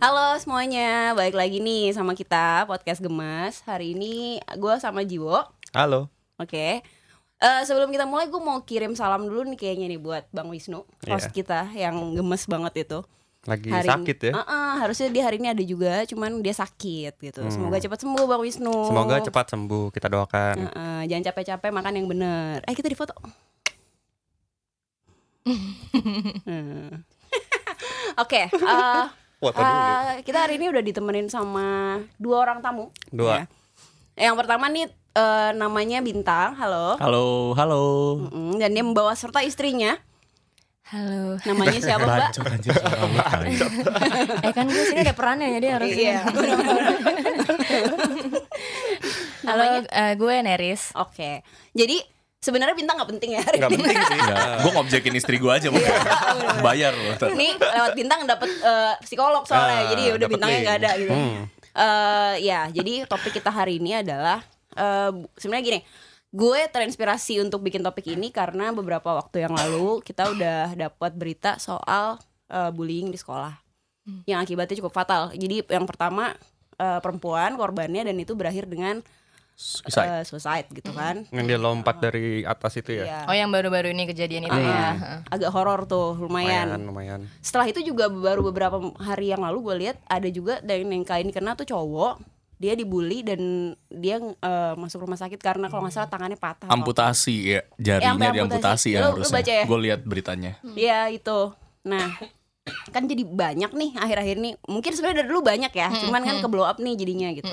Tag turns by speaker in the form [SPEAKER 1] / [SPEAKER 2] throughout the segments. [SPEAKER 1] Halo semuanya, balik lagi nih sama kita podcast Gemas. Hari ini gue sama Jiwo.
[SPEAKER 2] Halo.
[SPEAKER 1] Oke. Eh, sebelum kita mulai, gue mau kirim salam dulu nih kayaknya nih buat Bang Wisnu, host
[SPEAKER 2] Iya.
[SPEAKER 1] kita yang gemes banget itu.
[SPEAKER 2] Lagi
[SPEAKER 1] Hari
[SPEAKER 2] sakit ya.
[SPEAKER 1] Heeh, harusnya dia hari ini ada juga, cuman dia sakit gitu.
[SPEAKER 2] Hmm.
[SPEAKER 1] Semoga cepat sembuh Bang Wisnu.
[SPEAKER 2] Semoga cepat sembuh. Kita doakan.
[SPEAKER 1] Heeh, jangan capek-capek makan yang bener. Eh kita difoto. Hmm. Oke, eh,
[SPEAKER 2] Foto dulu.
[SPEAKER 1] eh, kita hari ini udah ditemenin sama dua orang tamu.
[SPEAKER 2] Dua.
[SPEAKER 1] Ya. Yang pertama nih eh, namanya Bintang, halo.
[SPEAKER 3] Halo, halo.
[SPEAKER 1] Mm, Dan dia membawa serta istrinya.
[SPEAKER 4] Halo.
[SPEAKER 1] Namanya siapa Mbak?
[SPEAKER 3] Bacot anjir suara lu, tai.
[SPEAKER 4] Eh kan gue sini ada perannya jadi harus.
[SPEAKER 1] Iya.
[SPEAKER 4] Halo, eh, gue Neris.
[SPEAKER 1] Oke. Jadi sebenarnya Bintang nggak penting ya hari
[SPEAKER 2] Nggak
[SPEAKER 1] ini.
[SPEAKER 2] penting sih.
[SPEAKER 3] Ya, gue ngobjekin istri gue aja mau bayar loh.
[SPEAKER 1] Nih lewat Bintang dapat eh, psikolog soalnya.
[SPEAKER 2] Ah,
[SPEAKER 1] jadi udah
[SPEAKER 2] dapet
[SPEAKER 1] Bintangnya
[SPEAKER 2] link.
[SPEAKER 1] nggak ada gitu.
[SPEAKER 2] Hmm.
[SPEAKER 1] Eh, ya, jadi topik kita hari ini adalah eh, bu- sebenarnya gini. Gue terinspirasi untuk bikin topik ini karena beberapa waktu yang lalu kita udah dapat berita soal eh, bullying di sekolah yang akibatnya cukup fatal. Jadi yang pertama eh, perempuan korbannya dan itu berakhir dengan
[SPEAKER 3] Susah.
[SPEAKER 1] eh, suicide gitu kan.
[SPEAKER 2] Yang dia lompat dari atas itu ya.
[SPEAKER 1] Iya. Ah,
[SPEAKER 4] Oh yang baru-baru ini kejadian itu ya. Heeh.
[SPEAKER 1] Agak horor tuh,
[SPEAKER 2] Lumayan,
[SPEAKER 1] lumayan.
[SPEAKER 2] lumayan.
[SPEAKER 1] Setelah itu juga baru beberapa hari yang lalu gue lihat ada juga dan yang kali ini kena tuh cowok dia dibully dan dia eh, masuk rumah sakit karena kalau nggak salah tangannya patah.
[SPEAKER 3] Amputasi ya,
[SPEAKER 1] Ya, sampai
[SPEAKER 3] jarinya diamputasi
[SPEAKER 1] amputasi.
[SPEAKER 3] ya
[SPEAKER 1] Lu- lu
[SPEAKER 3] harusnya.
[SPEAKER 1] baca ya?
[SPEAKER 3] Gue lihat beritanya.
[SPEAKER 1] Iya itu. Nah, kan jadi banyak nih akhir-akhir ini. Mungkin sebenarnya dari dulu banyak ya, cuman kan ke blow up nih jadinya gitu.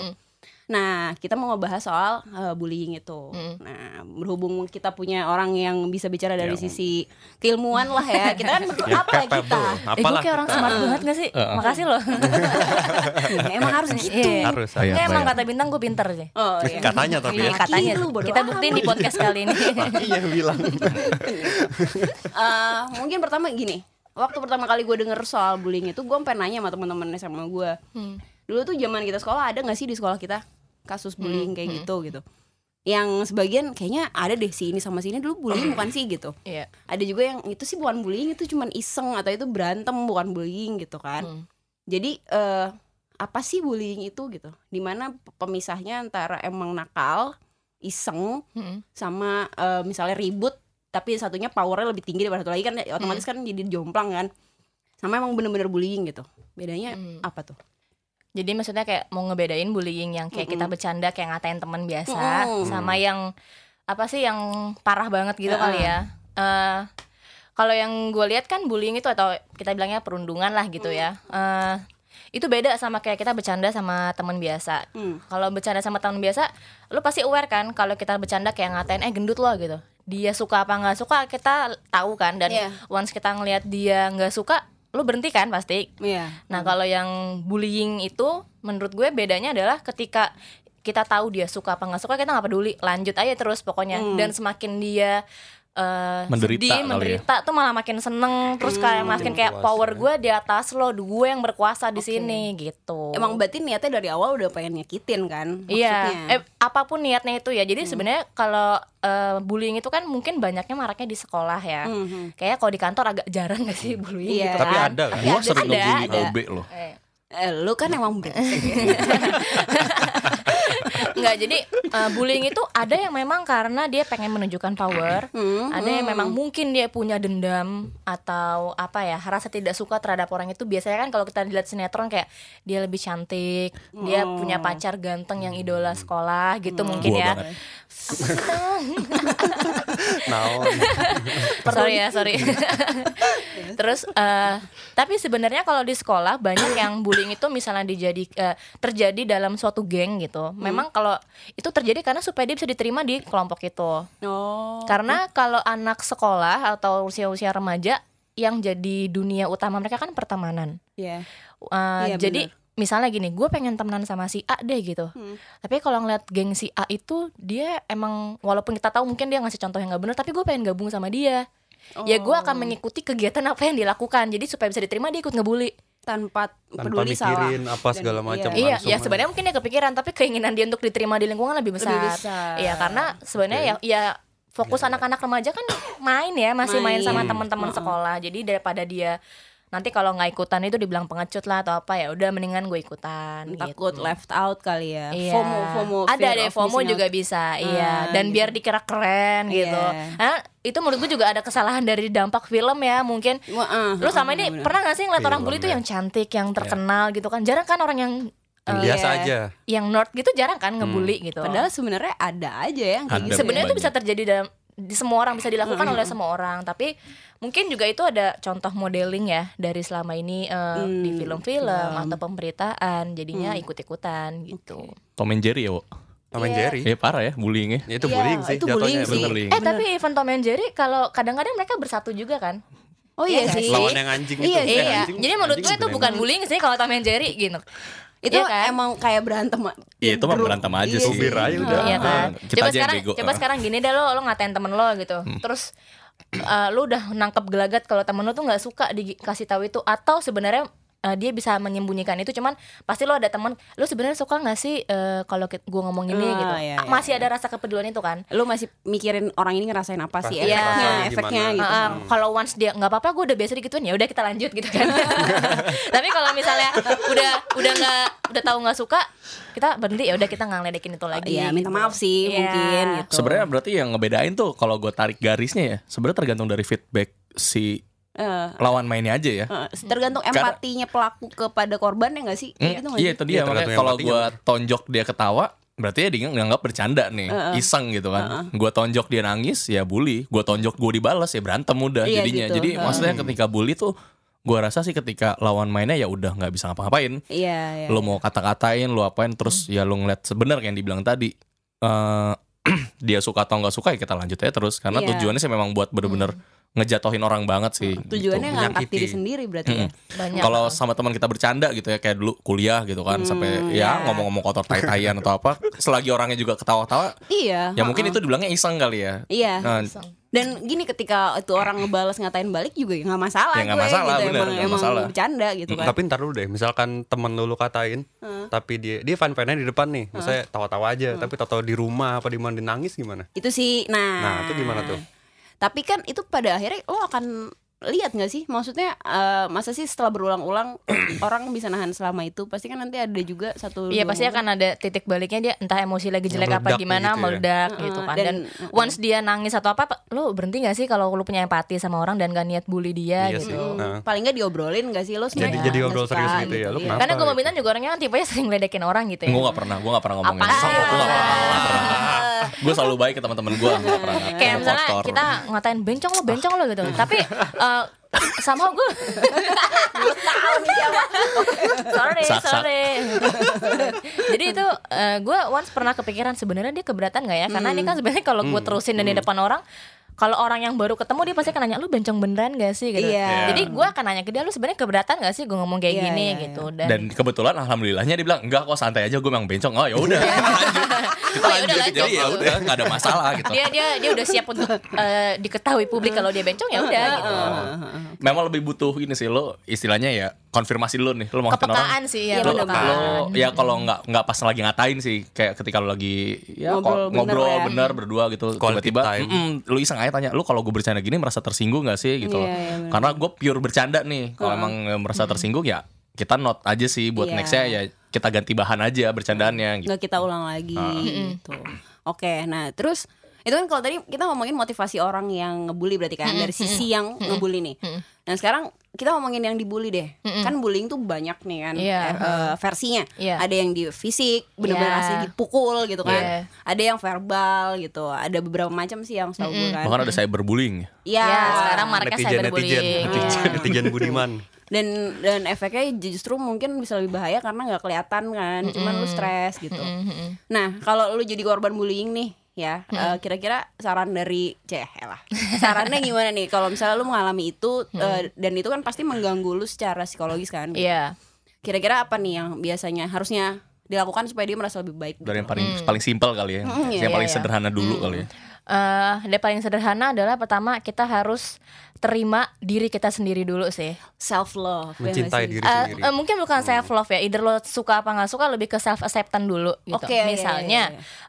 [SPEAKER 1] Nah, kita mau ngebahas soal eh, bullying itu. Nah, berhubung kita punya orang yang bisa bicara dari
[SPEAKER 2] Yang-
[SPEAKER 1] sisi keilmuan lah ya. Kita kan butuh
[SPEAKER 2] Ya,
[SPEAKER 1] apa kita?
[SPEAKER 2] capable.
[SPEAKER 4] Eh, gue
[SPEAKER 2] Apalah.
[SPEAKER 4] kayak orang
[SPEAKER 2] kita.
[SPEAKER 4] smart banget gak sih? Makasih loh.
[SPEAKER 1] Emang harus gitu.
[SPEAKER 4] Iya.
[SPEAKER 2] Harus.
[SPEAKER 3] Iya.
[SPEAKER 4] Kayak
[SPEAKER 2] harus.
[SPEAKER 4] emang kata bintang gue pinter sih.
[SPEAKER 1] Oh iya.
[SPEAKER 2] Katanya tapi ya.
[SPEAKER 4] Iya, katanya
[SPEAKER 1] Ih, lu bodo
[SPEAKER 4] kita buktiin di podcast kali ini.
[SPEAKER 2] Iya bilang.
[SPEAKER 1] Eh, mungkin pertama gini waktu pertama kali gue denger soal bullying itu gue pengen nanya sama teman-teman SMA gue dulu tuh zaman kita sekolah ada nggak sih di sekolah kita kasus bullying kayak gitu gitu yang sebagian kayaknya ada deh si ini sama si ini dulu bullying bukan sih gitu
[SPEAKER 4] Iya.
[SPEAKER 1] ada juga yang itu sih bukan bullying itu cuman iseng atau itu berantem bukan bullying gitu kan
[SPEAKER 4] Hmm.
[SPEAKER 1] jadi eh apa sih bullying itu gitu dimana pemisahnya antara emang nakal iseng
[SPEAKER 4] Heeh.
[SPEAKER 1] sama eh, misalnya ribut tapi satunya powernya lebih tinggi daripada satu lagi kan ya otomatis kan jadi jomplang kan sama emang bener-bener bullying gitu bedanya
[SPEAKER 4] Hmm.
[SPEAKER 1] apa tuh
[SPEAKER 4] Jadi maksudnya kayak mau ngebedain bullying yang kayak kita bercanda kayak ngatain teman biasa
[SPEAKER 1] Mm-mm.
[SPEAKER 4] sama yang apa sih yang parah banget gitu
[SPEAKER 1] Mm-mm.
[SPEAKER 4] kali ya. Eh kalau yang gue lihat kan bullying itu atau kita bilangnya perundungan lah gitu ya. Eh itu beda sama kayak kita bercanda sama teman biasa.
[SPEAKER 1] Hmm.
[SPEAKER 4] Kalau bercanda sama teman biasa, lu pasti aware kan kalau kita bercanda kayak ngatain eh gendut lo gitu. Dia suka apa nggak suka kita tahu kan dan
[SPEAKER 1] Iya.
[SPEAKER 4] once kita ngelihat dia nggak suka, lu berhenti kan pasti.
[SPEAKER 1] Iya.
[SPEAKER 4] Nah, kalau yang bullying itu menurut gue bedanya adalah ketika kita tahu dia suka apa nggak suka kita nggak peduli lanjut aja terus pokoknya
[SPEAKER 1] Hmm.
[SPEAKER 4] dan semakin dia eh,
[SPEAKER 3] Menderita
[SPEAKER 4] sedih,
[SPEAKER 3] kali ya.
[SPEAKER 4] menderita tuh malah makin seneng terus
[SPEAKER 1] Hmm,
[SPEAKER 4] kayak makin kayak
[SPEAKER 2] berkuasa.
[SPEAKER 1] ya.
[SPEAKER 4] power gue di atas lo gue yang berkuasa di sini gitu
[SPEAKER 1] emang berarti niatnya dari awal udah pengen nyakitin kan
[SPEAKER 4] Iya,
[SPEAKER 1] maksudnya Hmm.
[SPEAKER 4] eh, apapun niatnya itu ya. Jadi sebenarnya kalau eh, bullying itu kan mungkin banyaknya maraknya di sekolah ya.
[SPEAKER 1] Mhm.
[SPEAKER 4] Kayaknya kalau di kantor agak jarang gak sih bullying
[SPEAKER 1] Iya.
[SPEAKER 4] gitu
[SPEAKER 2] Tapi
[SPEAKER 4] kan.
[SPEAKER 2] ada kan.
[SPEAKER 4] Tapi
[SPEAKER 3] Gue
[SPEAKER 4] ada,
[SPEAKER 3] sering
[SPEAKER 4] ada,
[SPEAKER 3] ngebully
[SPEAKER 4] ada.
[SPEAKER 3] OB loh.
[SPEAKER 4] Eh,
[SPEAKER 1] Eh, lu kan emang brengsek.
[SPEAKER 4] ya. Enggak, jadi eh, bullying itu ada yang memang karena dia pengen menunjukkan power
[SPEAKER 1] Hmm,
[SPEAKER 4] Ada yang memang mungkin dia punya dendam Atau apa ya, rasa tidak suka terhadap orang itu Biasanya kan kalau kita lihat sinetron kayak Dia lebih cantik, dia
[SPEAKER 1] Oh.
[SPEAKER 4] punya pacar ganteng yang idola sekolah gitu mungkin
[SPEAKER 3] Gua
[SPEAKER 4] ya
[SPEAKER 3] banget.
[SPEAKER 2] Naon.
[SPEAKER 4] sorry ya sorry terus eh, tapi sebenarnya kalau di sekolah banyak yang bullying itu misalnya dijadi eh, terjadi dalam suatu geng gitu
[SPEAKER 1] Hmm.
[SPEAKER 4] memang kalau itu terjadi karena supaya dia bisa diterima di kelompok itu
[SPEAKER 1] oh
[SPEAKER 4] karena kalau anak sekolah atau usia-usia remaja yang jadi dunia utama mereka kan pertemanan
[SPEAKER 1] iya
[SPEAKER 4] Uh,
[SPEAKER 1] Iya,
[SPEAKER 4] jadi misalnya gini, gue pengen temenan sama si A deh gitu.
[SPEAKER 1] Hmm.
[SPEAKER 4] Tapi kalau ngeliat geng si A itu dia emang walaupun kita tahu mungkin dia ngasih contoh yang nggak benar, tapi gue pengen gabung sama dia. Ya
[SPEAKER 1] Oh.
[SPEAKER 4] gue akan mengikuti kegiatan apa yang dilakukan. Jadi supaya bisa diterima dia ikut ngebully.
[SPEAKER 1] tanpa
[SPEAKER 2] Tanpa
[SPEAKER 1] peduli salah
[SPEAKER 2] mikirin apa segala
[SPEAKER 1] Dan-
[SPEAKER 2] macam.
[SPEAKER 4] iya,
[SPEAKER 2] langsung
[SPEAKER 4] ya
[SPEAKER 2] aja.
[SPEAKER 4] sebenarnya mungkin dia kepikiran, tapi keinginan dia untuk diterima di lingkungan lebih besar.
[SPEAKER 1] Lebih besar.
[SPEAKER 4] Iya, karena sebenarnya ya, ya fokus anak-anak remaja kan main ya, masih main,
[SPEAKER 1] Main.
[SPEAKER 4] sama teman-teman sekolah. Jadi daripada dia nanti kalau nggak ikutan itu dibilang pengecut lah atau apa ya udah mendingan gue ikutan
[SPEAKER 1] takut
[SPEAKER 4] gitu.
[SPEAKER 1] left out kali ya
[SPEAKER 4] Iya.
[SPEAKER 1] FOMO FOMO
[SPEAKER 4] ada
[SPEAKER 1] fear
[SPEAKER 4] deh
[SPEAKER 1] of
[SPEAKER 4] FOMO
[SPEAKER 1] missing out.
[SPEAKER 4] juga bisa iya
[SPEAKER 1] Ah,
[SPEAKER 4] dan
[SPEAKER 1] gitu.
[SPEAKER 4] biar dikira keren gitu
[SPEAKER 1] Iya.
[SPEAKER 4] Nah, itu menurut gue juga ada kesalahan dari dampak film ya mungkin
[SPEAKER 1] Wah, ah,
[SPEAKER 4] lu
[SPEAKER 1] ah,
[SPEAKER 4] sama ini
[SPEAKER 1] bener.
[SPEAKER 4] pernah gak sih ngeliat orang
[SPEAKER 2] Film
[SPEAKER 4] bully itu
[SPEAKER 2] ya.
[SPEAKER 4] yang cantik yang terkenal gitu kan jarang kan orang yang
[SPEAKER 2] Yang
[SPEAKER 1] Eh,
[SPEAKER 2] biasa
[SPEAKER 1] iya.
[SPEAKER 2] aja.
[SPEAKER 4] yang nerd gitu jarang kan ngebully
[SPEAKER 2] Hmm.
[SPEAKER 4] gitu
[SPEAKER 1] padahal sebenarnya ada aja yang kayak
[SPEAKER 3] Ada.
[SPEAKER 1] gitu
[SPEAKER 4] sebenarnya itu
[SPEAKER 3] banyak.
[SPEAKER 4] bisa terjadi dalam di semua orang bisa dilakukan
[SPEAKER 1] Mm-mm.
[SPEAKER 4] oleh semua orang tapi mungkin juga itu ada contoh modeling ya dari selama ini eh, di
[SPEAKER 1] Hmm,
[SPEAKER 4] film-film
[SPEAKER 1] film.
[SPEAKER 4] atau pemberitaan jadinya
[SPEAKER 1] Hmm.
[SPEAKER 4] ikut-ikutan gitu
[SPEAKER 3] Tom and Jerry ya, Wo?
[SPEAKER 2] Tom and
[SPEAKER 1] Iya.
[SPEAKER 2] Jerry.
[SPEAKER 3] Eh parah ya bullyingnya.
[SPEAKER 2] Ya, itu
[SPEAKER 1] Iya,
[SPEAKER 2] bullying sih
[SPEAKER 1] itu
[SPEAKER 2] jatuhnya,
[SPEAKER 1] bullying sih.
[SPEAKER 2] bener.
[SPEAKER 3] Bullying.
[SPEAKER 4] eh tapi event Tom and Jerry kalau kadang-kadang mereka bersatu juga kan
[SPEAKER 1] oh iya
[SPEAKER 4] Iya nggak
[SPEAKER 1] sih
[SPEAKER 4] sih?
[SPEAKER 2] Lawan yang anjing itu.
[SPEAKER 1] Iya,
[SPEAKER 2] Eh,
[SPEAKER 1] iya.
[SPEAKER 4] iya
[SPEAKER 2] anjing-
[SPEAKER 4] jadi menurut
[SPEAKER 2] anjing
[SPEAKER 4] gue itu
[SPEAKER 2] sebenarnya.
[SPEAKER 4] bukan bullying sih kalau Tom and Jerry gitu
[SPEAKER 1] itu
[SPEAKER 4] Iya kan?
[SPEAKER 1] emang kayak berantem
[SPEAKER 3] Iya, itu mah
[SPEAKER 1] grup.
[SPEAKER 3] berantem aja
[SPEAKER 1] Iya
[SPEAKER 3] sih.
[SPEAKER 2] Ubir aja udah.
[SPEAKER 4] Iya kan?
[SPEAKER 3] Ah, Kita
[SPEAKER 4] coba
[SPEAKER 3] aja yang
[SPEAKER 4] sekarang,
[SPEAKER 3] bego. Hmm.
[SPEAKER 4] coba
[SPEAKER 3] Ah.
[SPEAKER 4] sekarang gini deh lo lo ngatain temen lo gitu. Terus eh, lo udah nangkep gelagat kalau temen lo tuh nggak suka dikasih tahu itu atau sebenarnya eh, dia bisa menyembunyikan itu cuman pasti lo ada temen lo sebenarnya suka nggak sih eh, kalau ki- gua ngomong ini
[SPEAKER 1] Ah,
[SPEAKER 4] gitu
[SPEAKER 1] iya, iya,
[SPEAKER 4] masih ada rasa kepedulian itu kan
[SPEAKER 1] lu masih mikirin orang ini ngerasain apa sih
[SPEAKER 2] Pasti
[SPEAKER 1] efeknya
[SPEAKER 2] rasanya
[SPEAKER 1] efeknya
[SPEAKER 2] gimana.
[SPEAKER 1] gitu
[SPEAKER 4] Ah,
[SPEAKER 3] Hmm.
[SPEAKER 4] ah, kalau once dia nggak apa-apa gue udah biasa digituin ya udah kita lanjut gitu kan tapi kalau misalnya udah udah nggak udah tahu nggak suka kita berhenti ya udah kita nggak ngeledekin itu lagi
[SPEAKER 1] Iya minta
[SPEAKER 4] gitu.
[SPEAKER 1] maaf sih
[SPEAKER 4] Iya.
[SPEAKER 1] mungkin gitu
[SPEAKER 3] Sebenarnya berarti yang ngebedain tuh kalau gue tarik garisnya ya, sebenarnya tergantung dari feedback si
[SPEAKER 1] Eh,
[SPEAKER 3] lawan mainnya aja ya.
[SPEAKER 1] eh, tergantung
[SPEAKER 3] Karena-
[SPEAKER 1] empatinya pelaku kepada korban ya nggak sih
[SPEAKER 3] Hmm,
[SPEAKER 1] Kayak gitu nggak
[SPEAKER 3] iya
[SPEAKER 1] sih?
[SPEAKER 3] itu dia
[SPEAKER 2] Iya,
[SPEAKER 3] makanya
[SPEAKER 2] tergantung yang
[SPEAKER 3] kalau
[SPEAKER 2] mati
[SPEAKER 3] gue
[SPEAKER 2] nggak.
[SPEAKER 3] tonjok dia ketawa berarti ya dia nganggap bercanda nih iseng gitu kan Gua tonjok dia nangis ya bully gue tonjok gue dibalas ya berantem udah
[SPEAKER 1] Iya,
[SPEAKER 3] jadinya
[SPEAKER 1] gitu.
[SPEAKER 3] jadi
[SPEAKER 1] Heeh.
[SPEAKER 3] maksudnya ketika bully tuh gue rasa sih ketika lawan mainnya ya udah nggak bisa ngapa-ngapain
[SPEAKER 1] iya iya Hmm.
[SPEAKER 3] lo mau kata-katain lo apain terus ya lo ngeliat sebenarnya yang dibilang tadi eh, dia suka atau nggak suka ya kita lanjut aja terus karena
[SPEAKER 1] Iya. Hmm.
[SPEAKER 3] tujuannya sih memang buat bener-bener ngejatohin orang banget sih
[SPEAKER 1] tujuannya
[SPEAKER 3] gitu. Hmm.
[SPEAKER 1] ngangkat
[SPEAKER 2] menyakiti.
[SPEAKER 1] diri sendiri berarti ya
[SPEAKER 4] banyak
[SPEAKER 3] Kalau sama teman kita bercanda gitu ya kayak dulu kuliah gitu kan sampai
[SPEAKER 4] Hmm,
[SPEAKER 1] ya.
[SPEAKER 4] iya.
[SPEAKER 3] ya ngomong-ngomong kotor tai-taian atau apa selagi orangnya juga ketawa-tawa
[SPEAKER 1] iya
[SPEAKER 3] ya mungkin itu dibilangnya iseng kali ya.
[SPEAKER 1] iya
[SPEAKER 3] Nah,
[SPEAKER 4] Uh-huh. Eh, Iseng.
[SPEAKER 1] dan gini ketika itu orang ngebales ngatain balik juga ya nggak masalah
[SPEAKER 3] Ya, nggak
[SPEAKER 1] gue
[SPEAKER 3] masalah,
[SPEAKER 1] gitu
[SPEAKER 3] bener,
[SPEAKER 1] emang
[SPEAKER 3] nggak
[SPEAKER 1] emang
[SPEAKER 3] masalah. Hmm.
[SPEAKER 1] bercanda gitu kan
[SPEAKER 2] Tapi ntar dulu deh, misalkan temen lu lu katain, tapi dia dia fan fannya di depan nih, misalnya tawa-tawa aja, tapi tawa-tawa di rumah apa di mana dia nangis gimana?
[SPEAKER 1] itu sih nah
[SPEAKER 2] Nah, itu gimana tuh?
[SPEAKER 1] tapi kan itu pada akhirnya lo akan lihat nggak sih maksudnya eh, masa sih setelah berulang-ulang orang bisa nahan selama itu pasti kan nanti ada juga satu
[SPEAKER 4] Iya
[SPEAKER 1] dua
[SPEAKER 4] pasti
[SPEAKER 1] momen.
[SPEAKER 4] akan ada titik baliknya dia entah emosi lagi jelek apa
[SPEAKER 2] Meledaknya
[SPEAKER 4] gimana
[SPEAKER 2] gitu ya.
[SPEAKER 4] meledak gitu
[SPEAKER 1] Heeh,
[SPEAKER 4] kan dan,
[SPEAKER 1] dan-
[SPEAKER 4] once dia nangis atau apa lo berhenti gak sih kalau lo punya empati sama orang dan gak niat bully dia
[SPEAKER 2] Iya
[SPEAKER 4] gitu.
[SPEAKER 2] sih. Nah.
[SPEAKER 1] paling nggak diobrolin nggak sih lo
[SPEAKER 2] Jadi
[SPEAKER 1] sebenarnya
[SPEAKER 2] jadi
[SPEAKER 1] nggak
[SPEAKER 2] obrol
[SPEAKER 1] suka
[SPEAKER 2] serius gitu ya. Lu
[SPEAKER 1] iya.
[SPEAKER 2] kenapa?
[SPEAKER 4] Karena gue mau
[SPEAKER 2] gitu?
[SPEAKER 4] bintang juga orangnya kan tipenya sering ledekin orang gitu ya.
[SPEAKER 3] gue gak pernah, gue gak pernah ngomongin
[SPEAKER 4] Apaan?
[SPEAKER 3] sama, gue gak pernah, gak pernah. Gue selalu baik ke teman-teman gue, gak pernah.
[SPEAKER 4] Kayak misalnya
[SPEAKER 3] kotor.
[SPEAKER 4] kita ngatain bencong lo, bencong lo gitu. Tapi eh, sama gue sorry
[SPEAKER 3] Sak, sak.
[SPEAKER 4] sorry jadi itu gue once pernah kepikiran sebenarnya dia keberatan nggak ya karena ini
[SPEAKER 3] Hmm.
[SPEAKER 4] kan sebenarnya kalau gue terusin dan di depan orang kalau orang yang baru ketemu dia pasti akan nanya lu bencong beneran gak sih gitu
[SPEAKER 1] Iya.
[SPEAKER 4] jadi gue akan nanya ke dia lu sebenarnya keberatan gak sih gue ngomong kayak
[SPEAKER 1] Iya,
[SPEAKER 4] gini
[SPEAKER 1] iya,
[SPEAKER 4] gitu dan,
[SPEAKER 3] Dan kebetulan alhamdulillahnya dia bilang enggak kok santai aja gue memang bencong. Oh ya udah. kita lanjut. Kita
[SPEAKER 4] Oh, iya. ya udah,
[SPEAKER 3] lanjut.
[SPEAKER 4] lanjut.
[SPEAKER 3] Jadi ya udah enggak ada masalah gitu.
[SPEAKER 4] dia dia dia udah siap untuk eh, diketahui publik kalau dia bencong ya
[SPEAKER 1] Iya.
[SPEAKER 4] udah gitu
[SPEAKER 1] Kan,
[SPEAKER 3] Memang lebih butuh ini sih lo istilahnya ya konfirmasi dulu nih. Lo mau ngatain orang
[SPEAKER 4] kepekaan sih ya
[SPEAKER 1] Iya,
[SPEAKER 3] lo,
[SPEAKER 1] bener
[SPEAKER 4] kepekaan.
[SPEAKER 1] banget.
[SPEAKER 3] lo- ya kalau nggak nggak pas lagi ngatain sih kayak ketika lo lagi ya
[SPEAKER 1] Ngobrol
[SPEAKER 3] ngobrol,
[SPEAKER 1] bener
[SPEAKER 3] ngobrol
[SPEAKER 1] ya.
[SPEAKER 3] bener, berdua gitu
[SPEAKER 2] Quality
[SPEAKER 3] tiba-tiba
[SPEAKER 2] time.
[SPEAKER 3] mm-mm, lo iseng aja tanya lo kalau gue bercanda gini merasa tersinggung nggak sih gitu
[SPEAKER 1] Iya,
[SPEAKER 3] loh.
[SPEAKER 1] iya, bener.
[SPEAKER 3] karena gue pure bercanda nih kalau emang eh, merasa tersinggung ya kita note aja sih buat
[SPEAKER 1] Iya.
[SPEAKER 3] nextnya ya kita ganti bahan aja bercandaannya gitu Ah.
[SPEAKER 1] nggak kita ulang lagi gitu. Oke, nah terus itu kan kalau tadi kita ngomongin motivasi orang yang ngebully berarti kan dari sisi yang ngebully nih. Nah sekarang kita ngomongin yang dibully deh. Kan bullying tuh banyak nih kan
[SPEAKER 4] Iya.
[SPEAKER 1] eh, eh, versinya.
[SPEAKER 4] Iya.
[SPEAKER 1] Ada yang di fisik benar-benar
[SPEAKER 4] Iya.
[SPEAKER 1] asli dipukul gitu kan.
[SPEAKER 4] Iya.
[SPEAKER 1] Ada yang verbal gitu. Ada beberapa macam sih yang setahu gue kan.
[SPEAKER 3] bahkan ada cyberbullying
[SPEAKER 1] Iya.
[SPEAKER 4] Ya, sekarang marketnya
[SPEAKER 2] Netizen, netizen,
[SPEAKER 4] cyberbullying. iya.
[SPEAKER 2] netizen, netizen budiman.
[SPEAKER 1] dan dan efeknya justru mungkin bisa lebih bahaya karena nggak kelihatan kan. Cuman lu stres gitu.
[SPEAKER 4] Mm-hmm.
[SPEAKER 1] Nah, kalau lu jadi korban bullying nih, ya
[SPEAKER 4] Hmm.
[SPEAKER 1] eh, kira-kira saran dari ceh lah. Sarannya gimana nih? Kalau misalnya lu mengalami itu eh, dan itu kan pasti mengganggu lu secara psikologis kan.
[SPEAKER 4] Hmm. Iya.
[SPEAKER 1] Kira-kira apa nih yang biasanya harusnya dilakukan supaya dia merasa lebih baik?
[SPEAKER 3] dari yang paling paling simpel kali ya yang
[SPEAKER 4] iya,
[SPEAKER 3] paling
[SPEAKER 4] iya.
[SPEAKER 3] sederhana dulu kali ya
[SPEAKER 4] Eh, yang paling sederhana adalah pertama kita harus terima diri kita sendiri dulu sih.
[SPEAKER 1] Self love.
[SPEAKER 2] Mencintai diri
[SPEAKER 4] Eh,
[SPEAKER 2] sendiri. Hmm.
[SPEAKER 4] eh, mungkin bukan self love ya, either lo suka apa nggak suka lebih ke self acceptance dulu gitu.
[SPEAKER 1] Oke, iya, iya,
[SPEAKER 4] Misalnya,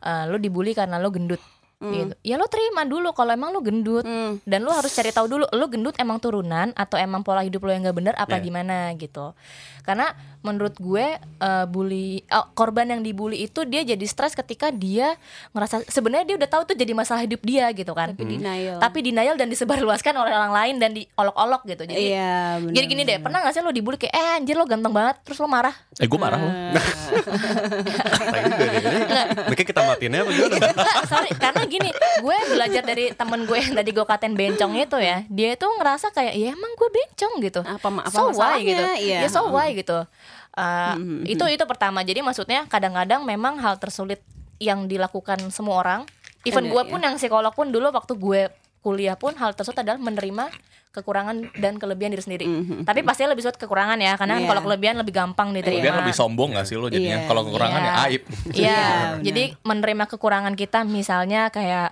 [SPEAKER 4] eh, lo dibully karena lo gendut. gitu. Ya lo terima dulu kalau emang lo gendut
[SPEAKER 1] Hmm.
[SPEAKER 4] dan lo harus cari tahu dulu lo gendut emang turunan atau emang pola hidup lo yang gak bener apa
[SPEAKER 2] Iya.
[SPEAKER 4] gimana gitu. Karena menurut gue eh, bully eh, korban yang dibully itu dia jadi stres ketika dia ngerasa sebenarnya dia udah tahu tuh jadi masalah hidup dia gitu kan.
[SPEAKER 1] Tapi
[SPEAKER 2] Hmm.
[SPEAKER 1] denial.
[SPEAKER 4] Tapi denial dan disebarluaskan oleh orang lain dan diolok-olok gitu. Jadi
[SPEAKER 1] Iya, bener.
[SPEAKER 4] Jadi gini deh, pernah gak sih lo dibully kayak eh anjir lo ganteng banget terus lo marah?
[SPEAKER 3] Eh gue marah loh.
[SPEAKER 2] Tai juga deh. Mungkin kita matiin aja apa gimana?
[SPEAKER 4] Enggak, sorry, karena gini, gue belajar dari temen gue yang tadi gue katain bencong itu ya. Dia itu ngerasa kayak ya emang gue bencong gitu.
[SPEAKER 1] Apa ma- apa
[SPEAKER 4] so why
[SPEAKER 1] masalahnya?
[SPEAKER 4] gitu.
[SPEAKER 1] Iya. Mm-hmm,
[SPEAKER 4] Ya so why gitu. Uh, itu itu pertama. Jadi maksudnya kadang-kadang memang hal tersulit yang dilakukan semua orang. Even
[SPEAKER 1] Ada,
[SPEAKER 4] gue
[SPEAKER 1] iya.
[SPEAKER 4] pun yang psikolog pun dulu waktu gue kuliah pun hal tersebut adalah menerima kekurangan dan kelebihan diri sendiri. Tapi pasti lebih sulit kekurangan ya, karena
[SPEAKER 1] Mm-hmm.
[SPEAKER 4] kan
[SPEAKER 1] Iya.
[SPEAKER 4] kalau kelebihan lebih gampang diterima.
[SPEAKER 3] Kemudian kan lebih sombong gak sih lo jadinya?
[SPEAKER 1] Iya.
[SPEAKER 3] Kalau kekurangan
[SPEAKER 4] Iya.
[SPEAKER 3] ya aib.
[SPEAKER 4] Iya,
[SPEAKER 1] benar.
[SPEAKER 4] jadi menerima kekurangan kita misalnya kayak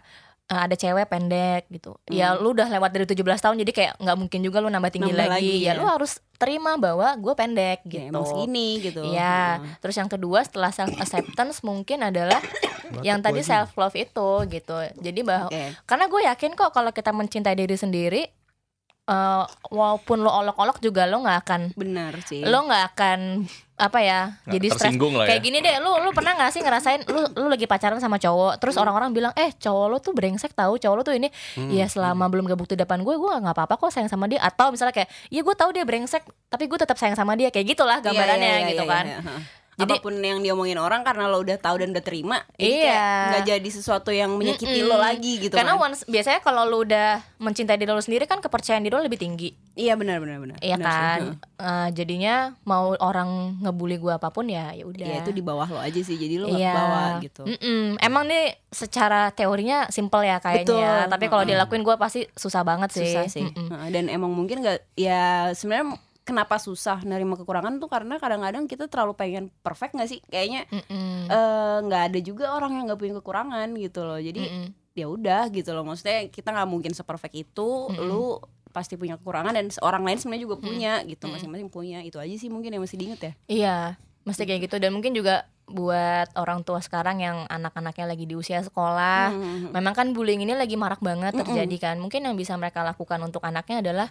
[SPEAKER 4] eh, ada cewek pendek gitu. Ya lu udah lewat dari 17 tahun jadi kayak nggak mungkin juga lu nambah tinggi
[SPEAKER 1] Hmm. Nambah
[SPEAKER 4] lagi.
[SPEAKER 1] lagi,
[SPEAKER 4] Ya,
[SPEAKER 1] ya.
[SPEAKER 4] lu harus terima bahwa gue pendek
[SPEAKER 1] Ya,
[SPEAKER 4] gitu.
[SPEAKER 1] emang segini gitu.
[SPEAKER 4] Iya. Terus yang kedua setelah self acceptance mungkin adalah yang tadi self love itu gitu. Jadi bahwa
[SPEAKER 1] Oke.
[SPEAKER 4] karena gue yakin kok kalau kita mencintai diri sendiri eh, walaupun lo olok-olok juga lo nggak akan
[SPEAKER 1] Benar sih. Iya,
[SPEAKER 4] lo nggak akan apa ya
[SPEAKER 3] Nggak
[SPEAKER 4] jadi stres
[SPEAKER 3] tersinggung lah ya.
[SPEAKER 4] kayak gini deh lu lu pernah nggak sih ngerasain lu lu lagi pacaran sama cowok terus orang-orang bilang eh cowok lu tuh brengsek tahu cowok lu tuh ini ya selama belum gebuk di depan gue gue nggak apa-apa kok sayang sama dia atau misalnya kayak ya gue tahu dia brengsek tapi gue tetap sayang sama dia kayak gitulah
[SPEAKER 1] Iya,
[SPEAKER 4] gambarannya
[SPEAKER 1] iya, iya,
[SPEAKER 4] gitu
[SPEAKER 1] iya,
[SPEAKER 4] kan
[SPEAKER 1] iya, ha.
[SPEAKER 4] Jadi-
[SPEAKER 1] Apapun yang diomongin orang karena lo udah tahu dan udah terima, jadi
[SPEAKER 4] Iya.
[SPEAKER 1] kayak nggak jadi sesuatu yang menyakiti
[SPEAKER 4] Mm-mm.
[SPEAKER 1] lo lagi gitu
[SPEAKER 4] karena
[SPEAKER 1] kan.
[SPEAKER 4] once biasanya kalau lu udah mencintai diri lu sendiri kan kepercayaan diri lu lebih tinggi
[SPEAKER 1] Iya benar benar benar.
[SPEAKER 4] Iya
[SPEAKER 1] Benar sih,
[SPEAKER 4] kan,
[SPEAKER 1] ha.
[SPEAKER 4] Eh, jadinya mau orang ngebully gue apapun ya, ya udah.
[SPEAKER 1] Iya itu di bawah lo aja sih, jadi lo nggak
[SPEAKER 4] Iya.
[SPEAKER 1] ke bawah gitu.
[SPEAKER 4] Mm-mm. Emang nih secara teorinya simple ya kayaknya.
[SPEAKER 1] Betul.
[SPEAKER 4] Tapi kalau dilakuin gue pasti susah banget sih.
[SPEAKER 1] Susah sih.
[SPEAKER 4] Mm-mm.
[SPEAKER 1] Ha, Dan emang mungkin nggak, ya sebenarnya kenapa susah nerima kekurangan tuh karena kadang-kadang kita terlalu pengen perfect nggak sih? Kayaknya
[SPEAKER 4] Mm-mm.
[SPEAKER 1] eh, nggak ada juga orang yang nggak punya kekurangan gitu loh. Jadi
[SPEAKER 4] Mm-mm.
[SPEAKER 1] ya udah gitu loh maksudnya kita nggak mungkin seperfect itu lu pasti punya kekurangan dan orang lain sebenarnya
[SPEAKER 4] Mm.
[SPEAKER 1] juga punya gitu masing-masing punya itu aja sih mungkin yang masih diinget ya
[SPEAKER 4] Iya, mesti kayak gitu. Dan mungkin juga buat orang tua sekarang yang anak-anaknya lagi di usia sekolah,
[SPEAKER 1] Mm-mm.
[SPEAKER 4] memang kan bullying ini lagi marak banget terjadi kan. Mungkin yang bisa mereka lakukan untuk anaknya adalah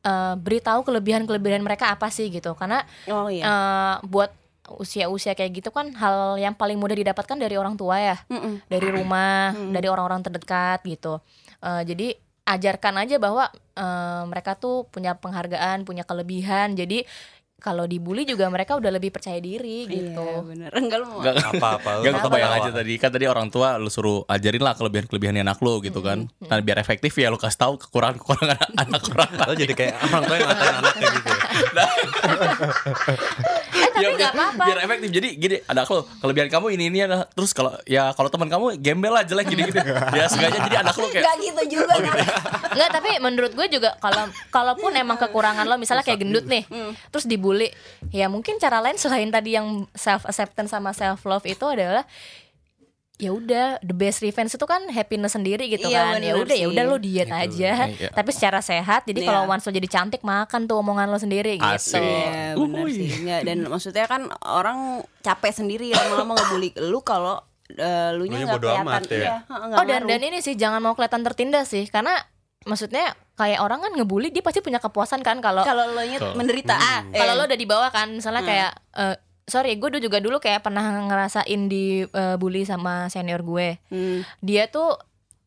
[SPEAKER 4] eh, beritahu kelebihan-kelebihan mereka apa sih gitu. Karena
[SPEAKER 1] oh iya
[SPEAKER 4] eh, buat usia-usia kayak gitu kan hal yang paling mudah didapatkan dari orang tua ya.
[SPEAKER 1] Mm-mm.
[SPEAKER 4] dari rumah, dari orang-orang terdekat gitu. Eh, jadi ajarkan aja bahwa eh, mereka tuh punya penghargaan, punya kelebihan. Jadi kalau dibully juga mereka udah lebih percaya diri
[SPEAKER 1] iya
[SPEAKER 4] gitu.
[SPEAKER 1] bener enggak lu mau
[SPEAKER 3] Gak,
[SPEAKER 2] Apa-apa.
[SPEAKER 3] Gak gue kebayang aja tadi kan tadi orang tua lu suruh ajarin lah kelebihan-kelebihan anak lu gitu kan.
[SPEAKER 4] Mm-hmm,
[SPEAKER 3] Nah biar efektif ya lu kasih tahu kekurangan-kekurangan anak orang.
[SPEAKER 2] Lo jadi kayak orang tua yang ngatain anaknya gitu. ya.
[SPEAKER 4] Eh tapi
[SPEAKER 3] Ya, biar,
[SPEAKER 4] nggak apa-apa.
[SPEAKER 3] biar efektif. Jadi gini, anak lu kelebihan kamu ini ini adalah terus kalau ya kalau teman kamu gembel lah jelek gini-gini. Ya sengaja jadi anak lu kayak
[SPEAKER 1] Gak gitu juga kan
[SPEAKER 4] Nggak tapi menurut gue juga kalau kalaupun emang kekurangan lo misalnya kayak gendut nih,
[SPEAKER 1] Hmm.
[SPEAKER 4] terus dibully, ya mungkin cara lain selain tadi yang self acceptance sama self love itu adalah ya udah the best revenge itu kan happiness sendiri gitu
[SPEAKER 1] Iya,
[SPEAKER 4] kan ya
[SPEAKER 1] bener
[SPEAKER 4] udah ya
[SPEAKER 1] sih.
[SPEAKER 4] udah lo diet aja
[SPEAKER 3] Iya.
[SPEAKER 4] tapi secara sehat jadi
[SPEAKER 1] Iya.
[SPEAKER 4] kalau once lo jadi cantik makan tuh omongan lo sendiri gitu
[SPEAKER 3] Asik.
[SPEAKER 1] Iya benar
[SPEAKER 3] Uhuy.
[SPEAKER 1] sih enggak dan maksudnya kan orang capek sendiri lama-lama ngebully lu kalau eh, lu
[SPEAKER 2] Lunya
[SPEAKER 1] nya nggak
[SPEAKER 2] bodo
[SPEAKER 1] kelihatan
[SPEAKER 2] amat ya.
[SPEAKER 1] iya ha, nggak
[SPEAKER 4] oh dan
[SPEAKER 1] ngaruh.
[SPEAKER 4] dan ini sih jangan mau kelihatan tertindas sih karena maksudnya kayak orang kan ngebully dia pasti punya kepuasan kan kalau
[SPEAKER 1] kalau lo nya
[SPEAKER 3] Tuh.
[SPEAKER 1] menderita ah
[SPEAKER 2] Hmm.
[SPEAKER 1] eh. Hmm.
[SPEAKER 3] Hmm.
[SPEAKER 4] kalau lo udah di bawah kan misalnya kayak eh, sorry gue dulu juga dulu kayak pernah ngerasain di eh, bully sama senior gue
[SPEAKER 1] Hmm.
[SPEAKER 4] dia tuh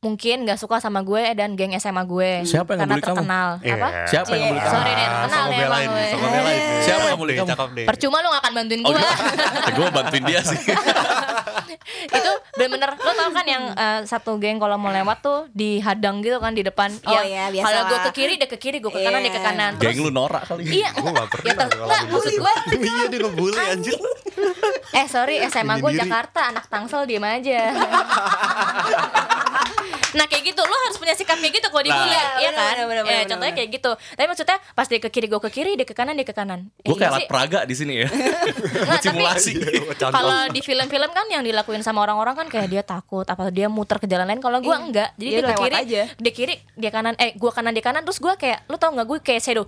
[SPEAKER 4] mungkin gak suka sama gue dan geng SMA gue
[SPEAKER 3] Siapa yang ngebully kamu?
[SPEAKER 4] karena
[SPEAKER 3] Eh.
[SPEAKER 4] terkenal apa
[SPEAKER 2] Iya.
[SPEAKER 3] Siapa yang boleh
[SPEAKER 4] Sorry deh,
[SPEAKER 2] Ah,
[SPEAKER 4] kenal
[SPEAKER 2] sama
[SPEAKER 4] ya
[SPEAKER 2] belain,
[SPEAKER 4] emang gue.
[SPEAKER 2] sama belain.
[SPEAKER 3] Eh. Siapa yang bully kamu?
[SPEAKER 2] Cakep deh.
[SPEAKER 4] percuma lo gak akan bantuin
[SPEAKER 3] Oh,
[SPEAKER 4] gue
[SPEAKER 3] gitu. gue bantuin dia sih.
[SPEAKER 4] itu bener-bener lo tau kan yang eh, satu geng kalau mau lewat tuh dihadang gitu kan di depan
[SPEAKER 1] Oh
[SPEAKER 4] Yang
[SPEAKER 1] iya, biasa
[SPEAKER 4] kalau gue
[SPEAKER 1] lah.
[SPEAKER 4] ke kiri dia ke kiri gue ke kanan dia ke
[SPEAKER 1] Iya.
[SPEAKER 4] kanan
[SPEAKER 3] Geng lu norak kali.
[SPEAKER 4] iya
[SPEAKER 2] Gua nggak pernah
[SPEAKER 4] ya ter-
[SPEAKER 2] kalau
[SPEAKER 4] nggak,
[SPEAKER 2] gitu.
[SPEAKER 4] maksud gue
[SPEAKER 2] Iya dia ngebully anjir.
[SPEAKER 4] Eh sorry SMA gue
[SPEAKER 2] Bunuh diri.
[SPEAKER 4] Jakarta Anak Tangsel diem aja Nah kayak gitu Lo harus punya sikap kayak gitu Kalau dibully
[SPEAKER 1] Nah.
[SPEAKER 4] Iya kan
[SPEAKER 1] Bener, bener, bener,
[SPEAKER 4] Ya,
[SPEAKER 1] bener,
[SPEAKER 4] Contohnya
[SPEAKER 1] bener.
[SPEAKER 4] kayak gitu Tapi maksudnya Pas dia ke kiri gue ke kiri Dia ke kanan dia ke kanan Eh,
[SPEAKER 3] Gue kayak
[SPEAKER 4] iya sih.
[SPEAKER 3] alat praga di sini ya.
[SPEAKER 4] Nggak, tapi
[SPEAKER 3] Simulasi.
[SPEAKER 2] Iya, Contoh.
[SPEAKER 4] Iya, Kalau di film-film kan Yang dilakuin sama orang-orang kan Kayak dia takut Apa dia muter ke jalan lain Kalau gue
[SPEAKER 1] Iya.
[SPEAKER 4] enggak Jadi
[SPEAKER 1] Dia
[SPEAKER 4] dia, ke
[SPEAKER 1] lewat
[SPEAKER 4] kiri
[SPEAKER 1] aja.
[SPEAKER 4] Dia kiri Dia kanan Eh gue kanan dia kanan Terus gue kayak Lo tau gak gue kayak shadow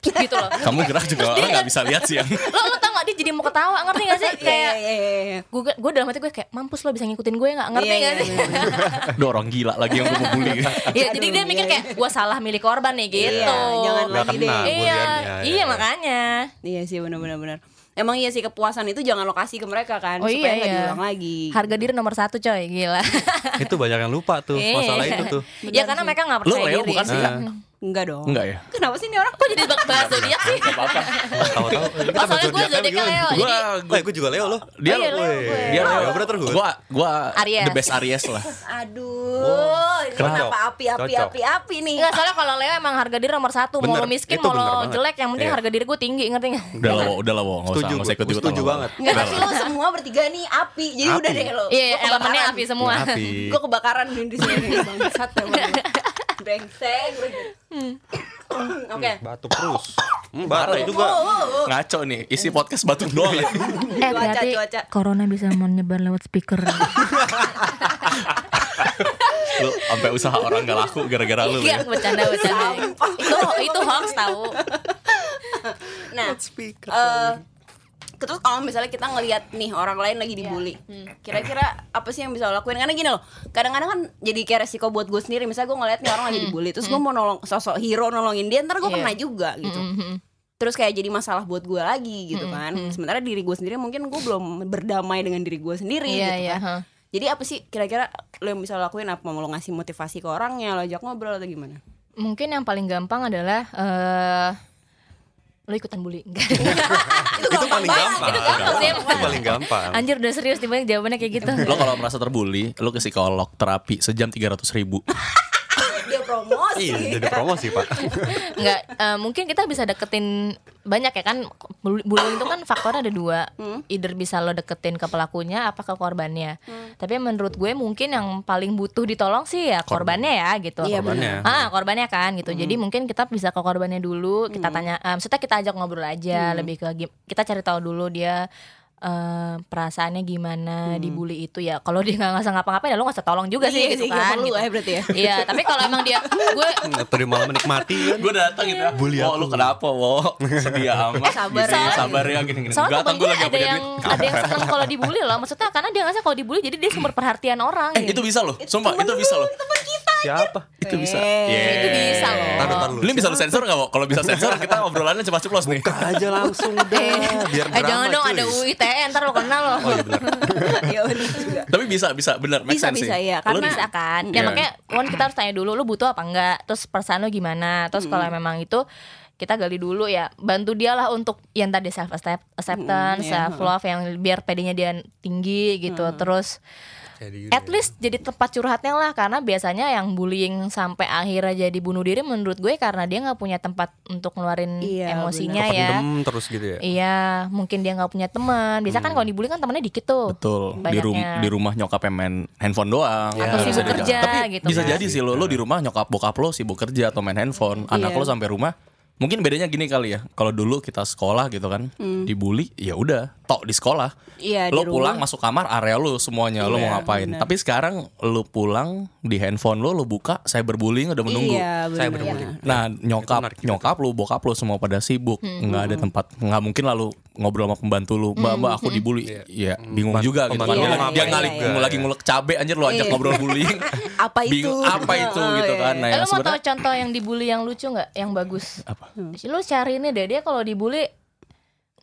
[SPEAKER 4] Gitu loh
[SPEAKER 3] Kamu gerak juga orang gak bisa lihat sih yang
[SPEAKER 4] lo lo tau gak dia jadi mau ketawa ngerti gak sih
[SPEAKER 1] Iya,
[SPEAKER 4] kayak
[SPEAKER 1] iya, iya, iya.
[SPEAKER 4] gue gue dalam hati gue kayak mampus lo bisa ngikutin gue nggak ngerti
[SPEAKER 1] Iya,
[SPEAKER 4] gak
[SPEAKER 1] iya,
[SPEAKER 4] sih
[SPEAKER 1] iya, iya.
[SPEAKER 3] Duh, orang gila lagi yang gue mau bully.
[SPEAKER 4] ya jadi dia mikir
[SPEAKER 1] iya,
[SPEAKER 4] kayak gue salah milik korban nih gitu
[SPEAKER 1] Iya, jangan
[SPEAKER 2] Nggak
[SPEAKER 1] lagi deh.
[SPEAKER 2] kena.
[SPEAKER 4] iya iya,
[SPEAKER 2] buliannya, ya, ya.
[SPEAKER 4] makanya
[SPEAKER 1] Iya sih benar-benar benar. Emang iya sih kepuasan itu jangan lo kasih ke mereka kan
[SPEAKER 4] Oh,
[SPEAKER 1] supaya
[SPEAKER 4] iya,
[SPEAKER 1] nggak
[SPEAKER 4] iya.
[SPEAKER 1] diulang lagi.
[SPEAKER 4] harga diri nomor satu coy gila
[SPEAKER 2] itu banyak yang lupa tuh
[SPEAKER 4] Iya.
[SPEAKER 2] masalah itu tuh Nah,
[SPEAKER 4] ya karena mereka nggak
[SPEAKER 3] Lo
[SPEAKER 4] percaya
[SPEAKER 3] Leo
[SPEAKER 4] diri
[SPEAKER 3] bukan sih? Kak?
[SPEAKER 1] Enggak dong.
[SPEAKER 3] Enggak ya?
[SPEAKER 1] Kenapa sih ini orang?
[SPEAKER 4] kok jadi bak- bahas zodiak sih
[SPEAKER 3] Apa-apa.
[SPEAKER 2] tahu-tahu ini
[SPEAKER 4] Oh,
[SPEAKER 2] kita
[SPEAKER 4] soalnya gue
[SPEAKER 2] zodiaknya bagaimana?
[SPEAKER 4] zodiaknya Leo,
[SPEAKER 2] Gua-
[SPEAKER 3] jadi-
[SPEAKER 2] gua- eh, gua juga Leo loh
[SPEAKER 3] Dia
[SPEAKER 4] Oh, iya,
[SPEAKER 2] Weh,
[SPEAKER 4] Leo gue.
[SPEAKER 2] dia
[SPEAKER 3] Dia
[SPEAKER 2] Leo
[SPEAKER 3] Leo.
[SPEAKER 2] bener terus
[SPEAKER 3] Gua gua
[SPEAKER 4] Aries.
[SPEAKER 3] the best Aries lah.
[SPEAKER 1] Aduh, ini
[SPEAKER 2] Oh, Cocok.
[SPEAKER 1] kenapa api-api
[SPEAKER 2] Cocok.
[SPEAKER 1] api-api nih?
[SPEAKER 4] Enggak, soalnya kalau Leo emang harga diri nomor satu Mau
[SPEAKER 2] Bener,
[SPEAKER 4] lo miskin,
[SPEAKER 2] itu
[SPEAKER 4] mau
[SPEAKER 2] bener
[SPEAKER 4] lo
[SPEAKER 2] banget.
[SPEAKER 4] jelek Yang penting
[SPEAKER 2] Iya.
[SPEAKER 4] harga diri gue tinggi, ngerti gak?
[SPEAKER 3] Udah lah, Wo, udah lah, Wo. Nggak
[SPEAKER 2] Setuju,
[SPEAKER 3] usah, nggak usah
[SPEAKER 2] gua.
[SPEAKER 3] ikut-ikutan.
[SPEAKER 2] Setuju
[SPEAKER 3] sama lo.
[SPEAKER 2] banget.
[SPEAKER 1] Enggak
[SPEAKER 3] Udah
[SPEAKER 1] tapi
[SPEAKER 3] lah.
[SPEAKER 1] lo semua bertiga nih api. Jadi
[SPEAKER 2] Api.
[SPEAKER 1] udah deh lo.
[SPEAKER 4] Iya,
[SPEAKER 1] Gua kebakaran.
[SPEAKER 4] elemennya api semua
[SPEAKER 2] Tapi
[SPEAKER 1] Gue kebakaran nih di sini nih, bangsat emang. lo. Brengsek. brengsek.
[SPEAKER 4] Hmm.
[SPEAKER 1] Oke.
[SPEAKER 2] batuk terus hmm,
[SPEAKER 3] Parah
[SPEAKER 2] batuk
[SPEAKER 3] ya.
[SPEAKER 2] juga
[SPEAKER 3] Ngaco nih, isi podcast batuk doang ya.
[SPEAKER 4] Eh
[SPEAKER 1] Cuaca,
[SPEAKER 4] berarti
[SPEAKER 1] cuaca.
[SPEAKER 4] corona bisa menyebar lewat speaker
[SPEAKER 3] Lu sampai usaha orang gak laku gara-gara lu ya.
[SPEAKER 4] Iya, bercanda, bercanda Itu, itu hoax tau
[SPEAKER 1] Nah, eh terus kalau misalnya kita ngelihat nih orang lain lagi dibully,
[SPEAKER 4] Iya. Hmm.
[SPEAKER 1] kira-kira apa sih yang bisa lo lakuin? Karena gini loh, kadang-kadang kan jadi kayak resiko buat gue sendiri. Misalnya gue ngeliat nih orang lagi dibully, terus gue mau nolong sosok hero nolongin dia, ntar gue
[SPEAKER 4] Hmm. Iya.
[SPEAKER 1] kena juga gitu.
[SPEAKER 4] Mhm.
[SPEAKER 1] Terus kayak jadi masalah buat gue lagi
[SPEAKER 4] Hmm,
[SPEAKER 1] gitu kan. Sementara diri gue sendiri mungkin gue belum berdamai dengan diri gue sendiri
[SPEAKER 4] Iya,
[SPEAKER 1] gitu
[SPEAKER 4] iya
[SPEAKER 1] kan.
[SPEAKER 4] ha.
[SPEAKER 1] Jadi apa sih kira-kira lo yang bisa lo lakuin apa? Mau lo ngasih motivasi ke orangnya, lo ajak ngobrol atau gimana?
[SPEAKER 4] Mungkin yang paling gampang adalah eh Lo ikutan bully
[SPEAKER 2] itu paling gampang
[SPEAKER 4] Itu gampang sih
[SPEAKER 2] itu paling gampang
[SPEAKER 4] Anjir udah serius tiba jawabannya kayak gitu
[SPEAKER 1] Iya.
[SPEAKER 3] Lo kalau merasa terbully, lo ke psikolog terapi sejam 300 ribu.
[SPEAKER 1] Dia promosi.
[SPEAKER 2] iya jadi promosi pak
[SPEAKER 4] Enggak, eh, mungkin kita bisa deketin banyak ya kan Bul- bullying itu kan faktornya ada dua
[SPEAKER 1] Hmm.
[SPEAKER 4] either bisa lo deketin ke pelakunya apa ke korbannya
[SPEAKER 1] Hmm.
[SPEAKER 4] tapi menurut gue mungkin yang paling butuh ditolong sih ya korbannya ya gitu
[SPEAKER 1] Iya, Hmm.
[SPEAKER 2] Korbannya. benar.
[SPEAKER 4] ah korbannya kan gitu jadi mungkin kita bisa ke korbannya dulu kita tanya eh, maksudnya kita ajak ngobrol
[SPEAKER 1] Hmm.
[SPEAKER 4] aja lebih ke gim- kita cari tahu dulu dia eh, perasaannya gimana dibully itu ya kalau dia nggak ngasih ngapa-ngapain ya lo nggak usah tolong juga sih
[SPEAKER 1] Hmm. Iya
[SPEAKER 4] gitu
[SPEAKER 1] sih, nggak
[SPEAKER 4] kan
[SPEAKER 1] perlu
[SPEAKER 4] gitu.
[SPEAKER 1] ya berarti ya.
[SPEAKER 4] iya tapi kalau emang dia gue
[SPEAKER 2] atau dia malah menikmati kan
[SPEAKER 3] gue datang gitu ya
[SPEAKER 2] Bully
[SPEAKER 3] Wo,
[SPEAKER 2] aku.
[SPEAKER 3] lu kenapa wo sedih amat
[SPEAKER 1] Sabar
[SPEAKER 3] Gini,
[SPEAKER 1] ya.
[SPEAKER 3] sabar ya gini gini
[SPEAKER 4] Soalnya
[SPEAKER 3] Datang
[SPEAKER 4] temen gue
[SPEAKER 3] gua lagi
[SPEAKER 4] ada
[SPEAKER 3] punya
[SPEAKER 4] yang
[SPEAKER 3] duit.
[SPEAKER 4] ada yang seneng kalau dibully loh, maksudnya karena dia ngerasa kalau dibully jadi dia sumber perhatian orang. gitu.
[SPEAKER 3] eh itu bisa loh sumpah itu bisa loh
[SPEAKER 2] siapa
[SPEAKER 3] itu bisa Iya,
[SPEAKER 1] Eh,
[SPEAKER 3] Yeah.
[SPEAKER 4] itu bisa loh.
[SPEAKER 2] Taruh, taruh dulu.
[SPEAKER 3] Ini bisa lu sensor gak, Wo? Kalau bisa sensor, kita obrolannya cepat ceplos nih.
[SPEAKER 2] aja langsung deh biar
[SPEAKER 4] eh jangan
[SPEAKER 2] drama,
[SPEAKER 4] dong
[SPEAKER 2] cuy.
[SPEAKER 4] ada UITE E, ntar lo kenal lo.
[SPEAKER 2] oh iya benar
[SPEAKER 1] Ya udah juga.
[SPEAKER 3] Tapi bisa, bisa, benar, make
[SPEAKER 1] Bisa,
[SPEAKER 3] sense
[SPEAKER 1] bisa,
[SPEAKER 3] sih.
[SPEAKER 1] iya.
[SPEAKER 3] Lu
[SPEAKER 1] Karena-
[SPEAKER 4] bisa kan.
[SPEAKER 3] Iya.
[SPEAKER 4] Ya makanya Won kita harus tanya dulu lu butuh apa enggak, terus perasaan lo gimana. Terus kalau memang itu kita gali dulu ya bantu dia lah untuk yang tadi self accept-
[SPEAKER 1] Mm,
[SPEAKER 4] acceptance,
[SPEAKER 1] iya.
[SPEAKER 4] self love yang biar PD-nya dia tinggi gitu. Terus
[SPEAKER 2] Jadi
[SPEAKER 1] Gitu.
[SPEAKER 2] gini.
[SPEAKER 4] at least jadi tempat curhatnya lah karena biasanya yang bullying sampai akhirnya jadi bunuh diri menurut gue karena dia nggak punya tempat untuk ngeluarin
[SPEAKER 1] Iya,
[SPEAKER 4] emosinya ya
[SPEAKER 2] Kependem terus gitu ya
[SPEAKER 4] iya mungkin dia nggak punya teman biasa kan kalau dibully kan temannya dikit
[SPEAKER 3] Hmm.
[SPEAKER 4] tuh
[SPEAKER 3] Betul. Di,
[SPEAKER 4] Banyaknya.
[SPEAKER 3] rum, di rumah nyokapnya main handphone doang.
[SPEAKER 2] Atau
[SPEAKER 3] Nggak
[SPEAKER 2] sibuk
[SPEAKER 3] bisa diajak.
[SPEAKER 4] kerja,
[SPEAKER 3] Tapi
[SPEAKER 4] gitu
[SPEAKER 3] bisa
[SPEAKER 4] kan.
[SPEAKER 3] jadi sih lo, lo di rumah nyokap bokap lo sibuk kerja atau main handphone. Anak
[SPEAKER 1] Iya.
[SPEAKER 3] lo sampai rumah. Mungkin bedanya gini kali ya. Kalau dulu kita sekolah gitu kan, dibully, ya udah, tok di sekolah.
[SPEAKER 1] Iya, di
[SPEAKER 3] lo
[SPEAKER 1] rumah.
[SPEAKER 3] pulang masuk kamar area lo semuanya, lo mau ngapain. Tapi sekarang lo pulang di handphone lo, lo buka cyberbullying udah menunggu.
[SPEAKER 1] Iya,
[SPEAKER 2] saya
[SPEAKER 1] bener.
[SPEAKER 2] bener-bener
[SPEAKER 3] Nah nyokap
[SPEAKER 2] menarik juga
[SPEAKER 3] nyokap lu bokap lu semua pada sibuk nggak ada tempat nggak mungkin lalu ngobrol sama pembantu lu mbak mbak aku dibully ya bingung
[SPEAKER 2] Iya. Pembantu-
[SPEAKER 3] juga gitu kan
[SPEAKER 2] pembantu
[SPEAKER 3] dia,
[SPEAKER 1] ngapain
[SPEAKER 3] dia
[SPEAKER 1] ya,
[SPEAKER 3] ngalik-
[SPEAKER 2] iya.
[SPEAKER 3] lagi ngulek cabe anjir lu ajak
[SPEAKER 1] Iya.
[SPEAKER 3] ngobrol bullying
[SPEAKER 1] Apa itu?
[SPEAKER 3] bingung apa itu
[SPEAKER 1] Oh,
[SPEAKER 3] gitu
[SPEAKER 1] iya.
[SPEAKER 3] kan nah
[SPEAKER 4] Eh,
[SPEAKER 3] yang
[SPEAKER 4] lo mau tau
[SPEAKER 3] sebenarnya
[SPEAKER 4] contoh yang dibully yang lucu nggak yang bagus
[SPEAKER 3] apa
[SPEAKER 1] Hmm.
[SPEAKER 4] lu cari ini deh dia kalau dibully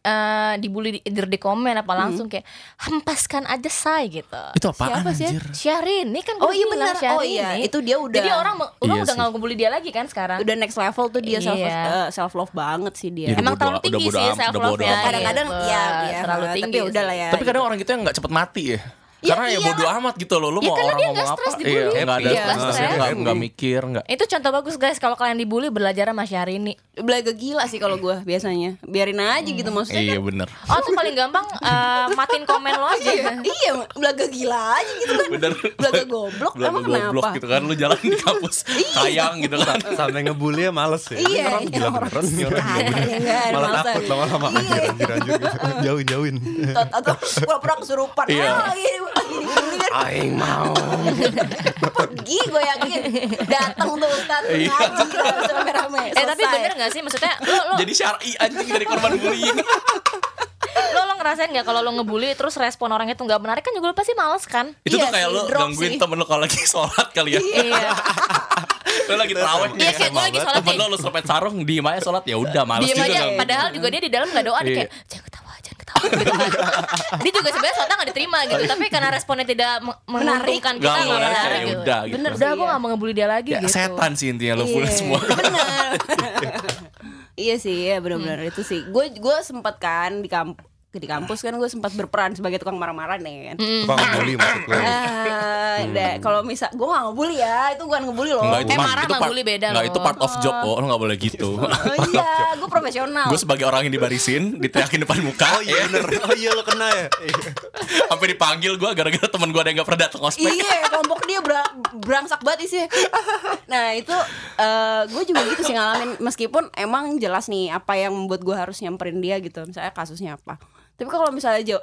[SPEAKER 4] eh dibully di, either di komen apa
[SPEAKER 1] Hmm.
[SPEAKER 4] langsung kayak hempaskan aja say gitu
[SPEAKER 3] itu apaan
[SPEAKER 1] Siapa sih?
[SPEAKER 3] anjir
[SPEAKER 4] Syahrini kan
[SPEAKER 1] Oh
[SPEAKER 4] gua
[SPEAKER 1] iya benar.
[SPEAKER 4] bilang
[SPEAKER 1] Oh iya,
[SPEAKER 4] Syahrini.
[SPEAKER 1] itu dia udah
[SPEAKER 4] jadi orang orang
[SPEAKER 3] Iya
[SPEAKER 4] udah
[SPEAKER 3] sih.
[SPEAKER 4] nggak ngebully dia lagi kan sekarang
[SPEAKER 1] udah next level tuh dia self eh,
[SPEAKER 4] Iya.
[SPEAKER 1] self love banget sih dia.
[SPEAKER 3] Iya, Udah
[SPEAKER 4] Emang terlalu
[SPEAKER 3] bodo-
[SPEAKER 4] tinggi
[SPEAKER 3] udah bodo
[SPEAKER 4] sih
[SPEAKER 3] am-
[SPEAKER 4] self
[SPEAKER 3] udah
[SPEAKER 4] love
[SPEAKER 3] bodo
[SPEAKER 4] ya.
[SPEAKER 3] amat.
[SPEAKER 1] Kadang-kadang
[SPEAKER 4] Wah,
[SPEAKER 1] ya, ya,
[SPEAKER 4] terlalu
[SPEAKER 1] tapi
[SPEAKER 4] tinggi.
[SPEAKER 1] udah lah ya.
[SPEAKER 3] tapi kadang orang gitu yang nggak cepet mati ya karena ya bodo amat gitu loh lu
[SPEAKER 4] Ya,
[SPEAKER 3] mau orang
[SPEAKER 4] karena dia
[SPEAKER 3] ngomong
[SPEAKER 4] nggak
[SPEAKER 3] apa
[SPEAKER 4] stres
[SPEAKER 3] iya,
[SPEAKER 4] dibully.
[SPEAKER 3] nggak ada
[SPEAKER 4] Iya,
[SPEAKER 3] nggak-
[SPEAKER 4] stres.
[SPEAKER 3] nggak nggak mikir nggak
[SPEAKER 4] Itu contoh bagus guys kalau kalian dibully belajar sama Syahrini.
[SPEAKER 1] Belaga gila sih kalau gue biasanya. Biarin aja gitu maksudnya.
[SPEAKER 3] iya bener
[SPEAKER 4] Oh tuh paling gampang eh, matiin komen lo aja.
[SPEAKER 1] Iya, belaga gila aja gitu kan.
[SPEAKER 3] bener
[SPEAKER 1] Belaga goblok
[SPEAKER 3] Belaga
[SPEAKER 1] emang
[SPEAKER 3] goblok
[SPEAKER 1] kenapa?
[SPEAKER 3] gitu kan lu jalan di kampus kayang gitu kan
[SPEAKER 2] sampai ngebully ya males ya
[SPEAKER 1] Iya,
[SPEAKER 2] Ini orang
[SPEAKER 1] iya,
[SPEAKER 2] gila
[SPEAKER 1] orang
[SPEAKER 2] beneran nih
[SPEAKER 1] suka.
[SPEAKER 2] orang gila beneran.
[SPEAKER 4] ya,
[SPEAKER 1] Iya, nggak ada
[SPEAKER 2] malah
[SPEAKER 1] masa.
[SPEAKER 2] takut lama-lama
[SPEAKER 4] Iya.
[SPEAKER 2] anjir anjir anjir gitu. jauhin jauhin
[SPEAKER 1] Atau pura-pura kesurupan.
[SPEAKER 3] Iya.
[SPEAKER 1] Ah, gini, gini, gini kan.
[SPEAKER 2] aing mau
[SPEAKER 1] Pergi gue yakin. Datang tuh Ustaz
[SPEAKER 3] Iya.
[SPEAKER 1] ngaji terus rame-rame.
[SPEAKER 4] Eh tapi
[SPEAKER 1] Selesai.
[SPEAKER 4] bener gak sih maksudnya lo lo
[SPEAKER 3] jadi syar'i anjing dari korban bullying
[SPEAKER 4] lo, lo ngerasain nggak kalau lo ngebully terus respon orang itu nggak menarik kan juga lo pasti males kan?
[SPEAKER 3] Itu
[SPEAKER 1] Iya
[SPEAKER 3] tuh kayak
[SPEAKER 1] sih,
[SPEAKER 3] lo
[SPEAKER 1] drop
[SPEAKER 3] gangguin
[SPEAKER 1] sih.
[SPEAKER 3] temen lo kalau lagi sholat kali ya.
[SPEAKER 4] Iya.
[SPEAKER 3] lo lagi terawih
[SPEAKER 4] Iya, kayak gue lagi sholat
[SPEAKER 3] Temen
[SPEAKER 4] nih.
[SPEAKER 3] lo lo serpet sarung diem aja sholat ya udah males
[SPEAKER 4] Diem
[SPEAKER 3] juga
[SPEAKER 4] aja.
[SPEAKER 3] kan.
[SPEAKER 4] Padahal juga dia di dalam nggak doa dia
[SPEAKER 3] Iya.
[SPEAKER 4] kayak jangan ketawa, jangan ketawa. Gitu kan. dia juga sebenarnya sholatnya nggak diterima gitu, tapi karena responnya tidak me- menguntungkan
[SPEAKER 3] Gak
[SPEAKER 4] kita nggak
[SPEAKER 3] Iya. menarik
[SPEAKER 4] menarik
[SPEAKER 3] ya
[SPEAKER 4] gitu.
[SPEAKER 3] udah gitu.
[SPEAKER 1] Bener.
[SPEAKER 4] Udah, gue
[SPEAKER 1] Iya.
[SPEAKER 4] gak mau ngebully dia lagi
[SPEAKER 3] Ya,
[SPEAKER 4] gitu.
[SPEAKER 3] setan sih intinya lo bully
[SPEAKER 1] Iya.
[SPEAKER 3] semua.
[SPEAKER 1] Bener. iya sih, iya benar-benar
[SPEAKER 3] Hmm.
[SPEAKER 1] itu sih. Gue gue sempat kan di kamp di kampus kan gue sempat berperan sebagai tukang marah-marah nih kan.
[SPEAKER 3] Hmm.
[SPEAKER 4] Mm.
[SPEAKER 2] Apa ngebully maksud lo?
[SPEAKER 1] Ah, deh, kalau misal gue gak ngebully ya, itu gue ngebully loh.
[SPEAKER 3] Enggak,
[SPEAKER 4] Eh,
[SPEAKER 3] part-
[SPEAKER 4] marah sama
[SPEAKER 3] part-
[SPEAKER 4] bully beda
[SPEAKER 3] enggak,
[SPEAKER 4] loh.
[SPEAKER 3] itu part of job oh lo nggak boleh gitu.
[SPEAKER 1] Oh iya, gue profesional.
[SPEAKER 3] gue sebagai orang yang dibarisin, diteriakin depan muka,
[SPEAKER 2] Oh iya bener, oh iya lo kena ya Iya.
[SPEAKER 3] sampai dipanggil gue gara-gara teman gue ada yang gak pernah datang ospek.
[SPEAKER 1] Iya, kelompok dia bra- berangsak banget isinya. Nah itu gue juga gitu sih ngalamin meskipun emang jelas nih apa yang membuat gue harus nyamperin dia gitu. Misalnya kasusnya apa. Tapi kalau misalnya Jo,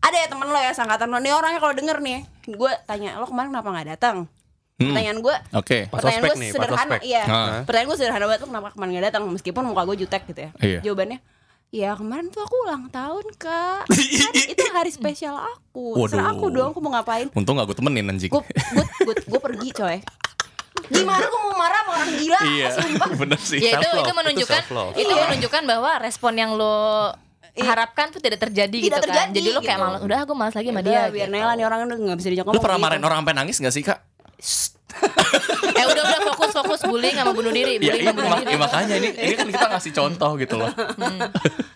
[SPEAKER 1] ada ya temen lo ya sangkatan lo nih orangnya kalau denger nih, gue tanya lo kemarin kenapa nggak datang?
[SPEAKER 3] Hmm.
[SPEAKER 1] Pertanyaan gue,
[SPEAKER 3] Oke.
[SPEAKER 2] Pas
[SPEAKER 1] pertanyaan
[SPEAKER 2] ospek
[SPEAKER 1] gue
[SPEAKER 2] nih, pas
[SPEAKER 1] sederhana,
[SPEAKER 2] ospek.
[SPEAKER 1] iya.
[SPEAKER 3] Ah.
[SPEAKER 1] Pertanyaan gue sederhana banget lo kenapa kemarin nggak datang meskipun muka gue jutek gitu ya.
[SPEAKER 3] Iya.
[SPEAKER 1] Jawabannya, ya kemarin tuh aku ulang tahun kak. Kan itu hari spesial aku. Terserah
[SPEAKER 3] Waduh.
[SPEAKER 1] aku dong, aku mau ngapain?
[SPEAKER 3] Untung gak gue temenin anjing.
[SPEAKER 1] gue gue gue gue pergi coy gimana gue mau marah sama orang gila
[SPEAKER 3] Iya,
[SPEAKER 1] sumpah
[SPEAKER 3] bener sih.
[SPEAKER 4] ya itu
[SPEAKER 3] Self-love.
[SPEAKER 4] itu menunjukkan
[SPEAKER 2] Itu self-love.
[SPEAKER 4] itu,
[SPEAKER 1] Iya.
[SPEAKER 4] menunjukkan bahwa respon yang lo harapkan tuh tidak terjadi
[SPEAKER 1] Tidak
[SPEAKER 4] gitu kan
[SPEAKER 1] terjadi,
[SPEAKER 4] jadi lo kayak
[SPEAKER 1] gitu.
[SPEAKER 4] malas udah gue malas lagi sama
[SPEAKER 1] dia
[SPEAKER 4] dia
[SPEAKER 1] biar
[SPEAKER 4] gitu.
[SPEAKER 1] Nela nih orang udah nggak bisa gitu. dijangkau
[SPEAKER 3] Lu pernah marahin orang sampai nangis gak sih kak?
[SPEAKER 4] Iya, eh udah udah fokus fokus bullying sama bunuh diri
[SPEAKER 3] Ya,
[SPEAKER 4] bullying
[SPEAKER 3] iya,
[SPEAKER 4] sama bunuh
[SPEAKER 3] mak-
[SPEAKER 4] diri
[SPEAKER 3] iya, makanya ini ini kan kita ngasih contoh gitu loh.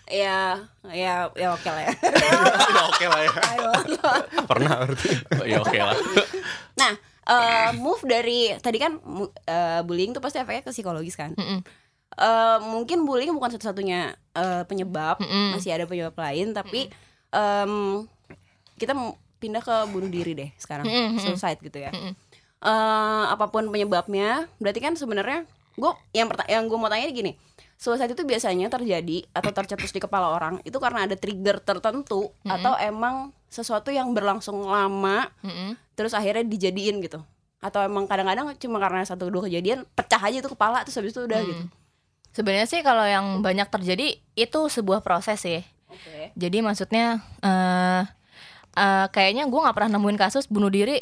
[SPEAKER 1] ya ya ya oke lah ya
[SPEAKER 2] Udah oke lah ya
[SPEAKER 1] Ayo.
[SPEAKER 2] Pernah berarti
[SPEAKER 3] Ya oke lah.
[SPEAKER 1] nah eh, move dari tadi kan mu- eh, bullying tuh pasti efeknya ke psikologis kan
[SPEAKER 4] Mm-mm.
[SPEAKER 1] Eh, mungkin bullying bukan satu-satunya eh, penyebab
[SPEAKER 4] Mm-mm.
[SPEAKER 1] masih ada penyebab lain tapi em, kita mau pindah ke bunuh diri deh sekarang
[SPEAKER 4] Mm-mm, mm-mm.
[SPEAKER 1] suicide gitu ya
[SPEAKER 4] Mm-mm.
[SPEAKER 1] Eh, apapun penyebabnya berarti kan sebenarnya gue yang perta- yang gue mau tanya gini suicide itu biasanya terjadi atau tercetus di kepala orang itu karena ada trigger tertentu atau emang sesuatu yang berlangsung lama
[SPEAKER 4] Mm-mm.
[SPEAKER 1] terus akhirnya dijadiin gitu atau emang kadang-kadang cuma karena satu dua kejadian pecah aja itu kepala terus habis itu
[SPEAKER 4] Hmm,
[SPEAKER 1] udah gitu
[SPEAKER 4] sebenarnya sih kalau yang banyak terjadi itu sebuah proses sih
[SPEAKER 1] Oke.
[SPEAKER 4] jadi maksudnya eh eh, kayaknya gue nggak pernah nemuin kasus bunuh diri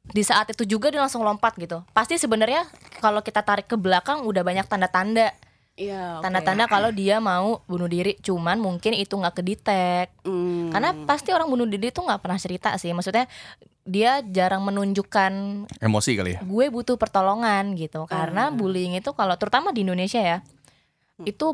[SPEAKER 4] di saat itu juga dia langsung lompat gitu pasti sebenarnya kalau kita tarik ke belakang udah banyak tanda-tanda
[SPEAKER 1] Iya. oke.
[SPEAKER 4] tanda-tanda kalau dia mau bunuh diri cuman mungkin itu nggak kedetek
[SPEAKER 1] Hmm.
[SPEAKER 4] karena pasti orang bunuh diri tuh nggak pernah cerita sih maksudnya dia jarang menunjukkan
[SPEAKER 3] Emosi kali ya.
[SPEAKER 4] gue butuh pertolongan
[SPEAKER 1] Hmm.
[SPEAKER 4] gitu karena bullying itu kalau terutama di Indonesia ya itu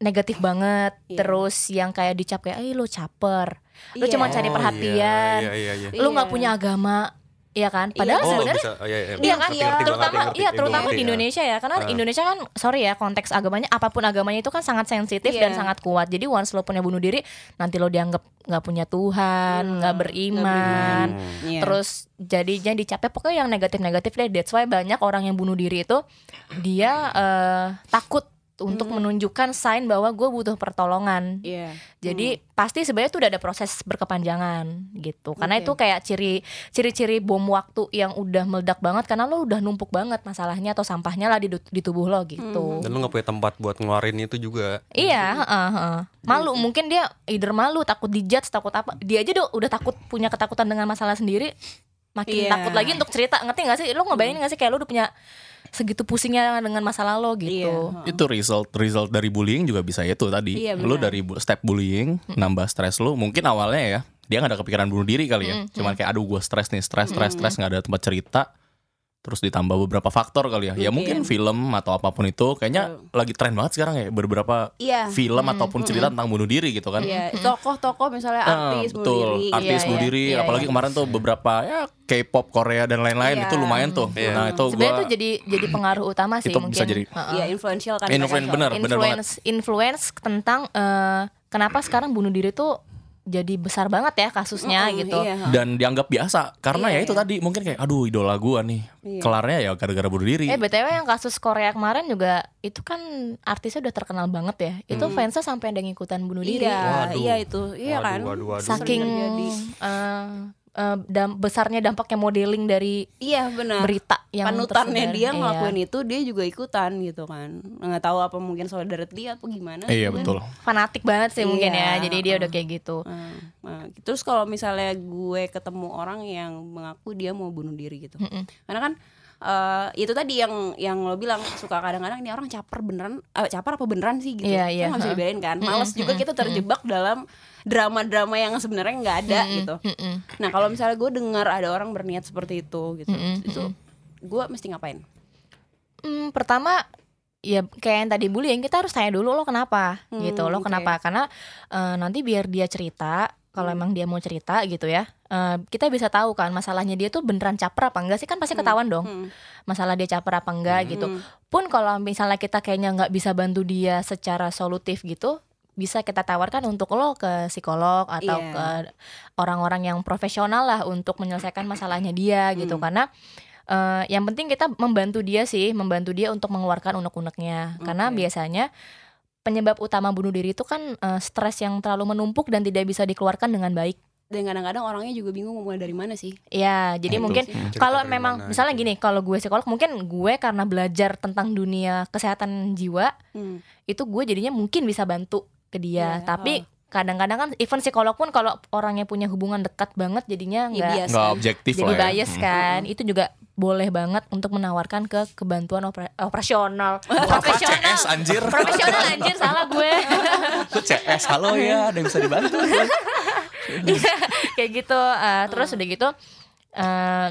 [SPEAKER 4] negatif banget
[SPEAKER 1] Iya.
[SPEAKER 4] terus yang kayak dicap kayak eh lo caper lo
[SPEAKER 1] Iya.
[SPEAKER 4] cuma cari
[SPEAKER 2] Oh,
[SPEAKER 4] perhatian
[SPEAKER 2] Iya iya iya
[SPEAKER 4] lo nggak
[SPEAKER 1] Iya.
[SPEAKER 4] punya agama ya kan
[SPEAKER 1] Iya.
[SPEAKER 4] padahal
[SPEAKER 1] Oh,
[SPEAKER 4] sebenarnya
[SPEAKER 2] bisa, oh, iya, iya,
[SPEAKER 4] Iya kan,
[SPEAKER 2] ngerti,
[SPEAKER 1] iya.
[SPEAKER 2] ngerti, gua
[SPEAKER 4] terutama
[SPEAKER 2] ngerti, ngerti,
[SPEAKER 4] iya
[SPEAKER 2] gua
[SPEAKER 4] terutama
[SPEAKER 2] ngerti,
[SPEAKER 4] di
[SPEAKER 2] ya.
[SPEAKER 4] Indonesia ya karena
[SPEAKER 2] Ah.
[SPEAKER 4] Indonesia kan sorry ya konteks agamanya apapun agamanya itu kan sangat sensitif
[SPEAKER 1] Iya.
[SPEAKER 4] dan sangat kuat jadi once lo punya bunuh diri nanti lo dianggap nggak punya Tuhan Hmm, nggak beriman
[SPEAKER 1] Hmm.
[SPEAKER 4] ya.
[SPEAKER 1] Iya.
[SPEAKER 4] terus jadinya dicapek pokoknya yang negatif-negatif deh that's why banyak orang yang bunuh diri itu dia eh, takut untuk menunjukkan sign bahwa gue butuh pertolongan
[SPEAKER 1] Iya.
[SPEAKER 4] jadi pasti sebenarnya itu udah ada proses berkepanjangan gitu. Karena
[SPEAKER 1] Oke.
[SPEAKER 4] itu kayak ciri ciri-ciri bom waktu yang udah meledak banget karena lo udah numpuk banget masalahnya atau sampahnya lah di, du- di tubuh lo gitu.
[SPEAKER 1] Hmm.
[SPEAKER 2] Dan lu gak punya tempat buat ngeluarin itu juga
[SPEAKER 4] Iya, heeh, heeh. malu mungkin dia either malu takut dijudge takut apa dia aja do- udah takut punya ketakutan dengan masalah sendiri
[SPEAKER 1] Iya.
[SPEAKER 4] makin
[SPEAKER 1] Hmm.
[SPEAKER 4] takut lagi untuk cerita ngerti gak sih lo ngebayangin gak sih kayak lo udah punya segitu pusingnya dengan masalah lo gitu
[SPEAKER 1] Iya.
[SPEAKER 3] Itu result result dari bullying juga bisa ya, itu tadi.
[SPEAKER 1] Iya,
[SPEAKER 3] lu
[SPEAKER 1] benar.
[SPEAKER 3] dari bu- step bullying nambah stres lu mungkin awalnya ya dia gak ada kepikiran bunuh diri kali ya. Cuman kayak aduh gue stres nih, stres, stres, stres nggak ada tempat cerita. Terus ditambah beberapa faktor kali ya. Ya
[SPEAKER 1] Mungkin.
[SPEAKER 3] mungkin film atau apapun itu kayaknya lagi tren banget sekarang ya beberapa
[SPEAKER 1] Iya.
[SPEAKER 3] film ataupun cerita tentang bunuh diri gitu kan.
[SPEAKER 1] Iya,
[SPEAKER 4] Hmm.
[SPEAKER 1] tokoh-tokoh misalnya
[SPEAKER 3] Ah,
[SPEAKER 1] artis bunuh
[SPEAKER 3] betul.
[SPEAKER 1] diri.
[SPEAKER 3] artis
[SPEAKER 1] Iya,
[SPEAKER 3] bunuh
[SPEAKER 1] iya.
[SPEAKER 3] diri
[SPEAKER 1] Iya,
[SPEAKER 3] apalagi
[SPEAKER 1] iya.
[SPEAKER 3] kemarin tuh beberapa ya K-pop Korea dan lain-lain
[SPEAKER 1] Iya.
[SPEAKER 3] itu lumayan tuh nah itu gua
[SPEAKER 4] sebenarnya itu jadi jadi pengaruh utama sih
[SPEAKER 3] Itu
[SPEAKER 4] mungkin
[SPEAKER 3] bisa jadi-
[SPEAKER 4] Heeh.
[SPEAKER 1] Iya, influential kan.
[SPEAKER 3] Influen- bener, bener banget
[SPEAKER 4] influence influence tentang eh, kenapa sekarang bunuh diri tuh jadi besar banget ya kasusnya
[SPEAKER 1] Mm-mm,
[SPEAKER 4] gitu.
[SPEAKER 1] iya.
[SPEAKER 3] dan dianggap biasa karena
[SPEAKER 1] Iya,
[SPEAKER 3] ya itu
[SPEAKER 1] iya.
[SPEAKER 3] tadi mungkin kayak aduh idola gua nih
[SPEAKER 1] Iya.
[SPEAKER 3] kelarnya ya gara-gara bunuh diri
[SPEAKER 4] Eh btw yang kasus Korea kemarin juga itu kan artisnya udah terkenal banget ya. Itu fansnya sampai ada yang ikutan bunuh
[SPEAKER 1] Mm.
[SPEAKER 4] diri.
[SPEAKER 1] Iya,
[SPEAKER 2] Waduh.
[SPEAKER 1] iya itu. Iya
[SPEAKER 2] Waduh,
[SPEAKER 1] kan.
[SPEAKER 2] waduh, waduh.
[SPEAKER 4] Saking
[SPEAKER 1] Sering terjadi.
[SPEAKER 4] eh, eh, dam- besarnya dampaknya modeling dari
[SPEAKER 1] Iya benar.
[SPEAKER 4] berita yang
[SPEAKER 1] Panutannya
[SPEAKER 4] tersebar.
[SPEAKER 1] dia
[SPEAKER 4] Iya.
[SPEAKER 1] ngelakuin itu dia juga ikutan gitu kan. Nggak tahu apa mungkin solidarity apa gimana.
[SPEAKER 3] Iya betul.
[SPEAKER 4] fanatik banget sih mungkin ya
[SPEAKER 1] Iya,
[SPEAKER 4] jadi dia
[SPEAKER 1] heeh.
[SPEAKER 4] udah kayak gitu
[SPEAKER 1] Nah, nah, terus kalau misalnya gue ketemu orang yang mengaku dia mau bunuh diri gitu,
[SPEAKER 4] Mm-mm.
[SPEAKER 1] karena kan eh, itu tadi yang yang lo bilang suka kadang-kadang ini orang caper beneran, eh, caper apa beneran sih gitu,
[SPEAKER 4] Iya,
[SPEAKER 1] Kan
[SPEAKER 4] iya,
[SPEAKER 1] nggak bisa
[SPEAKER 4] heeh.
[SPEAKER 1] dibedain kan.
[SPEAKER 4] Mm-mm,
[SPEAKER 1] Males juga
[SPEAKER 4] mm-mm,
[SPEAKER 1] kita terjebak dalam drama-drama yang sebenarnya nggak ada
[SPEAKER 4] Mm-mm,
[SPEAKER 1] gitu.
[SPEAKER 4] mm-mm.
[SPEAKER 1] Nah kalau misalnya gue dengar ada orang berniat seperti itu gitu,
[SPEAKER 4] Mm-mm,
[SPEAKER 1] itu gue mesti ngapain?
[SPEAKER 4] Hmm, pertama ya kayak yang tadi bullying kita harus tanya dulu lo kenapa
[SPEAKER 1] Hmm,
[SPEAKER 4] gitu lo
[SPEAKER 1] oke.
[SPEAKER 4] kenapa karena eh, nanti biar dia cerita kalau
[SPEAKER 1] Hmm.
[SPEAKER 4] emang dia mau cerita gitu ya eh, kita bisa tahu kan masalahnya dia tuh beneran caper apa enggak sih kan pasti ketahuan dong
[SPEAKER 1] Hmm,
[SPEAKER 4] masalah dia caper apa enggak gitu
[SPEAKER 1] hmm.
[SPEAKER 4] pun kalau misalnya kita kayaknya nggak bisa bantu dia secara solutif gitu bisa kita tawarkan untuk lo ke psikolog atau
[SPEAKER 1] Iya.
[SPEAKER 4] ke orang-orang yang profesional lah untuk menyelesaikan masalahnya dia gitu
[SPEAKER 1] Hmm.
[SPEAKER 4] karena eh, yang penting kita membantu dia sih membantu dia untuk mengeluarkan unek-uneknya karena
[SPEAKER 1] Oke.
[SPEAKER 4] biasanya penyebab utama bunuh diri itu kan eh, stres yang terlalu menumpuk dan tidak bisa dikeluarkan dengan baik
[SPEAKER 1] Dan kadang-kadang orangnya juga bingung mau mulai dari mana sih?
[SPEAKER 4] ya jadi
[SPEAKER 1] Betul
[SPEAKER 4] mungkin
[SPEAKER 1] sih.
[SPEAKER 3] Hmm.
[SPEAKER 2] Cerita
[SPEAKER 4] kalau
[SPEAKER 2] dari
[SPEAKER 4] memang
[SPEAKER 2] mana
[SPEAKER 4] misalnya
[SPEAKER 2] gitu.
[SPEAKER 4] gini kalau gue psikolog mungkin gue karena belajar tentang dunia kesehatan jiwa
[SPEAKER 1] Hmm.
[SPEAKER 4] itu gue jadinya mungkin bisa bantu ke dia
[SPEAKER 1] Iya,
[SPEAKER 4] tapi kadang-kadang kan even psikolog pun kalau orangnya punya hubungan dekat banget jadinya
[SPEAKER 1] Ya,
[SPEAKER 4] nggak
[SPEAKER 1] biasa.
[SPEAKER 3] Nggak objektif
[SPEAKER 4] jadi
[SPEAKER 3] lah. ya.
[SPEAKER 4] bias kan itu juga boleh banget untuk menawarkan ke kebantuan opera- operasional
[SPEAKER 3] Apa
[SPEAKER 4] profesional
[SPEAKER 3] CS anjir?
[SPEAKER 4] profesional anjir salah gue
[SPEAKER 3] Lu CS halo ya, ada yang bisa dibantu.
[SPEAKER 4] kayak gitu eh, terus udah gitu eh,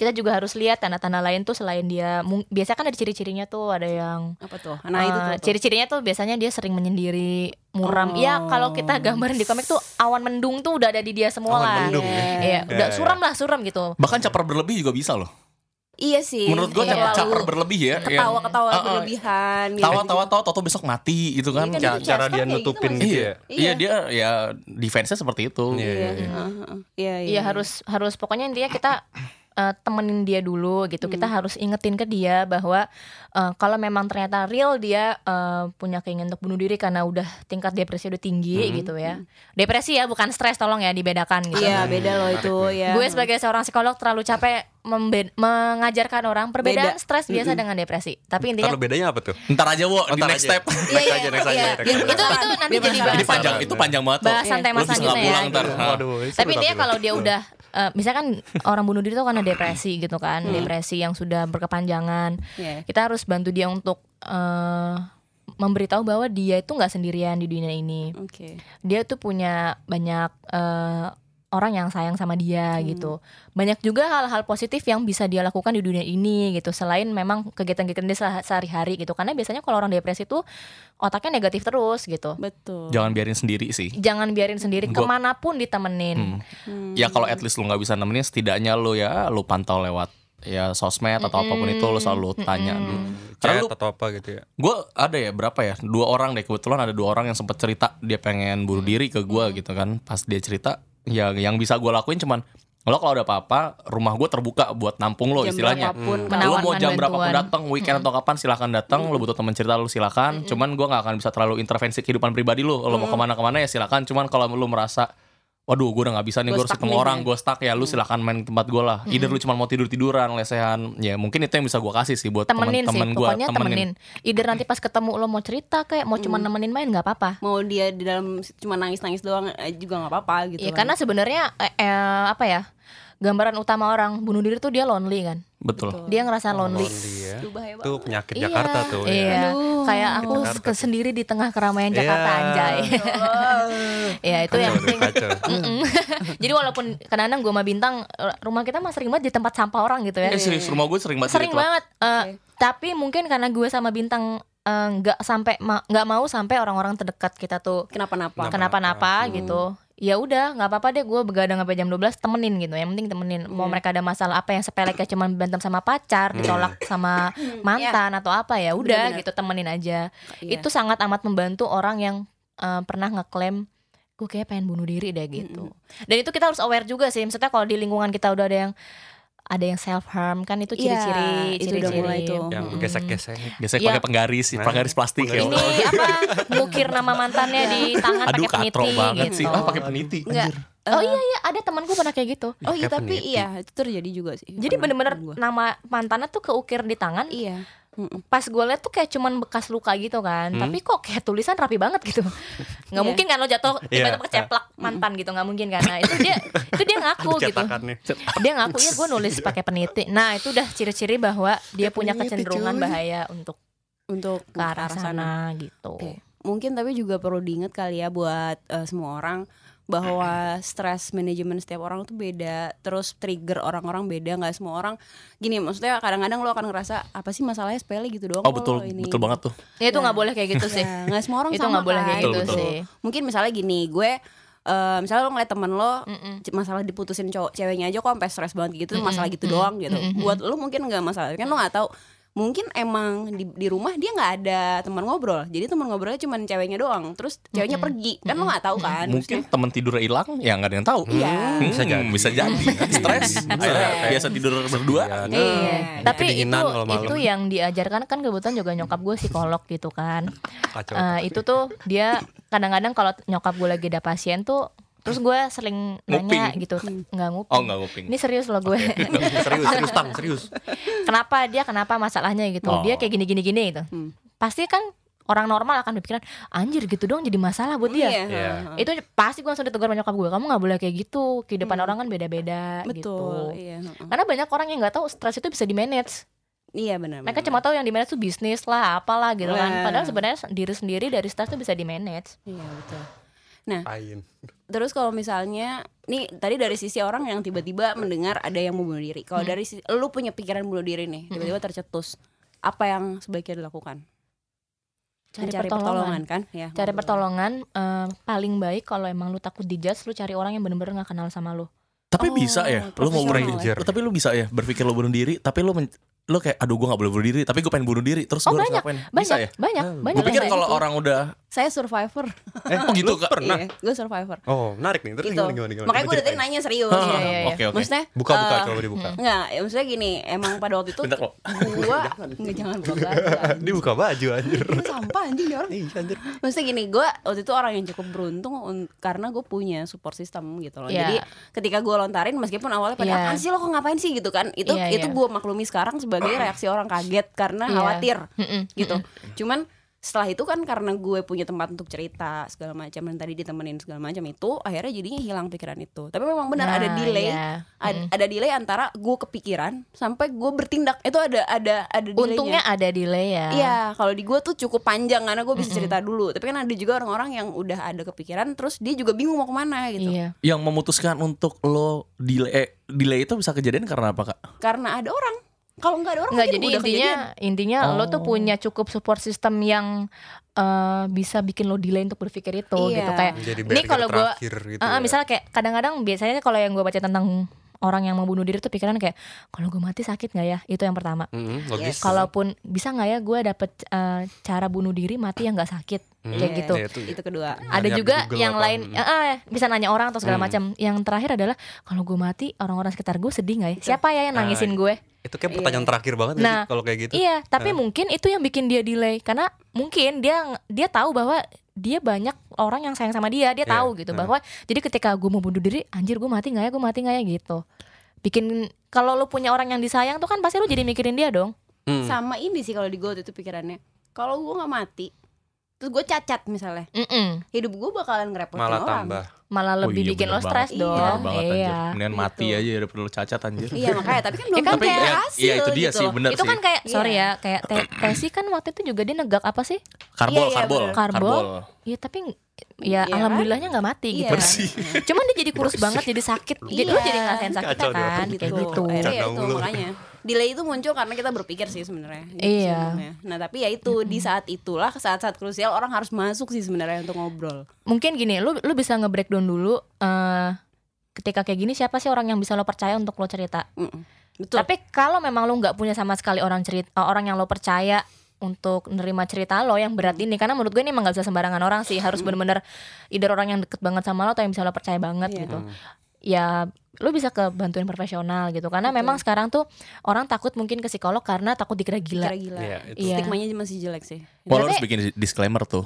[SPEAKER 4] kita juga harus lihat tanda-tanda lain tuh selain dia mung- biasanya kan ada ciri-cirinya tuh ada yang
[SPEAKER 1] Apa tuh? Nah itu
[SPEAKER 4] Eh,
[SPEAKER 1] tuh. tuh.
[SPEAKER 4] ciri-cirinya tuh biasanya dia sering menyendiri,
[SPEAKER 1] Oh.
[SPEAKER 4] muram. Iya, kalau kita gambarin di komik tuh awan mendung tuh udah ada di dia semua
[SPEAKER 2] Awan
[SPEAKER 4] lah.
[SPEAKER 2] mendung ya.
[SPEAKER 4] Iya,
[SPEAKER 2] Iya,
[SPEAKER 4] udah
[SPEAKER 2] iya.
[SPEAKER 4] suram lah, suram gitu.
[SPEAKER 3] Bahkan caper berlebih juga bisa loh.
[SPEAKER 1] Iya sih.
[SPEAKER 3] Menurut gua
[SPEAKER 4] Iya.
[SPEAKER 3] caper,
[SPEAKER 1] terlalu
[SPEAKER 3] caper berlebih ya. yang-
[SPEAKER 1] ketawa-ketawa
[SPEAKER 3] Ah, ah.
[SPEAKER 1] berlebihan. gitu.
[SPEAKER 3] Tawa-tawa tawa tawa besok mati gitu kan.
[SPEAKER 1] Iya
[SPEAKER 2] Ca-
[SPEAKER 1] itu Jasper
[SPEAKER 2] cara dia
[SPEAKER 1] kayak gitu
[SPEAKER 2] nutupin
[SPEAKER 1] masih.
[SPEAKER 2] gitu
[SPEAKER 3] Iya.
[SPEAKER 2] ya.
[SPEAKER 3] Iya dia ya defense-nya seperti itu.
[SPEAKER 2] Iya,
[SPEAKER 1] Iya,
[SPEAKER 2] iya, iya.
[SPEAKER 1] heeh, heeh. Iya, iya.
[SPEAKER 4] Iya, harus harus pokoknya intinya kita eh, temenin dia dulu gitu. Kita
[SPEAKER 1] Hmm.
[SPEAKER 4] harus ingetin ke dia bahwa eh, kalau memang ternyata real dia eh, punya keinginan untuk bunuh diri karena udah tingkat depresi udah
[SPEAKER 2] Hmm.
[SPEAKER 4] tinggi gitu ya. Depresi ya, bukan stres tolong ya dibedakan gitu.
[SPEAKER 1] Hmm. Iya, beda loh itu ya.
[SPEAKER 4] Gue sebagai seorang psikolog terlalu capek membe- mengajarkan orang perbedaan
[SPEAKER 1] Beda.
[SPEAKER 4] stres biasa dengan depresi. Tapi intinya Iya,
[SPEAKER 2] Ntar lo bedanya apa tuh?
[SPEAKER 3] Ntar aja wo, Oh, di
[SPEAKER 2] Ntar
[SPEAKER 3] next
[SPEAKER 2] aja.
[SPEAKER 3] step.
[SPEAKER 2] Next aja, next aja. next
[SPEAKER 1] Iya, Itu
[SPEAKER 2] aja.
[SPEAKER 4] Itu- itu nanti jadi
[SPEAKER 3] Ini
[SPEAKER 4] Bahasan.
[SPEAKER 3] panjang, itu panjang banget tuh.
[SPEAKER 4] bahasan tema
[SPEAKER 3] Lo bisa nggak
[SPEAKER 4] selanjutnya ya.
[SPEAKER 3] pulang ntar.
[SPEAKER 4] gitu.
[SPEAKER 3] Hah.
[SPEAKER 2] Waduh, ini seru
[SPEAKER 4] Tapi intinya
[SPEAKER 2] tapi.
[SPEAKER 4] kalau dia udah eh, misalkan orang bunuh diri itu karena depresi gitu kan, depresi yang sudah berkepanjangan.
[SPEAKER 1] Iya.
[SPEAKER 4] Kita harus bantu dia untuk eh, memberitahu bahwa dia itu nggak sendirian di dunia ini.
[SPEAKER 1] Oke.
[SPEAKER 4] Dia tuh punya banyak eh, orang yang sayang sama dia gitu. Banyak juga hal-hal positif yang bisa dia lakukan di dunia ini gitu. Selain memang kegiatan-kegiatan dia se- sehari-hari gitu. Karena biasanya kalau orang depresi tuh otaknya negatif terus gitu.
[SPEAKER 1] Betul.
[SPEAKER 3] Jangan biarin sendiri sih.
[SPEAKER 4] Jangan biarin sendiri
[SPEAKER 3] Gua-
[SPEAKER 4] kemanapun ditemenin.
[SPEAKER 3] Hmm. Ya kalau at least lu nggak bisa nemenin, setidaknya lu ya lu pantau lewat ya sosmed atau apapun itu lu selalu tanya dulu.
[SPEAKER 2] Hmm.
[SPEAKER 3] Karena
[SPEAKER 2] Chat
[SPEAKER 3] lu
[SPEAKER 2] atau apa gitu ya.
[SPEAKER 3] gue ada ya berapa ya dua orang deh kebetulan ada dua orang yang sempat cerita dia pengen bunuh diri ke gue gitu kan pas dia cerita ya yang bisa gue lakuin cuman lo kalau ada apa-apa rumah gue terbuka buat nampung
[SPEAKER 1] Jam
[SPEAKER 3] lo oh, istilahnya
[SPEAKER 1] berapapun
[SPEAKER 4] Hmm.
[SPEAKER 1] kalau-
[SPEAKER 3] lo Nah, mau
[SPEAKER 4] Menawarkan
[SPEAKER 3] jam berapa pun
[SPEAKER 4] bantuan.
[SPEAKER 3] datang weekend atau kapan silahkan datang lo butuh teman cerita lo silahkan cuman gue nggak akan bisa terlalu intervensi kehidupan pribadi lo lo mau kemana-kemana ya silahkan cuman kalau lo merasa Waduh, gue udah gak bisa nih,
[SPEAKER 1] Gua
[SPEAKER 3] gue harus
[SPEAKER 1] stuck
[SPEAKER 3] ketemu
[SPEAKER 1] nih,
[SPEAKER 3] orang,
[SPEAKER 1] ya.
[SPEAKER 3] gue stuck ya, lu silahkan main ke tempat gue lah. Either lu cuma mau tidur-tiduran, lesehan, ya mungkin itu yang bisa gue kasih sih buat
[SPEAKER 4] temenin sih,
[SPEAKER 3] temen-temen gue.
[SPEAKER 4] pokoknya temenin. Either nanti pas ketemu lo mau cerita kayak mau cuma nemenin main nggak apa-apa.
[SPEAKER 1] Mau dia di dalam cuma nangis-nangis doang eh, juga nggak apa-apa gitu.
[SPEAKER 4] Iya,
[SPEAKER 1] kan.
[SPEAKER 4] karena sebenarnya eh, eh, apa ya? Gambaran utama orang bunuh diri tuh dia lonely kan.
[SPEAKER 3] Betul.
[SPEAKER 4] Dia ngerasa Nah, lonely.
[SPEAKER 2] Lonely ya.
[SPEAKER 1] Aduh, bahaya
[SPEAKER 2] Itu
[SPEAKER 1] banget.
[SPEAKER 2] penyakit Jakarta tuh. ya.
[SPEAKER 4] Iya.
[SPEAKER 1] Aduh.
[SPEAKER 4] Kayak aku
[SPEAKER 2] Jakarta
[SPEAKER 4] ke- sendiri di tengah keramaian Jakarta
[SPEAKER 2] Iya.
[SPEAKER 4] anjay. Iya, itu
[SPEAKER 2] Kacau
[SPEAKER 4] yang
[SPEAKER 2] deh,
[SPEAKER 4] penting.
[SPEAKER 2] kacau.
[SPEAKER 4] Mm-mm. Jadi walaupun kadang-kadang gue sama bintang eh, rumah kita mah sering banget di tempat sampah orang gitu
[SPEAKER 2] Iya,
[SPEAKER 4] ya.
[SPEAKER 3] Eh serius rumah gue sering banget gitu
[SPEAKER 4] sering
[SPEAKER 3] jadi tempat-
[SPEAKER 4] banget eh, tapi mungkin karena gue sama bintang eh, nggak sampai ma- nggak mau sampai orang-orang terdekat kita tuh
[SPEAKER 1] Kenapa-napa?
[SPEAKER 4] kenapa-napa gitu ya udah nggak apa-apa deh gue begadang sampai jam 12 temenin gitu yang penting temenin mau
[SPEAKER 1] Iya.
[SPEAKER 4] mereka ada masalah apa yang sepele kayak cuman berantem sama pacar ditolak sama mantan atau apa ya udah
[SPEAKER 1] Bener-bener.
[SPEAKER 4] gitu temenin aja
[SPEAKER 1] Iya.
[SPEAKER 4] itu sangat amat membantu orang yang eh, pernah ngeklaim gue kayak pengen bunuh diri deh gitu dan itu kita harus aware juga sih maksudnya kalau di lingkungan kita udah ada yang ada yang self harm kan itu
[SPEAKER 1] Iya,
[SPEAKER 4] ciri-ciri
[SPEAKER 1] itu udah mulai
[SPEAKER 4] ciri-ciri
[SPEAKER 1] tuh.
[SPEAKER 2] Yang
[SPEAKER 4] Mm-mm.
[SPEAKER 2] gesek-gesek.
[SPEAKER 3] Biasanya
[SPEAKER 4] Iya.
[SPEAKER 3] pakai penggaris,
[SPEAKER 2] Nah.
[SPEAKER 3] penggaris plastik ya.
[SPEAKER 4] ini apa ngukir nama mantannya di tangan
[SPEAKER 3] Aduh
[SPEAKER 4] pakai
[SPEAKER 3] katro
[SPEAKER 4] peniti
[SPEAKER 3] banget
[SPEAKER 4] gitu
[SPEAKER 3] sih. Ah pakai peniti.
[SPEAKER 1] Enggak,
[SPEAKER 3] anjir.
[SPEAKER 1] Eh.
[SPEAKER 4] oh iya iya ada temanku pernah kayak gitu
[SPEAKER 1] Oh iya
[SPEAKER 2] kapan
[SPEAKER 1] tapi
[SPEAKER 2] ya?
[SPEAKER 1] iya itu terjadi juga sih.
[SPEAKER 4] jadi
[SPEAKER 1] Iya, Pernah
[SPEAKER 4] bener-bener
[SPEAKER 1] temen gua.
[SPEAKER 4] nama mantannya tuh keukir di tangan
[SPEAKER 1] iya.
[SPEAKER 4] pas gue liat tuh kayak cuman bekas luka gitu kan tapi kok kayak tulisan rapi banget gitu nggak
[SPEAKER 1] Hmm. Iya.
[SPEAKER 4] mungkin kan lo jatuh tiba-tiba
[SPEAKER 2] Iya.
[SPEAKER 4] keceplak mantan gitu nggak mungkin kan nah itu dia itu dia ngaku gitu
[SPEAKER 2] Cetakannya.
[SPEAKER 4] dia ngaku ya gue nulis
[SPEAKER 1] Iya.
[SPEAKER 4] pakai peniti nah itu udah ciri-ciri bahwa dia punya kecenderungan bahaya untuk
[SPEAKER 1] Untuk
[SPEAKER 4] ke arah sana gitu
[SPEAKER 1] Oke. Mungkin tapi juga perlu diingat kali ya buat eh, semua orang bahwa stress manajemen setiap orang tuh beda, terus trigger orang-orang beda, nggak semua orang. Gini, maksudnya kadang-kadang lo akan ngerasa apa sih masalahnya sepele gitu doang.
[SPEAKER 3] Oh
[SPEAKER 1] kok
[SPEAKER 3] betul
[SPEAKER 1] lo ini?"
[SPEAKER 3] betul banget tuh.
[SPEAKER 4] ya itu nggak boleh kayak gitu sih
[SPEAKER 1] Ya, nggak semua orang
[SPEAKER 4] Itu
[SPEAKER 1] sama
[SPEAKER 4] nggak boleh kayak
[SPEAKER 1] kan,
[SPEAKER 3] gitu
[SPEAKER 1] gitu.
[SPEAKER 4] sih.
[SPEAKER 1] Mungkin misalnya gini, gue eh, misalnya lo ngeliat temen lo
[SPEAKER 4] Mm-mm.
[SPEAKER 1] c- masalah diputusin cowok ceweknya aja kok sampai stres banget gitu masalah gitu
[SPEAKER 4] mm-mm,
[SPEAKER 1] doang gitu.
[SPEAKER 4] mm-mm.
[SPEAKER 1] Buat lo mungkin nggak masalah, kan lo nggak tahu. Mungkin emang di, di rumah dia nggak ada teman ngobrol, jadi teman ngobrolnya cuma ceweknya doang. Terus ceweknya pergi, kan lo nggak tahu kan?
[SPEAKER 3] Mungkin temen tidur hilang ya nggak ada yang tahu. Hmm,
[SPEAKER 1] Iya.
[SPEAKER 3] bisa jadi. Bisa jadi. Iya, Stres. Akhirnya biasa tidur
[SPEAKER 2] Iya.
[SPEAKER 3] berdua.
[SPEAKER 1] Iya.
[SPEAKER 4] tapi itu
[SPEAKER 2] Kedinginan kalau malam.
[SPEAKER 4] itu yang diajarkan kan kebetulan juga nyokap gue psikolog gitu kan
[SPEAKER 2] Kacau.
[SPEAKER 4] Eh, itu tuh dia kadang-kadang kalau nyokap gue lagi ada pasien tuh terus gue sering nanya
[SPEAKER 3] Nguping.
[SPEAKER 4] gitu
[SPEAKER 1] Hmm.
[SPEAKER 4] nggak nguping
[SPEAKER 3] Oh nggak nguping.
[SPEAKER 4] ini serius loh gue
[SPEAKER 2] serius, serius tang, serius.
[SPEAKER 4] kenapa dia kenapa masalahnya gitu
[SPEAKER 3] Oh.
[SPEAKER 4] dia kayak gini gini gini gitu
[SPEAKER 1] Hmm.
[SPEAKER 4] pasti kan orang normal akan berpikiran anjir gitu dong jadi masalah buat dia
[SPEAKER 1] Iya.
[SPEAKER 2] Iya.
[SPEAKER 4] itu pasti gue langsung ditegur sama nyokap gue kamu nggak boleh kayak gitu kehidupan orang kan beda beda
[SPEAKER 1] Hmm. Betul.
[SPEAKER 4] gitu
[SPEAKER 1] Iya.
[SPEAKER 4] karena banyak orang yang nggak tahu stres itu bisa di manage
[SPEAKER 1] Iya benar.
[SPEAKER 4] mereka cuma tahu yang di manage tuh bisnis lah apalah gitu
[SPEAKER 1] Nah.
[SPEAKER 4] kan padahal sebenarnya diri sendiri dari stres tuh bisa di manage
[SPEAKER 1] Iya betul.
[SPEAKER 2] Ain.
[SPEAKER 1] Terus kalau misalnya nih tadi dari sisi orang yang tiba-tiba mendengar ada yang mau bunuh diri. Kalau
[SPEAKER 4] Hmm.
[SPEAKER 1] dari sisi lu punya pikiran bunuh diri nih, tiba-tiba tercetus. Apa yang sebaiknya dilakukan?
[SPEAKER 4] cari,
[SPEAKER 1] Mencari
[SPEAKER 4] pertolongan.
[SPEAKER 1] kan? Ya.
[SPEAKER 4] cari
[SPEAKER 1] ngobrol.
[SPEAKER 4] pertolongan eh, paling baik kalau emang lu takut dijudge lu cari orang yang bener-bener nggak kenal sama lu
[SPEAKER 3] Tapi
[SPEAKER 1] Oh,
[SPEAKER 3] bisa ya. Lu mau bunuh diri.
[SPEAKER 2] profesional ya.
[SPEAKER 3] Lu- Tapi lu bisa ya berpikir lu bunuh diri. Tapi lu men- lu kayak aduh gue nggak boleh bunuh diri. Tapi gue pengen bunuh diri. Terus
[SPEAKER 4] Oh,
[SPEAKER 3] gue harus
[SPEAKER 4] banyak,
[SPEAKER 3] ngapain? Bisa
[SPEAKER 4] banyak
[SPEAKER 3] ya.
[SPEAKER 4] banyak
[SPEAKER 2] Hmm.
[SPEAKER 4] banyak
[SPEAKER 3] Gue pikir
[SPEAKER 4] yang
[SPEAKER 3] kalau
[SPEAKER 4] kayak gitu.
[SPEAKER 3] orang udah
[SPEAKER 1] Saya survivor.
[SPEAKER 2] Eh,
[SPEAKER 3] Oh, gitu, Kak?
[SPEAKER 2] pernah.
[SPEAKER 1] Iya, gue survivor.
[SPEAKER 2] Oh, menarik nih. Terus
[SPEAKER 1] Gitu.
[SPEAKER 2] gimana, gimana, gimana?
[SPEAKER 1] Makanya gue
[SPEAKER 2] Coba
[SPEAKER 1] udah tadi
[SPEAKER 2] ceritain.
[SPEAKER 1] nanya serius.
[SPEAKER 3] Ah,
[SPEAKER 4] iya, iya.
[SPEAKER 3] Oke oke.
[SPEAKER 1] Maksudnya
[SPEAKER 2] Buka, buka,
[SPEAKER 1] eh,
[SPEAKER 2] coba
[SPEAKER 4] Hmm.
[SPEAKER 2] dibuka.
[SPEAKER 1] Enggak, ya maksudnya gini, emang pada waktu itu
[SPEAKER 3] Bentar kok.
[SPEAKER 1] gua enggak jangan buka
[SPEAKER 4] Eh.
[SPEAKER 1] baju.
[SPEAKER 2] Dibuka baju anjir.
[SPEAKER 1] Itu sampah anjing dia orang.
[SPEAKER 2] Iya, anjir.
[SPEAKER 1] Maksudnya gini, gue waktu itu orang yang cukup beruntung un- karena gue punya support system gitu loh.
[SPEAKER 4] Iya.
[SPEAKER 1] Jadi ketika gue lontarin, meskipun awalnya pada
[SPEAKER 4] Iya.
[SPEAKER 1] apaan sih lo kok ngapain sih gitu kan, itu
[SPEAKER 4] Iya,
[SPEAKER 1] itu
[SPEAKER 4] iya.
[SPEAKER 1] gue maklumi sekarang sebagai reaksi orang kaget karena
[SPEAKER 4] Iya.
[SPEAKER 1] khawatir
[SPEAKER 4] Mm-mm,
[SPEAKER 1] gitu. Cuman setelah itu kan karena gue punya tempat untuk cerita segala macam dan tadi ditemenin segala macam itu akhirnya jadinya hilang pikiran itu. Tapi memang benar
[SPEAKER 4] Nah,
[SPEAKER 1] ada delay.
[SPEAKER 4] iya.
[SPEAKER 1] ad- ada delay antara gue kepikiran sampai gue bertindak itu ada ada ada delaynya.
[SPEAKER 4] untungnya ada delay ya
[SPEAKER 1] Iya, kalau di gue tuh cukup panjang karena gue bisa cerita dulu. Tapi kan ada juga orang-orang yang udah ada kepikiran, terus dia juga bingung mau kemana gitu.
[SPEAKER 4] Iya.
[SPEAKER 3] Yang memutuskan untuk lo delay eh, delay itu bisa kejadian karena apa kak?
[SPEAKER 1] Karena ada orang. Kalau nggak ada orang,
[SPEAKER 4] nggak
[SPEAKER 1] mungkin
[SPEAKER 4] jadi
[SPEAKER 1] udah
[SPEAKER 4] intinya
[SPEAKER 1] kejadian.
[SPEAKER 4] intinya lo tuh
[SPEAKER 3] Oh.
[SPEAKER 4] punya cukup support system yang eh, bisa bikin lo delay untuk berpikir itu
[SPEAKER 1] Iya.
[SPEAKER 4] gitu kayak
[SPEAKER 2] Jadi
[SPEAKER 4] ini kalau gue
[SPEAKER 2] terakhir gitu. ya.
[SPEAKER 4] Ah, ah, misalnya kayak kadang-kadang biasanya kalau yang gue baca tentang orang yang mau bunuh diri tuh pikiran kayak kalau gue mati sakit nggak ya itu yang pertama
[SPEAKER 3] Iya.
[SPEAKER 2] Mm-mm, logis.
[SPEAKER 4] kalaupun bisa nggak ya gue dapet eh, cara bunuh diri mati yang nggak sakit
[SPEAKER 2] Mm,
[SPEAKER 4] kayak
[SPEAKER 1] Iya.
[SPEAKER 3] Hmm.
[SPEAKER 4] gitu
[SPEAKER 2] ya, itu ya.
[SPEAKER 1] Itu kedua.
[SPEAKER 4] ada
[SPEAKER 2] Nanya
[SPEAKER 4] juga
[SPEAKER 2] Google
[SPEAKER 4] yang
[SPEAKER 2] apa,
[SPEAKER 4] lain
[SPEAKER 2] mm.
[SPEAKER 4] eh, eh, bisa nanya orang atau segala
[SPEAKER 2] Hmm.
[SPEAKER 4] macam yang terakhir adalah kalau gue mati orang-orang sekitar gue sedih nggak ya siapa ya yang
[SPEAKER 2] Ah,
[SPEAKER 4] nangisin gue
[SPEAKER 2] Itu kayak pertanyaan terakhir banget nggak
[SPEAKER 4] Nah,
[SPEAKER 2] sih kalau kayak gitu.
[SPEAKER 4] iya
[SPEAKER 3] Ah.
[SPEAKER 4] tapi mungkin itu yang bikin dia delay karena mungkin dia dia tahu bahwa dia banyak orang yang sayang sama dia dia
[SPEAKER 2] Iya,
[SPEAKER 4] tahu gitu
[SPEAKER 2] ah.
[SPEAKER 3] Hmm.
[SPEAKER 4] bahwa jadi ketika gue mau bunuh diri anjir gue mati nggak ya gue mati nggak ya gitu bikin kalau lu punya orang yang disayang tuh kan pasti lu jadi mikirin dia dong
[SPEAKER 2] Hmm.
[SPEAKER 1] Sama ini sih kalau di gue waktu itu pikirannya. Kalau gue nggak mati, terus gue cacat misalnya,
[SPEAKER 4] Mm-mm.
[SPEAKER 1] hidup gue bakalan ngerepotin
[SPEAKER 2] Malah
[SPEAKER 1] orang.
[SPEAKER 2] tambah.
[SPEAKER 4] malah
[SPEAKER 3] Oh
[SPEAKER 4] lebih
[SPEAKER 3] iya,
[SPEAKER 4] bikin
[SPEAKER 3] bener
[SPEAKER 4] lo stres
[SPEAKER 3] banget.
[SPEAKER 1] Iya.
[SPEAKER 4] dong
[SPEAKER 3] Bener banget, anjir.
[SPEAKER 4] iya
[SPEAKER 3] Mendingan
[SPEAKER 1] Gitu.
[SPEAKER 3] mati aja daripada lo cacat anjir.
[SPEAKER 1] Iya makanya, tapi kan belum
[SPEAKER 4] Ya kan
[SPEAKER 1] tentu
[SPEAKER 4] kayak-
[SPEAKER 1] berhasil
[SPEAKER 3] iya, itu dia
[SPEAKER 1] gitu
[SPEAKER 3] sih,
[SPEAKER 1] loh.
[SPEAKER 3] bener
[SPEAKER 4] itu kan kayak sorry
[SPEAKER 1] Iya.
[SPEAKER 4] ya kayak te tesi kan waktu itu juga dia negak apa sih
[SPEAKER 3] Karbol,
[SPEAKER 1] Iya, iya,
[SPEAKER 3] karbol,
[SPEAKER 1] bener.
[SPEAKER 4] Karbol. Iya tapi ng- ya
[SPEAKER 1] Iya kan?
[SPEAKER 4] alhamdulillahnya nggak mati
[SPEAKER 1] Iya.
[SPEAKER 4] gitu.
[SPEAKER 1] Bersih.
[SPEAKER 4] Cuman dia jadi kurus banget jadi sakit. Jadi
[SPEAKER 1] Iya.
[SPEAKER 4] lu jadi ngerasain sakit
[SPEAKER 2] Kacau deh
[SPEAKER 4] kan
[SPEAKER 2] orang.
[SPEAKER 4] gitu.
[SPEAKER 1] gitu.
[SPEAKER 4] gitu.
[SPEAKER 1] Akhirnya ya
[SPEAKER 2] Canda
[SPEAKER 1] itu
[SPEAKER 2] mulu.
[SPEAKER 1] makanya delay itu muncul karena kita berpikir sih sebenarnya. Gitu sih
[SPEAKER 4] Iya.
[SPEAKER 1] sebenarnya. Nah tapi ya itu di saat itulah saat-saat krusial orang harus masuk sih sebenarnya untuk ngobrol.
[SPEAKER 4] Mungkin gini, lu lu bisa nge-breakdown dulu eh ketika kayak gini siapa sih orang yang bisa lo percaya untuk lo cerita?
[SPEAKER 1] Mm-mm. Betul.
[SPEAKER 4] Tapi kalau memang lo nggak punya sama sekali orang cerita orang yang lo percaya untuk nerima cerita lo
[SPEAKER 1] Hmm.
[SPEAKER 4] yang berat ini karena menurut gue ini emang gak bisa sembarangan orang sih harus bener-bener either orang yang deket banget sama lo atau yang bisa lo percaya banget
[SPEAKER 1] Iya.
[SPEAKER 4] gitu ya lu bisa ke bantuin profesional gitu karena memang sekarang tuh orang takut mungkin ke psikolog karena takut dikira gila
[SPEAKER 1] Kira gila.
[SPEAKER 2] Iya, itu.
[SPEAKER 4] Iya.
[SPEAKER 1] Stigmanya masih jelek sih.
[SPEAKER 3] Wah, lo
[SPEAKER 4] Tapi-
[SPEAKER 3] harus bikin disclaimer tuh.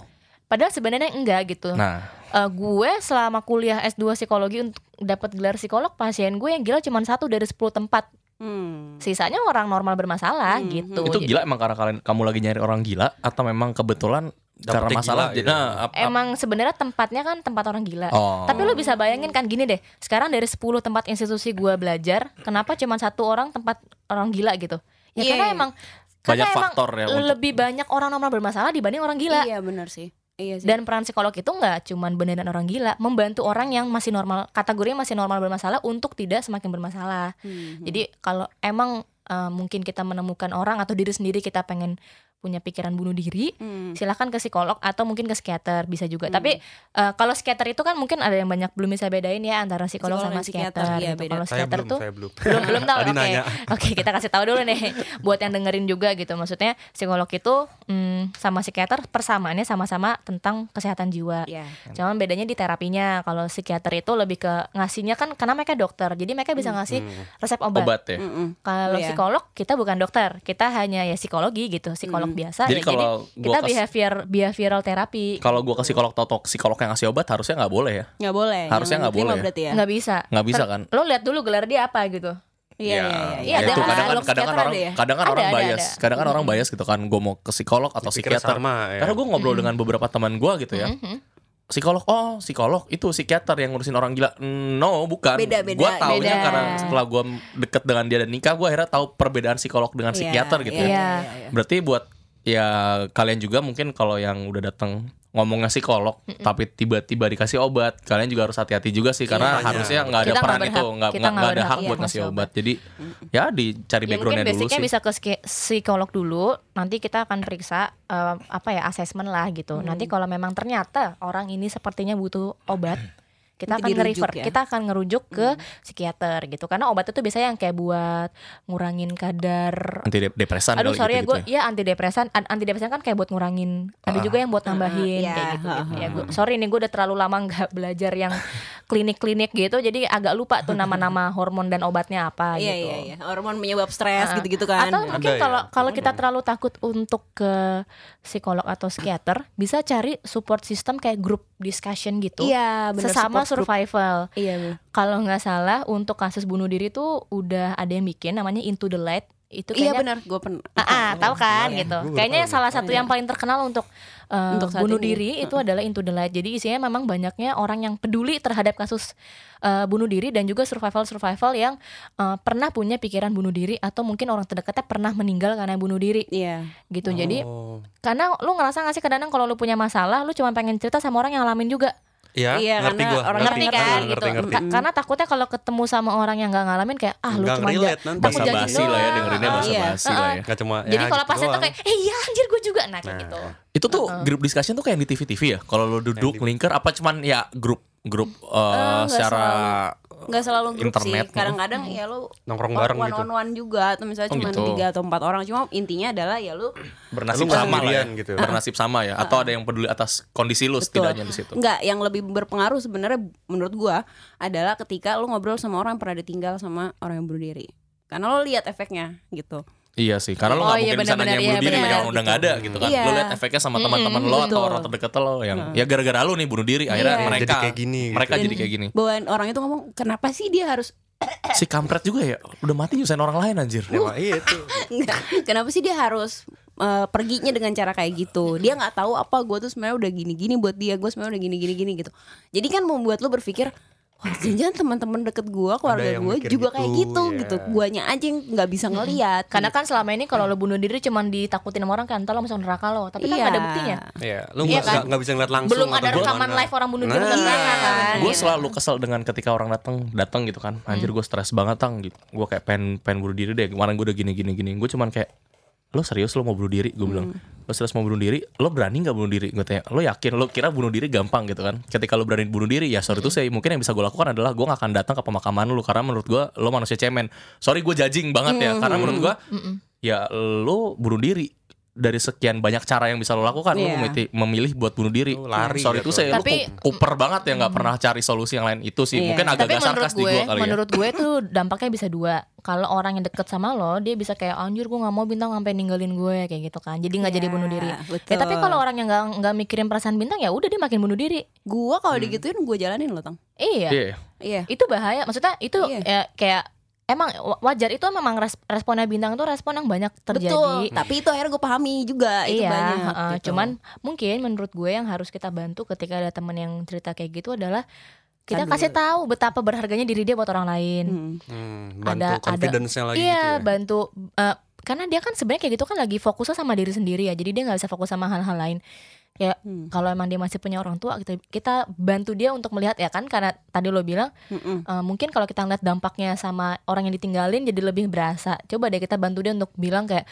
[SPEAKER 4] padahal sebenarnya enggak gitu
[SPEAKER 3] Nah,
[SPEAKER 4] Eh, gue selama kuliah S2 psikologi untuk dapat gelar psikolog pasien gue yang gila cuma satu dari 10 tempat
[SPEAKER 1] Hmm.
[SPEAKER 4] sisanya orang normal bermasalah
[SPEAKER 1] Hmm.
[SPEAKER 4] gitu
[SPEAKER 3] itu
[SPEAKER 4] Jadi,
[SPEAKER 3] gila emang karena kalian kamu lagi nyari orang gila atau memang kebetulan karena
[SPEAKER 2] gila,
[SPEAKER 3] masalah
[SPEAKER 2] gitu.
[SPEAKER 3] nah, ap- ap-
[SPEAKER 4] emang sebenarnya tempatnya kan tempat orang gila
[SPEAKER 3] oh.
[SPEAKER 4] Tapi lu bisa bayangin kan gini deh, sekarang dari 10 tempat institusi gua belajar, kenapa cuma satu orang tempat orang gila gitu? Ya
[SPEAKER 1] Iya,
[SPEAKER 4] karena
[SPEAKER 1] iya.
[SPEAKER 4] emang
[SPEAKER 3] banyak
[SPEAKER 4] karena kan emang
[SPEAKER 3] faktor ya untuk
[SPEAKER 4] lebih banyak orang normal bermasalah dibanding orang gila.
[SPEAKER 1] Iya benar sih. Iya sih.
[SPEAKER 4] Dan peran psikolog itu nggak cuman beneran orang gila, membantu orang yang masih normal, kategorinya masih normal bermasalah untuk tidak semakin bermasalah.
[SPEAKER 1] Hmm.
[SPEAKER 4] Jadi kalau emang uh, mungkin kita menemukan orang atau diri sendiri kita pengen punya pikiran bunuh diri,
[SPEAKER 1] Hmm.
[SPEAKER 4] silahkan ke psikolog atau mungkin ke psikiater bisa juga
[SPEAKER 1] Hmm.
[SPEAKER 4] tapi eh, kalau psikiater itu kan mungkin ada yang banyak belum bisa bedain ya antara psikolog,
[SPEAKER 1] Psikolog dan
[SPEAKER 4] sama psikiater,
[SPEAKER 1] psikiater, iya,
[SPEAKER 4] gitu.
[SPEAKER 1] beda.
[SPEAKER 4] kalau
[SPEAKER 2] saya
[SPEAKER 4] psikiater
[SPEAKER 2] belum
[SPEAKER 4] tuh
[SPEAKER 2] saya belum
[SPEAKER 4] belum belum tahu
[SPEAKER 2] Tadi
[SPEAKER 4] oke
[SPEAKER 2] nanya.
[SPEAKER 4] oke kita kasih tahu dulu nih buat yang dengerin juga gitu maksudnya psikolog itu mm, sama psikiater persamaannya sama-sama tentang kesehatan jiwa
[SPEAKER 1] Iya.
[SPEAKER 4] cuman bedanya di terapinya kalau psikiater itu lebih ke ngasihnya kan karena mereka dokter jadi mereka bisa ngasih
[SPEAKER 2] Hmm.
[SPEAKER 4] resep obat,
[SPEAKER 3] obat ya
[SPEAKER 1] Mm-mm.
[SPEAKER 4] kalau
[SPEAKER 1] Iya.
[SPEAKER 4] psikolog kita bukan dokter kita hanya ya psikologi gitu psikolog
[SPEAKER 1] Hmm.
[SPEAKER 4] biasa
[SPEAKER 3] jadi
[SPEAKER 4] ya.
[SPEAKER 3] kalau gua
[SPEAKER 4] kita
[SPEAKER 3] kas-
[SPEAKER 4] behavior behavioral therapy
[SPEAKER 3] kalau gua ke psikolog atau tok- psikolog yang ngasih obat harusnya nggak boleh ya
[SPEAKER 1] Nggak boleh.
[SPEAKER 3] Harusnya
[SPEAKER 1] jangan
[SPEAKER 3] nggak boleh.
[SPEAKER 1] diterima berarti ya.
[SPEAKER 4] nggak bisa
[SPEAKER 3] nggak bisa
[SPEAKER 4] Ter-
[SPEAKER 3] kan
[SPEAKER 4] lo lihat dulu gelar dia apa gitu
[SPEAKER 1] Iya iya
[SPEAKER 4] iya,
[SPEAKER 3] itu
[SPEAKER 4] ada.
[SPEAKER 3] kadang
[SPEAKER 1] Psikolog
[SPEAKER 3] kan kadang kan
[SPEAKER 1] psikiater
[SPEAKER 3] orang
[SPEAKER 1] ada ya?
[SPEAKER 3] kadang kan
[SPEAKER 4] Ada,
[SPEAKER 3] orang
[SPEAKER 4] ada,
[SPEAKER 3] bias
[SPEAKER 4] ada. Hmm.
[SPEAKER 3] kadang kan orang bias gitu kan gue mau ke psikolog atau
[SPEAKER 2] Dipikir
[SPEAKER 3] psikiater
[SPEAKER 2] sama ya.
[SPEAKER 3] karena gue
[SPEAKER 4] Hmm.
[SPEAKER 3] ngobrol dengan beberapa teman gue gitu ya
[SPEAKER 4] Mhm.
[SPEAKER 3] psikolog oh psikolog itu psikiater yang ngurusin orang gila Mm, no bukan
[SPEAKER 1] Beda, beda,
[SPEAKER 3] gue taunya
[SPEAKER 4] beda.
[SPEAKER 3] karena setelah gue deket dengan dia dan nikah gue akhirnya tahu perbedaan psikolog
[SPEAKER 1] Iya,
[SPEAKER 3] dengan psikiater
[SPEAKER 1] iya,
[SPEAKER 3] gitu ya
[SPEAKER 1] iya,
[SPEAKER 4] Iya.
[SPEAKER 1] iya.
[SPEAKER 3] berarti buat ya kalian juga mungkin kalau yang udah datang ngomongnya psikolog tapi tiba-tiba dikasih obat kalian juga harus hati-hati juga sih karena
[SPEAKER 2] Makanya.
[SPEAKER 3] harusnya nggak ada
[SPEAKER 4] Kita nggak
[SPEAKER 3] peran
[SPEAKER 4] berhak-
[SPEAKER 3] itu nggak
[SPEAKER 4] kita
[SPEAKER 3] nggak
[SPEAKER 4] nggak
[SPEAKER 3] nggak ada
[SPEAKER 4] berhak,
[SPEAKER 3] hak
[SPEAKER 4] iya,
[SPEAKER 3] buat
[SPEAKER 4] ngasih
[SPEAKER 3] ngasih
[SPEAKER 4] obat.
[SPEAKER 3] obat jadi ya dicari
[SPEAKER 4] ya mungkin
[SPEAKER 3] backgroundnya dulu
[SPEAKER 4] basicnya
[SPEAKER 3] sih
[SPEAKER 4] bisa ke psiki- psikolog dulu nanti kita akan periksa eh, apa ya asesmen lah gitu
[SPEAKER 1] Hmm.
[SPEAKER 4] nanti kalau memang ternyata orang ini sepertinya butuh obat kita
[SPEAKER 1] Nanti
[SPEAKER 4] akan
[SPEAKER 1] dirujuk
[SPEAKER 4] nge-refer,
[SPEAKER 1] ya? Hmm.
[SPEAKER 4] kita akan ngerujuk ke psikiater gitu karena obat itu biasanya yang kayak buat ngurangin kadar
[SPEAKER 3] anti dep- depresan
[SPEAKER 4] Aduh
[SPEAKER 3] kali
[SPEAKER 4] sorry ya
[SPEAKER 3] gitu-gitu
[SPEAKER 4] gue ya antidepresan an- antidepresan kan kayak buat ngurangin ada juga yang buat nambahin
[SPEAKER 1] Ah,
[SPEAKER 4] kayak
[SPEAKER 1] iya.
[SPEAKER 4] gitu, gitu. ya gue sorry nih gue udah terlalu lama nggak belajar yang klinik-klinik gitu jadi agak lupa tuh nama-nama hormon dan obatnya apa
[SPEAKER 1] Iya
[SPEAKER 4] gitu
[SPEAKER 1] iya iya. Hormon penyebab stres
[SPEAKER 4] Ah.
[SPEAKER 1] gitu-gitu kan.
[SPEAKER 4] atau mungkin
[SPEAKER 2] Ada ya?
[SPEAKER 4] kalau kalau kita terlalu takut untuk ke psikolog atau psikiater bisa cari support system kayak grup discussion gitu
[SPEAKER 1] iya benar support
[SPEAKER 4] sesama
[SPEAKER 1] group.
[SPEAKER 4] survival
[SPEAKER 1] Iya benar.
[SPEAKER 4] kalau nggak salah untuk kasus bunuh diri tuh udah ada yang bikin namanya into the light itu
[SPEAKER 1] Iya
[SPEAKER 4] kayaknya
[SPEAKER 1] benar. Gue pernah.
[SPEAKER 4] Ah, ah, tahu kan
[SPEAKER 2] ya.
[SPEAKER 4] gitu.
[SPEAKER 2] Gua baru
[SPEAKER 4] Kayaknya
[SPEAKER 2] tahu.
[SPEAKER 4] salah satu yang paling terkenal untuk, eh,
[SPEAKER 1] Untuk saat
[SPEAKER 4] bunuh
[SPEAKER 1] ini.
[SPEAKER 4] diri itu adalah Into the Light. Jadi isinya memang banyaknya orang yang peduli terhadap kasus eh, bunuh diri dan juga survival survival yang eh, pernah punya pikiran bunuh diri atau mungkin orang terdekatnya pernah meninggal karena bunuh diri
[SPEAKER 1] Iya.
[SPEAKER 4] gitu. Jadi
[SPEAKER 2] Oh.
[SPEAKER 4] karena lu ngerasa gak sih kadang kalau lu punya masalah lu cuma pengen cerita sama orang yang ngalamin juga.
[SPEAKER 2] ya
[SPEAKER 1] Iya,
[SPEAKER 2] ngerti
[SPEAKER 1] karena
[SPEAKER 2] gua
[SPEAKER 1] orang
[SPEAKER 4] Ngerti kan
[SPEAKER 2] Ah,
[SPEAKER 4] gitu.
[SPEAKER 2] ngerti ngerti
[SPEAKER 4] Ka- karena takutnya kalau ketemu sama orang yang gak ngalamin kayak ah lu
[SPEAKER 2] Nggak
[SPEAKER 4] cuma ja-
[SPEAKER 2] relate nanti.
[SPEAKER 4] takut
[SPEAKER 3] bahasa
[SPEAKER 2] Aku
[SPEAKER 4] judging
[SPEAKER 3] basi lah ya
[SPEAKER 4] doang.
[SPEAKER 3] dengerinnya
[SPEAKER 4] Ah,
[SPEAKER 3] bahasa
[SPEAKER 1] Iya.
[SPEAKER 3] basi lah ya
[SPEAKER 2] nggak cuma
[SPEAKER 4] Jadi
[SPEAKER 2] ya,
[SPEAKER 4] kalau
[SPEAKER 2] gitu
[SPEAKER 4] pasien tuh
[SPEAKER 2] doang.
[SPEAKER 4] kayak, eh iya anjir gue juga, nah kayak
[SPEAKER 2] Nah.
[SPEAKER 4] gitu.
[SPEAKER 3] itu tuh grup discussion tuh kayak di TV-TV ya kalau lo duduk
[SPEAKER 2] Yang
[SPEAKER 3] lingker apa cuman ya grup grup eh,
[SPEAKER 1] nggak
[SPEAKER 3] secara
[SPEAKER 1] Nggak selalu grup
[SPEAKER 3] Internet,
[SPEAKER 1] sih. Kadang-kadang ya lu
[SPEAKER 2] nongkrong bareng
[SPEAKER 1] one
[SPEAKER 2] gitu
[SPEAKER 1] on one juga atau misalnya
[SPEAKER 3] Oh,
[SPEAKER 1] cuma
[SPEAKER 3] gitu.
[SPEAKER 1] tiga atau empat orang cuma intinya adalah ya lu
[SPEAKER 2] Lu
[SPEAKER 3] bernasib
[SPEAKER 2] nggak
[SPEAKER 3] sama lah ya.
[SPEAKER 2] sendirian gitu.
[SPEAKER 3] bernasib sama ya atau ada yang peduli atas kondisi lu setidaknya di situ
[SPEAKER 1] Enggak, yang lebih berpengaruh sebenarnya menurut gua adalah ketika lu ngobrol sama orang yang pernah ditinggal sama orang yang bunuh diri. Karena lo lihat efeknya gitu.
[SPEAKER 3] iya sih karena lo
[SPEAKER 4] Oh,
[SPEAKER 3] nggak
[SPEAKER 4] iya,
[SPEAKER 3] mungkin bisa
[SPEAKER 4] benar-benar,
[SPEAKER 3] nanya
[SPEAKER 4] iya,
[SPEAKER 3] bunuh diri
[SPEAKER 4] benar.
[SPEAKER 3] yang udah nggak ada gitu kan
[SPEAKER 1] Iya.
[SPEAKER 3] lo lihat efeknya sama teman-teman lo atau
[SPEAKER 1] betul.
[SPEAKER 3] orang terdekat lo yang ya gara-gara lo nih bunuh diri akhirnya
[SPEAKER 1] Iya.
[SPEAKER 3] mereka
[SPEAKER 2] Jadi kayak gini gitu.
[SPEAKER 3] mereka jadi kayak gini
[SPEAKER 1] Bahwa orang itu ngomong, "Kenapa sih dia harus
[SPEAKER 3] si kampret juga ya udah mati nyusahin orang lain anjir
[SPEAKER 2] Ya, wah, iya itu
[SPEAKER 1] Enggak. Kenapa sih dia harus eh, perginya dengan cara kayak gitu? Dia nggak tahu apa gue tuh sebenarnya udah gini-gini buat dia, gue sebenarnya udah gini-gini gini gitu. Jadi kan membuat lu berpikir, wah jangan teman-teman deket gue, keluarga
[SPEAKER 2] yang
[SPEAKER 1] gue
[SPEAKER 2] mikir
[SPEAKER 1] juga
[SPEAKER 2] gitu,
[SPEAKER 1] kayak gitu
[SPEAKER 2] ya."
[SPEAKER 1] gitu. Guanya aja yang nggak bisa ngelihat.
[SPEAKER 4] Karena kan selama ini kalau lo bunuh diri cuman ditakutin sama orang kan, ntar lo masuk neraka lo. Tapi kan
[SPEAKER 1] Iya.
[SPEAKER 4] nggak ada buktinya.
[SPEAKER 2] Iya, lu
[SPEAKER 4] Iya
[SPEAKER 2] nggak
[SPEAKER 4] kan?
[SPEAKER 2] nggak- nggak bisa ngeliat langsung
[SPEAKER 4] Belum ada
[SPEAKER 2] atau gimana.
[SPEAKER 4] rekaman live orang bunuh diri
[SPEAKER 2] Nah.
[SPEAKER 4] di neraka
[SPEAKER 1] Iya. Hmm.
[SPEAKER 4] kan.
[SPEAKER 3] gue
[SPEAKER 1] Gitu.
[SPEAKER 3] selalu kesel dengan ketika orang datang datang gitu kan anjir gue stres banget tang gitu gue kayak pengen pengen bunuh diri deh kemarin gue udah gini gini gini gue cuman kayak lo serius lo mau bunuh diri gue bilang
[SPEAKER 1] Hmm.
[SPEAKER 3] lo stres mau bunuh diri lo berani nggak bunuh diri gue tanya lo yakin lo kira bunuh diri gampang gitu kan ketika lo berani bunuh diri ya sorry itu saya mungkin yang bisa gue lakukan adalah gue gak akan datang ke pemakaman lo karena menurut gue lo
[SPEAKER 1] Hmm.
[SPEAKER 3] manusia cemen sorry gue judging banget ya karena menurut gue ya lo bunuh diri dari sekian banyak cara yang bisa lo lakukan lo
[SPEAKER 1] Iya.
[SPEAKER 3] memilih, memilih buat bunuh diri.
[SPEAKER 2] Lo lari
[SPEAKER 3] Sorry
[SPEAKER 2] gitu.
[SPEAKER 3] itu saya lo
[SPEAKER 4] Tapi-
[SPEAKER 3] ku- kuper banget ya nggak pernah cari solusi yang lain itu sih.
[SPEAKER 1] Iya.
[SPEAKER 3] Mungkin agak
[SPEAKER 4] Tapi
[SPEAKER 3] agak
[SPEAKER 4] menurut
[SPEAKER 3] sarkas di
[SPEAKER 4] gue,
[SPEAKER 3] gua kali ya.
[SPEAKER 4] menurut gue tuh dampaknya bisa dua. Kalau orang yang deket sama lo, dia bisa kayak anjir gue nggak mau bintang sampai ninggalin gue kayak gitu kan. Jadi nggak jadi
[SPEAKER 1] Ya,
[SPEAKER 4] bunuh diri.
[SPEAKER 1] betul.
[SPEAKER 4] Ya tapi kalau orang yang nggak nggak mikirin perasaan bintang ya udah dia makin bunuh diri.
[SPEAKER 1] Gua kalau digituin gue jalanin loh, Tang.
[SPEAKER 4] Iya.
[SPEAKER 3] Iya.
[SPEAKER 1] Iya.
[SPEAKER 4] Itu bahaya. Maksudnya itu
[SPEAKER 1] Iya.
[SPEAKER 4] ya, kayak emang wa- wajar itu memang res- responnya bintang tuh respon yang banyak
[SPEAKER 1] Betul.
[SPEAKER 4] terjadi.
[SPEAKER 1] Tapi itu akhirnya gue pahami juga itu
[SPEAKER 4] iya,
[SPEAKER 1] banyak.
[SPEAKER 4] heeh.
[SPEAKER 1] gitu.
[SPEAKER 4] cuman mungkin menurut gue yang harus kita bantu ketika ada temen yang cerita kayak gitu adalah kita
[SPEAKER 1] Sadar.
[SPEAKER 4] kasih tahu betapa berharganya diri dia buat orang lain.
[SPEAKER 1] Hmm.
[SPEAKER 2] Hmm, bantu
[SPEAKER 4] Ada- ada-
[SPEAKER 2] confidence-nya lagi
[SPEAKER 4] iya,
[SPEAKER 2] gitu ya.
[SPEAKER 4] bantu eh, karena dia kan sebenarnya kayak gitu kan lagi fokusnya sama diri sendiri ya. Jadi dia nggak bisa fokus sama hal-hal lain. Ya
[SPEAKER 1] Hmm.
[SPEAKER 4] kalau emang dia masih punya orang tua kita kita bantu dia untuk melihat ya kan karena tadi lo bilang
[SPEAKER 1] Mm-mm.
[SPEAKER 4] eh, mungkin kalau kita ngeliat dampaknya sama orang yang ditinggalin jadi lebih berasa. Coba deh kita bantu dia untuk bilang kayak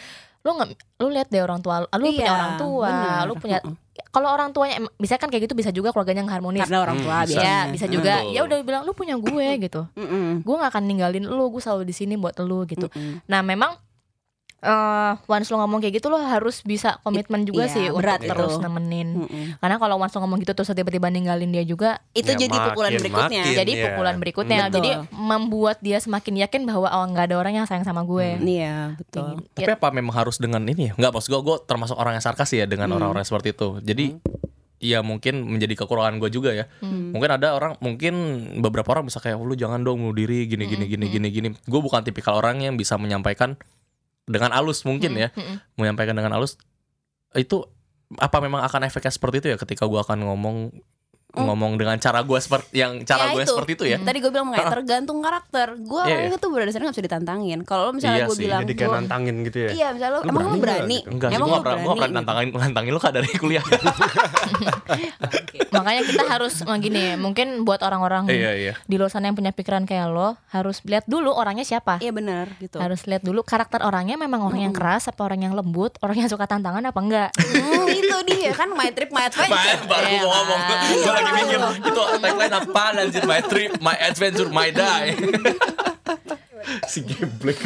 [SPEAKER 4] lu nggak lu lihat deh orang tua lu, lu punya
[SPEAKER 1] Iya,
[SPEAKER 4] orang tua,
[SPEAKER 1] benar. Hmm,
[SPEAKER 4] lu punya
[SPEAKER 1] Mm-mm.
[SPEAKER 4] kalau orang tuanya em- bisa kan kayak gitu bisa juga keluarganya nggak harmonis.
[SPEAKER 1] karena orang tua
[SPEAKER 2] Hmm,
[SPEAKER 1] biasanya.
[SPEAKER 4] Ya, bisa juga.
[SPEAKER 3] Betul.
[SPEAKER 4] Ya udah bilang lu punya gue gitu.
[SPEAKER 1] Mm-mm.
[SPEAKER 4] Gue nggak akan ninggalin lu, gue selalu di sini buat lu gitu.
[SPEAKER 1] Mm-mm.
[SPEAKER 4] Nah memang eh once lo ngomong kayak gitu lo harus bisa komitmen juga
[SPEAKER 1] Iya,
[SPEAKER 4] sih
[SPEAKER 1] berat
[SPEAKER 4] untuk terus
[SPEAKER 1] itu. Mm.
[SPEAKER 4] nemenin.
[SPEAKER 1] Mm-mm.
[SPEAKER 4] Karena kalau once lo ngomong gitu terus tiba-tiba ninggalin dia juga,
[SPEAKER 1] Itu
[SPEAKER 2] Ya,
[SPEAKER 1] jadi pukulan
[SPEAKER 2] makin-
[SPEAKER 1] berikutnya.
[SPEAKER 2] makin,
[SPEAKER 4] Nah, jadi
[SPEAKER 3] Iya.
[SPEAKER 2] ya.
[SPEAKER 4] pukulan berikutnya.
[SPEAKER 1] Betul.
[SPEAKER 4] Jadi membuat dia semakin yakin bahwa oh nggak ada orang yang sayang sama gue.
[SPEAKER 1] Iya, betul.
[SPEAKER 4] Kayak gitu.
[SPEAKER 3] Hmm, Tapi apa memang harus dengan ini ya? Nggak maksud gue, gue termasuk orang yang sarkas ya dengan orang-orang seperti itu. Jadi ya mungkin menjadi kekurangan gue juga ya.
[SPEAKER 1] Mm.
[SPEAKER 3] Mungkin ada orang, mungkin beberapa orang bisa kayak "Oh, lu jangan dong bunuh diri gini gini gini gini gini. Gue bukan tipikal orang yang bisa menyampaikan dengan alus mungkin ya,
[SPEAKER 4] Mm-mm.
[SPEAKER 3] menyampaikan dengan alus itu apa memang akan efeknya seperti itu ya ketika gue akan ngomong ngomong dengan cara gue seperti yang
[SPEAKER 1] Ya,
[SPEAKER 3] cara gue
[SPEAKER 1] itu.
[SPEAKER 3] seperti itu ya.
[SPEAKER 1] Tadi gue bilang makanya tergantung karakter. Gue
[SPEAKER 3] Iya,
[SPEAKER 1] orangnya tuh berdasarnya gak bisa ditantangin. Kalau lo misalnya
[SPEAKER 3] Iya
[SPEAKER 1] gue
[SPEAKER 3] sih,
[SPEAKER 1] bilang,
[SPEAKER 2] Jadi kayak
[SPEAKER 1] gua-
[SPEAKER 2] nantangin gitu ya.
[SPEAKER 1] iya misalnya lo,
[SPEAKER 2] Lu
[SPEAKER 1] emang lo
[SPEAKER 2] berani
[SPEAKER 1] berani,
[SPEAKER 2] nggak gitu?
[SPEAKER 3] Enggak sih,
[SPEAKER 1] emang
[SPEAKER 3] gue gak pernah, gua nggak pernah nantangin, nantangin lu kak dari kuliah
[SPEAKER 4] Makanya kita harus eh, gini, mungkin buat orang-orang
[SPEAKER 3] Iya, iya
[SPEAKER 4] di luar sana yang punya pikiran kayak lo harus lihat dulu orangnya siapa.
[SPEAKER 1] Iya benar gitu.
[SPEAKER 4] Harus lihat dulu karakter orangnya memang orang yang keras apa orang yang lembut, orang yang suka tantangan apa enggak.
[SPEAKER 3] Iya,
[SPEAKER 1] Hmm, itu dia kan my trip my
[SPEAKER 3] My,
[SPEAKER 1] adventure. Iya.
[SPEAKER 3] baru gua
[SPEAKER 4] Elah.
[SPEAKER 3] ngomong Gue lagi mikir Itu tagline apa anjir My trip, my adventure, my die Si geblek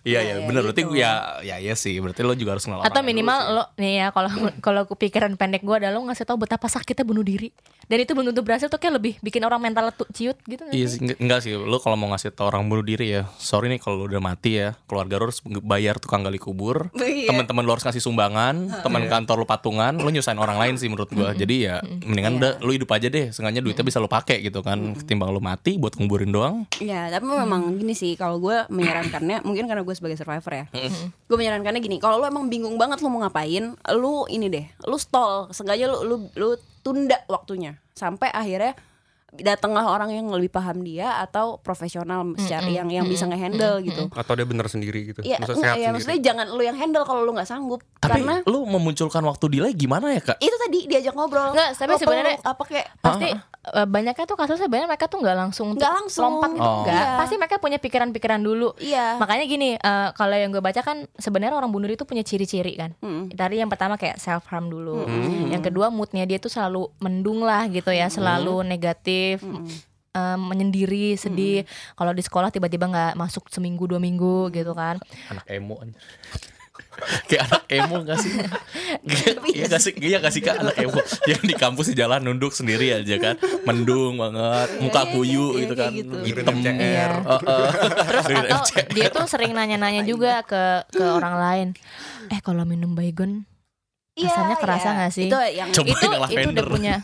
[SPEAKER 3] Iya iya bener berarti gue ya ya iya sih berarti lo juga harus ngelawan
[SPEAKER 4] Atau minimal lo nih ya kalau
[SPEAKER 3] Hmm.
[SPEAKER 4] kalau ku pikiran pendek gua adalah lo ngasih tahu betapa sakitnya bunuh diri. Dan itu belum tentu berhasil tuh kayak lebih bikin orang mental tu- ciut gitu. nggak
[SPEAKER 3] Iya
[SPEAKER 4] sih?
[SPEAKER 3] sih, enggak, enggak sih lo kalau mau ngasih tau orang bunuh diri ya sorry nih kalau lo udah mati ya keluarga lo harus bayar tukang gali kubur
[SPEAKER 1] Iya.
[SPEAKER 3] teman-teman lo harus ngasih sumbangan teman kantor lo patungan lo nyusahin orang lain sih menurut gua jadi ya
[SPEAKER 1] Iya.
[SPEAKER 3] mendingan udah lo hidup aja deh sengaja duitnya bisa lo pakai gitu kan ketimbang lo mati buat nguburin doang
[SPEAKER 1] Ya, tapi
[SPEAKER 4] Hmm.
[SPEAKER 1] memang gini sih kalau gue menyarankannya, mungkin karena gue sebagai survivor ya.
[SPEAKER 4] Hmm.
[SPEAKER 1] gue menyarankannya gini, kalau lu emang bingung banget lu mau ngapain, lu ini deh, lu stall, sengaja lu lu, lu tunda waktunya sampai akhirnya datanglah orang yang lebih paham dia atau profesional secara
[SPEAKER 4] Hmm,
[SPEAKER 1] yang yang bisa ngehandle gitu.
[SPEAKER 2] Atau dia bener sendiri gitu.
[SPEAKER 1] Iya,
[SPEAKER 2] Maksudnya
[SPEAKER 1] enggak,
[SPEAKER 2] sehat
[SPEAKER 1] ya, maksudnya
[SPEAKER 2] sendiri.
[SPEAKER 1] jangan lu yang handle kalau lu nggak sanggup
[SPEAKER 3] Tapi
[SPEAKER 1] karena
[SPEAKER 3] lu memunculkan waktu delay gimana ya kak?
[SPEAKER 1] itu tadi diajak ngobrol.
[SPEAKER 4] Nggak, tapi
[SPEAKER 1] Lo peluk,
[SPEAKER 4] sebenarnya-
[SPEAKER 1] apa kayak
[SPEAKER 4] Pasti eh, banyaknya tuh kasusnya banyak mereka tuh nggak langsung
[SPEAKER 1] Ah. Nggak langsung.
[SPEAKER 4] lompat gitu
[SPEAKER 1] Oh.
[SPEAKER 4] nggak.
[SPEAKER 1] Iya.
[SPEAKER 4] Pasti mereka punya pikiran-pikiran dulu.
[SPEAKER 1] iya.
[SPEAKER 4] Makanya gini, eh, kalau yang gue baca kan sebenarnya orang bunuh diri itu punya ciri-ciri kan.
[SPEAKER 1] Mm.
[SPEAKER 4] Tadi yang pertama kayak self harm dulu.
[SPEAKER 1] Hmm.
[SPEAKER 4] Yang kedua moodnya dia tuh selalu mendung lah gitu ya, selalu negatif.
[SPEAKER 1] hmm,
[SPEAKER 4] eh, menyendiri sedih kalau di sekolah tiba-tiba nggak masuk seminggu dua minggu gitu kan
[SPEAKER 3] Anak emo anjir. Kayak anak emo gak sih? Kayak- Iya gak sih? Iya gak sih kak anak emo Yang di kampus di jalan nunduk sendiri aja kan Mendung banget Muka
[SPEAKER 1] iya,
[SPEAKER 3] kuyu
[SPEAKER 1] iya,
[SPEAKER 3] gitu
[SPEAKER 1] kayak
[SPEAKER 3] kan
[SPEAKER 1] gitu.
[SPEAKER 3] Hitam
[SPEAKER 2] Dengerin
[SPEAKER 4] Iya.
[SPEAKER 2] MCR.
[SPEAKER 4] terus atau dia tuh sering nanya-nanya
[SPEAKER 1] Iya.
[SPEAKER 4] juga ke ke orang lain eh kalau minum baygon
[SPEAKER 1] Iya,
[SPEAKER 4] rasanya kerasa
[SPEAKER 1] iya.
[SPEAKER 4] nggak sih?
[SPEAKER 1] Itu yang
[SPEAKER 3] Coba.
[SPEAKER 4] itu
[SPEAKER 3] Cobain
[SPEAKER 4] itu
[SPEAKER 3] lavender.
[SPEAKER 4] udah punya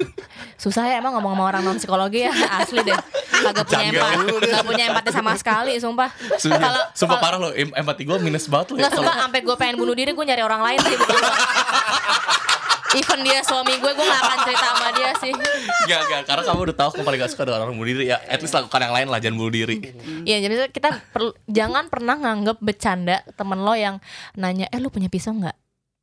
[SPEAKER 4] susah ya emang ngomong sama orang non psikologi ya asli deh kagak punya
[SPEAKER 3] Janggal
[SPEAKER 4] empati nggak punya empati sama sekali sumpah
[SPEAKER 3] Sumpah,
[SPEAKER 4] kalau
[SPEAKER 3] sumpah parah loh em- Empati gue minus banget loh ya
[SPEAKER 4] nggak sumpah sampai gue pengen bunuh diri gue nyari orang lain sih bukan lo. even dia suami gue gue gak akan cerita sama dia sih
[SPEAKER 3] Gak, gak Karena kamu udah tahu aku paling gak suka dengan orang bunuh diri ya At least lakukan yang lain lah Jangan bunuh diri
[SPEAKER 4] Iya jadi kita perlu jangan pernah nganggep bercanda temen lo yang nanya eh lu punya pisau nggak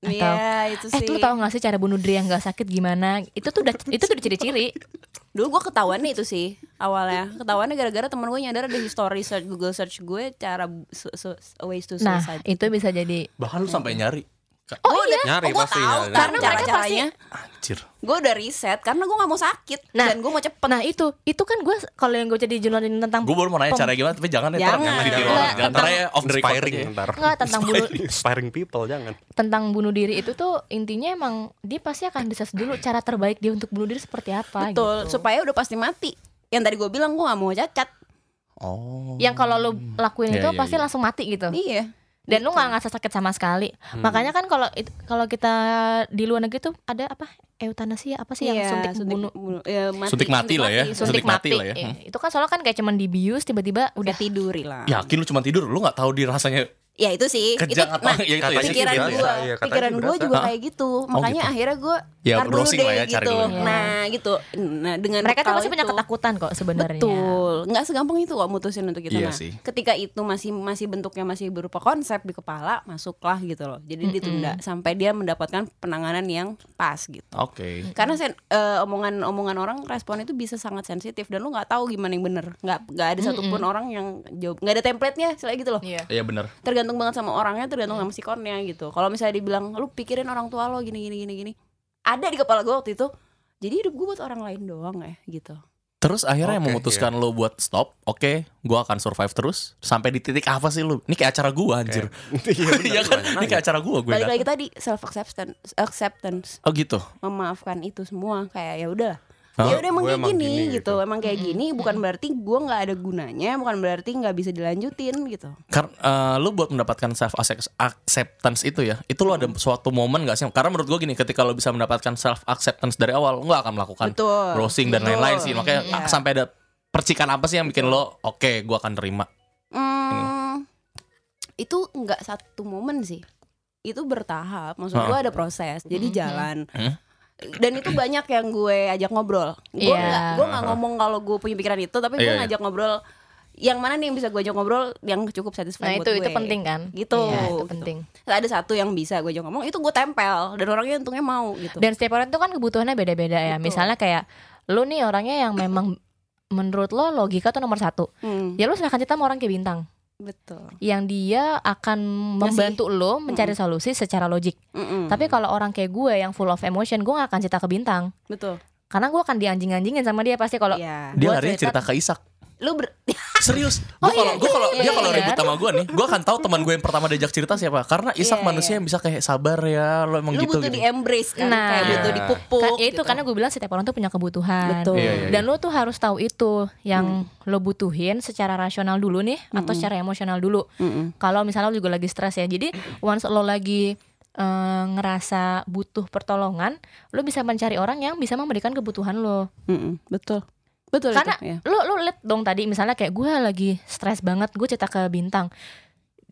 [SPEAKER 4] atau
[SPEAKER 1] Iya, itu
[SPEAKER 4] eh
[SPEAKER 1] sih.
[SPEAKER 4] tuh tau gak sih cara bunuh diri yang gak sakit gimana itu tuh udah itu tuh udah ciri-ciri
[SPEAKER 1] Dulu gue ketahuannya itu sih awalnya Ketahuannya gara-gara temen gue nyadar ada history search Google search gue cara su- su- ways to
[SPEAKER 4] nah
[SPEAKER 1] suicide
[SPEAKER 4] itu bisa jadi
[SPEAKER 3] Bahkan lu sampai nyari
[SPEAKER 4] Oh, iya.
[SPEAKER 2] Nyari
[SPEAKER 1] gue
[SPEAKER 2] pasti ya,
[SPEAKER 3] ya,
[SPEAKER 1] tahu
[SPEAKER 2] nyari.
[SPEAKER 1] kan
[SPEAKER 4] Karena mereka pasti-
[SPEAKER 1] cara-caranya
[SPEAKER 3] Anjir.
[SPEAKER 1] gue udah riset karena gue nggak mau sakit
[SPEAKER 4] Nah.
[SPEAKER 1] dan gue mau cepet
[SPEAKER 4] Nah itu, itu kan gue kalau yang gue jadi jurnalin tentang
[SPEAKER 3] Gue baru mau nanya
[SPEAKER 4] pem-
[SPEAKER 3] caranya gimana tapi jangan deh
[SPEAKER 1] Jangan.
[SPEAKER 3] jangan ditiru
[SPEAKER 2] Jangan.
[SPEAKER 3] orang. Jangan ntar ya off the record
[SPEAKER 2] inspiring
[SPEAKER 3] aja ya.
[SPEAKER 2] ntar.
[SPEAKER 4] Enggak, tentang bulu-
[SPEAKER 2] inspiring people jangan.
[SPEAKER 4] tentang bunuh diri itu tuh intinya emang dia pasti akan research dulu cara terbaik dia untuk bunuh diri seperti apa
[SPEAKER 1] betul
[SPEAKER 4] gitu.
[SPEAKER 1] supaya udah pasti mati yang tadi gue bilang gue nggak mau cacat
[SPEAKER 3] Oh.
[SPEAKER 4] yang kalau lo lakuin
[SPEAKER 3] Iya,
[SPEAKER 4] itu
[SPEAKER 3] iya,
[SPEAKER 4] pasti
[SPEAKER 3] iya.
[SPEAKER 4] langsung mati gitu
[SPEAKER 1] iya
[SPEAKER 4] dan lu nggak ngerasa sakit sama sekali
[SPEAKER 3] Hmm.
[SPEAKER 4] makanya kan kalau it- kalau kita di luar negeri tuh ada apa eutanasi ya, apa sih yang
[SPEAKER 1] Iya,
[SPEAKER 4] suntik, bunuh
[SPEAKER 1] ya, mati.
[SPEAKER 3] Suntik mati lah ya. Suntik
[SPEAKER 4] suntik,
[SPEAKER 3] mati
[SPEAKER 4] mati,
[SPEAKER 3] lah ya.
[SPEAKER 4] Iya, itu kan soalnya kan kayak cuman dibius tiba-tiba
[SPEAKER 1] udah
[SPEAKER 4] udah
[SPEAKER 1] tidur lah
[SPEAKER 3] Kan? Yakin lu cuma tidur, lu nggak tahu dirasanya
[SPEAKER 1] ya itu sih itu
[SPEAKER 3] kejang apa
[SPEAKER 1] nah,
[SPEAKER 3] ya itu ya.
[SPEAKER 2] katanya
[SPEAKER 1] pikiran
[SPEAKER 2] gitu ya.
[SPEAKER 1] gue
[SPEAKER 2] Iya, katanya
[SPEAKER 1] pikiran
[SPEAKER 2] gitu
[SPEAKER 1] gue
[SPEAKER 2] berasa.
[SPEAKER 1] juga
[SPEAKER 3] Hah?
[SPEAKER 1] kayak gitu makanya
[SPEAKER 3] gitu.
[SPEAKER 1] akhirnya gue
[SPEAKER 3] Ya,
[SPEAKER 1] ntar dulu
[SPEAKER 3] browsing
[SPEAKER 1] deh
[SPEAKER 3] lah ya, cari
[SPEAKER 1] gitu
[SPEAKER 3] dulu.
[SPEAKER 1] nah gitu nah dengan
[SPEAKER 4] mereka tuh
[SPEAKER 1] bekal
[SPEAKER 4] pasti punya
[SPEAKER 1] itu-
[SPEAKER 4] ketakutan kok sebenarnya
[SPEAKER 1] Betul, nggak segampang itu kok mutusin untuk itu.
[SPEAKER 3] Iya
[SPEAKER 1] Nah,
[SPEAKER 3] sih.
[SPEAKER 1] ketika itu masih masih bentuknya masih berupa konsep di kepala, masuklah gitu loh. Jadi ditunda sampai dia mendapatkan penanganan yang pas gitu.
[SPEAKER 3] Oke.
[SPEAKER 1] Karena sen- eh, omongan-omongan orang respon itu bisa sangat sensitif dan lu nggak tahu gimana yang bener. Nggak nggak ada satupun orang yang jawab nggak ada template-nya selain gitu loh.
[SPEAKER 4] Iya.
[SPEAKER 3] Iya benar.
[SPEAKER 1] Tergantung banget sama orangnya, tergantung sama sikonnya gitu. Kalau misalnya dibilang lu pikirin orang tua lo gini gini gini gini, ada di kepala gue waktu itu. Jadi hidup gue buat orang lain doang ya gitu.
[SPEAKER 3] Terus akhirnya
[SPEAKER 2] Oke,
[SPEAKER 3] yang
[SPEAKER 2] iya.
[SPEAKER 3] memutuskan lo buat stop, oke, gua akan survive terus sampai di titik apa sih lu? Ini kayak acara gua anjir.
[SPEAKER 2] Iya bener,
[SPEAKER 3] Iya kan?
[SPEAKER 2] nanya.
[SPEAKER 3] Ini kayak acara gua gue.
[SPEAKER 1] Balik lagi tadi self acceptance acceptance
[SPEAKER 3] Oh gitu.
[SPEAKER 1] memaafkan itu semua kayak ya udahlah
[SPEAKER 3] Hah?
[SPEAKER 1] ya udah emang
[SPEAKER 2] Gue
[SPEAKER 1] kayak
[SPEAKER 2] emang
[SPEAKER 1] gini,
[SPEAKER 2] gini
[SPEAKER 1] gitu. emang kayak gini bukan berarti gue nggak ada gunanya bukan berarti nggak bisa dilanjutin gitu
[SPEAKER 3] Karena eh, lu buat mendapatkan self accept- acceptance itu ya, itu lo ada
[SPEAKER 2] Hmm.
[SPEAKER 3] suatu momen gak sih? Karena menurut gua gini, ketika lo bisa mendapatkan self acceptance dari awal, lo gak akan melakukan
[SPEAKER 1] Betul.
[SPEAKER 3] browsing dan
[SPEAKER 1] Betul.
[SPEAKER 3] lain-lain sih. Makanya
[SPEAKER 1] Iya.
[SPEAKER 3] ah, sampai ada percikan apa sih yang bikin lo oke, gua akan terima.
[SPEAKER 1] Hmm, itu nggak satu momen sih itu bertahap maksud gue ada proses jadi jalan
[SPEAKER 3] Hmm.
[SPEAKER 1] dan itu banyak yang gue ajak ngobrol gue
[SPEAKER 4] Iya.
[SPEAKER 1] nggak gue nggak ngomong kalau gue punya pikiran itu tapi gue
[SPEAKER 3] Iya, iya.
[SPEAKER 1] ngajak ngobrol yang mana nih yang bisa gue ajak ngobrol yang cukup
[SPEAKER 4] nah
[SPEAKER 1] satisfying
[SPEAKER 4] itu
[SPEAKER 1] buat
[SPEAKER 4] itu
[SPEAKER 1] gue.
[SPEAKER 4] penting kan
[SPEAKER 1] gitu,
[SPEAKER 4] Iya, itu
[SPEAKER 1] gitu.
[SPEAKER 4] penting
[SPEAKER 1] ada satu yang bisa gue ajak ngomong itu gue tempel dan orangnya untungnya mau gitu
[SPEAKER 4] Dan setiap orang itu kan kebutuhannya beda-beda ya.
[SPEAKER 1] Betul.
[SPEAKER 4] Misalnya kayak lu nih orangnya yang memang menurut lo logika tuh nomor satu.
[SPEAKER 1] Hmm,
[SPEAKER 4] Ya lu silahkan cerita sama orang kayak bintang
[SPEAKER 1] betul
[SPEAKER 4] yang dia akan membantu lo mencari solusi secara logik.
[SPEAKER 1] Mm-mm.
[SPEAKER 4] Tapi kalau orang kayak gue yang full of emotion, gue gak akan cerita ke bintang.
[SPEAKER 1] betul
[SPEAKER 4] Karena gue akan dianjing-anjingin sama dia pasti kalau
[SPEAKER 1] Iya.
[SPEAKER 3] Dia
[SPEAKER 4] Gua
[SPEAKER 3] larinya cerita
[SPEAKER 4] cerita-
[SPEAKER 3] ke Isak.
[SPEAKER 1] lu ber-
[SPEAKER 3] Serius,
[SPEAKER 4] Oh
[SPEAKER 3] gue kalau
[SPEAKER 4] iya,
[SPEAKER 3] gue kalau
[SPEAKER 4] iya,
[SPEAKER 3] dia kalau
[SPEAKER 4] iya.
[SPEAKER 3] ribut sama gue nih, gue akan tahu teman gue yang pertama diajak cerita siapa. Karena Isak
[SPEAKER 1] Iya,
[SPEAKER 3] manusia
[SPEAKER 1] iya.
[SPEAKER 3] yang bisa kayak sabar ya, lo emang
[SPEAKER 1] lu
[SPEAKER 3] gitu.
[SPEAKER 1] butuh
[SPEAKER 3] gitu.
[SPEAKER 1] di embrace kan
[SPEAKER 4] Nah.
[SPEAKER 1] kayak
[SPEAKER 4] Iya.
[SPEAKER 1] butuh dipupuk
[SPEAKER 4] Kan, ya itu
[SPEAKER 1] gitu.
[SPEAKER 4] karena gue bilang setiap orang tuh punya kebutuhan.
[SPEAKER 1] Betul. Mm.
[SPEAKER 3] Iya, iya,
[SPEAKER 4] Dan lo tuh harus tahu itu yang lo butuhin secara rasional dulu nih atau secara emosional dulu.
[SPEAKER 1] Mm-mm.
[SPEAKER 4] Kalau misalnya lo juga lagi stres ya. Jadi once lo lagi eh, ngerasa butuh pertolongan, lo bisa mencari orang yang bisa memberikan kebutuhan lo.
[SPEAKER 1] Mm-mm. betul betul
[SPEAKER 4] Karena
[SPEAKER 1] itu, ya.
[SPEAKER 4] lo lo liat dong tadi misalnya kayak gue lagi stres banget, gue cerita ke bintang.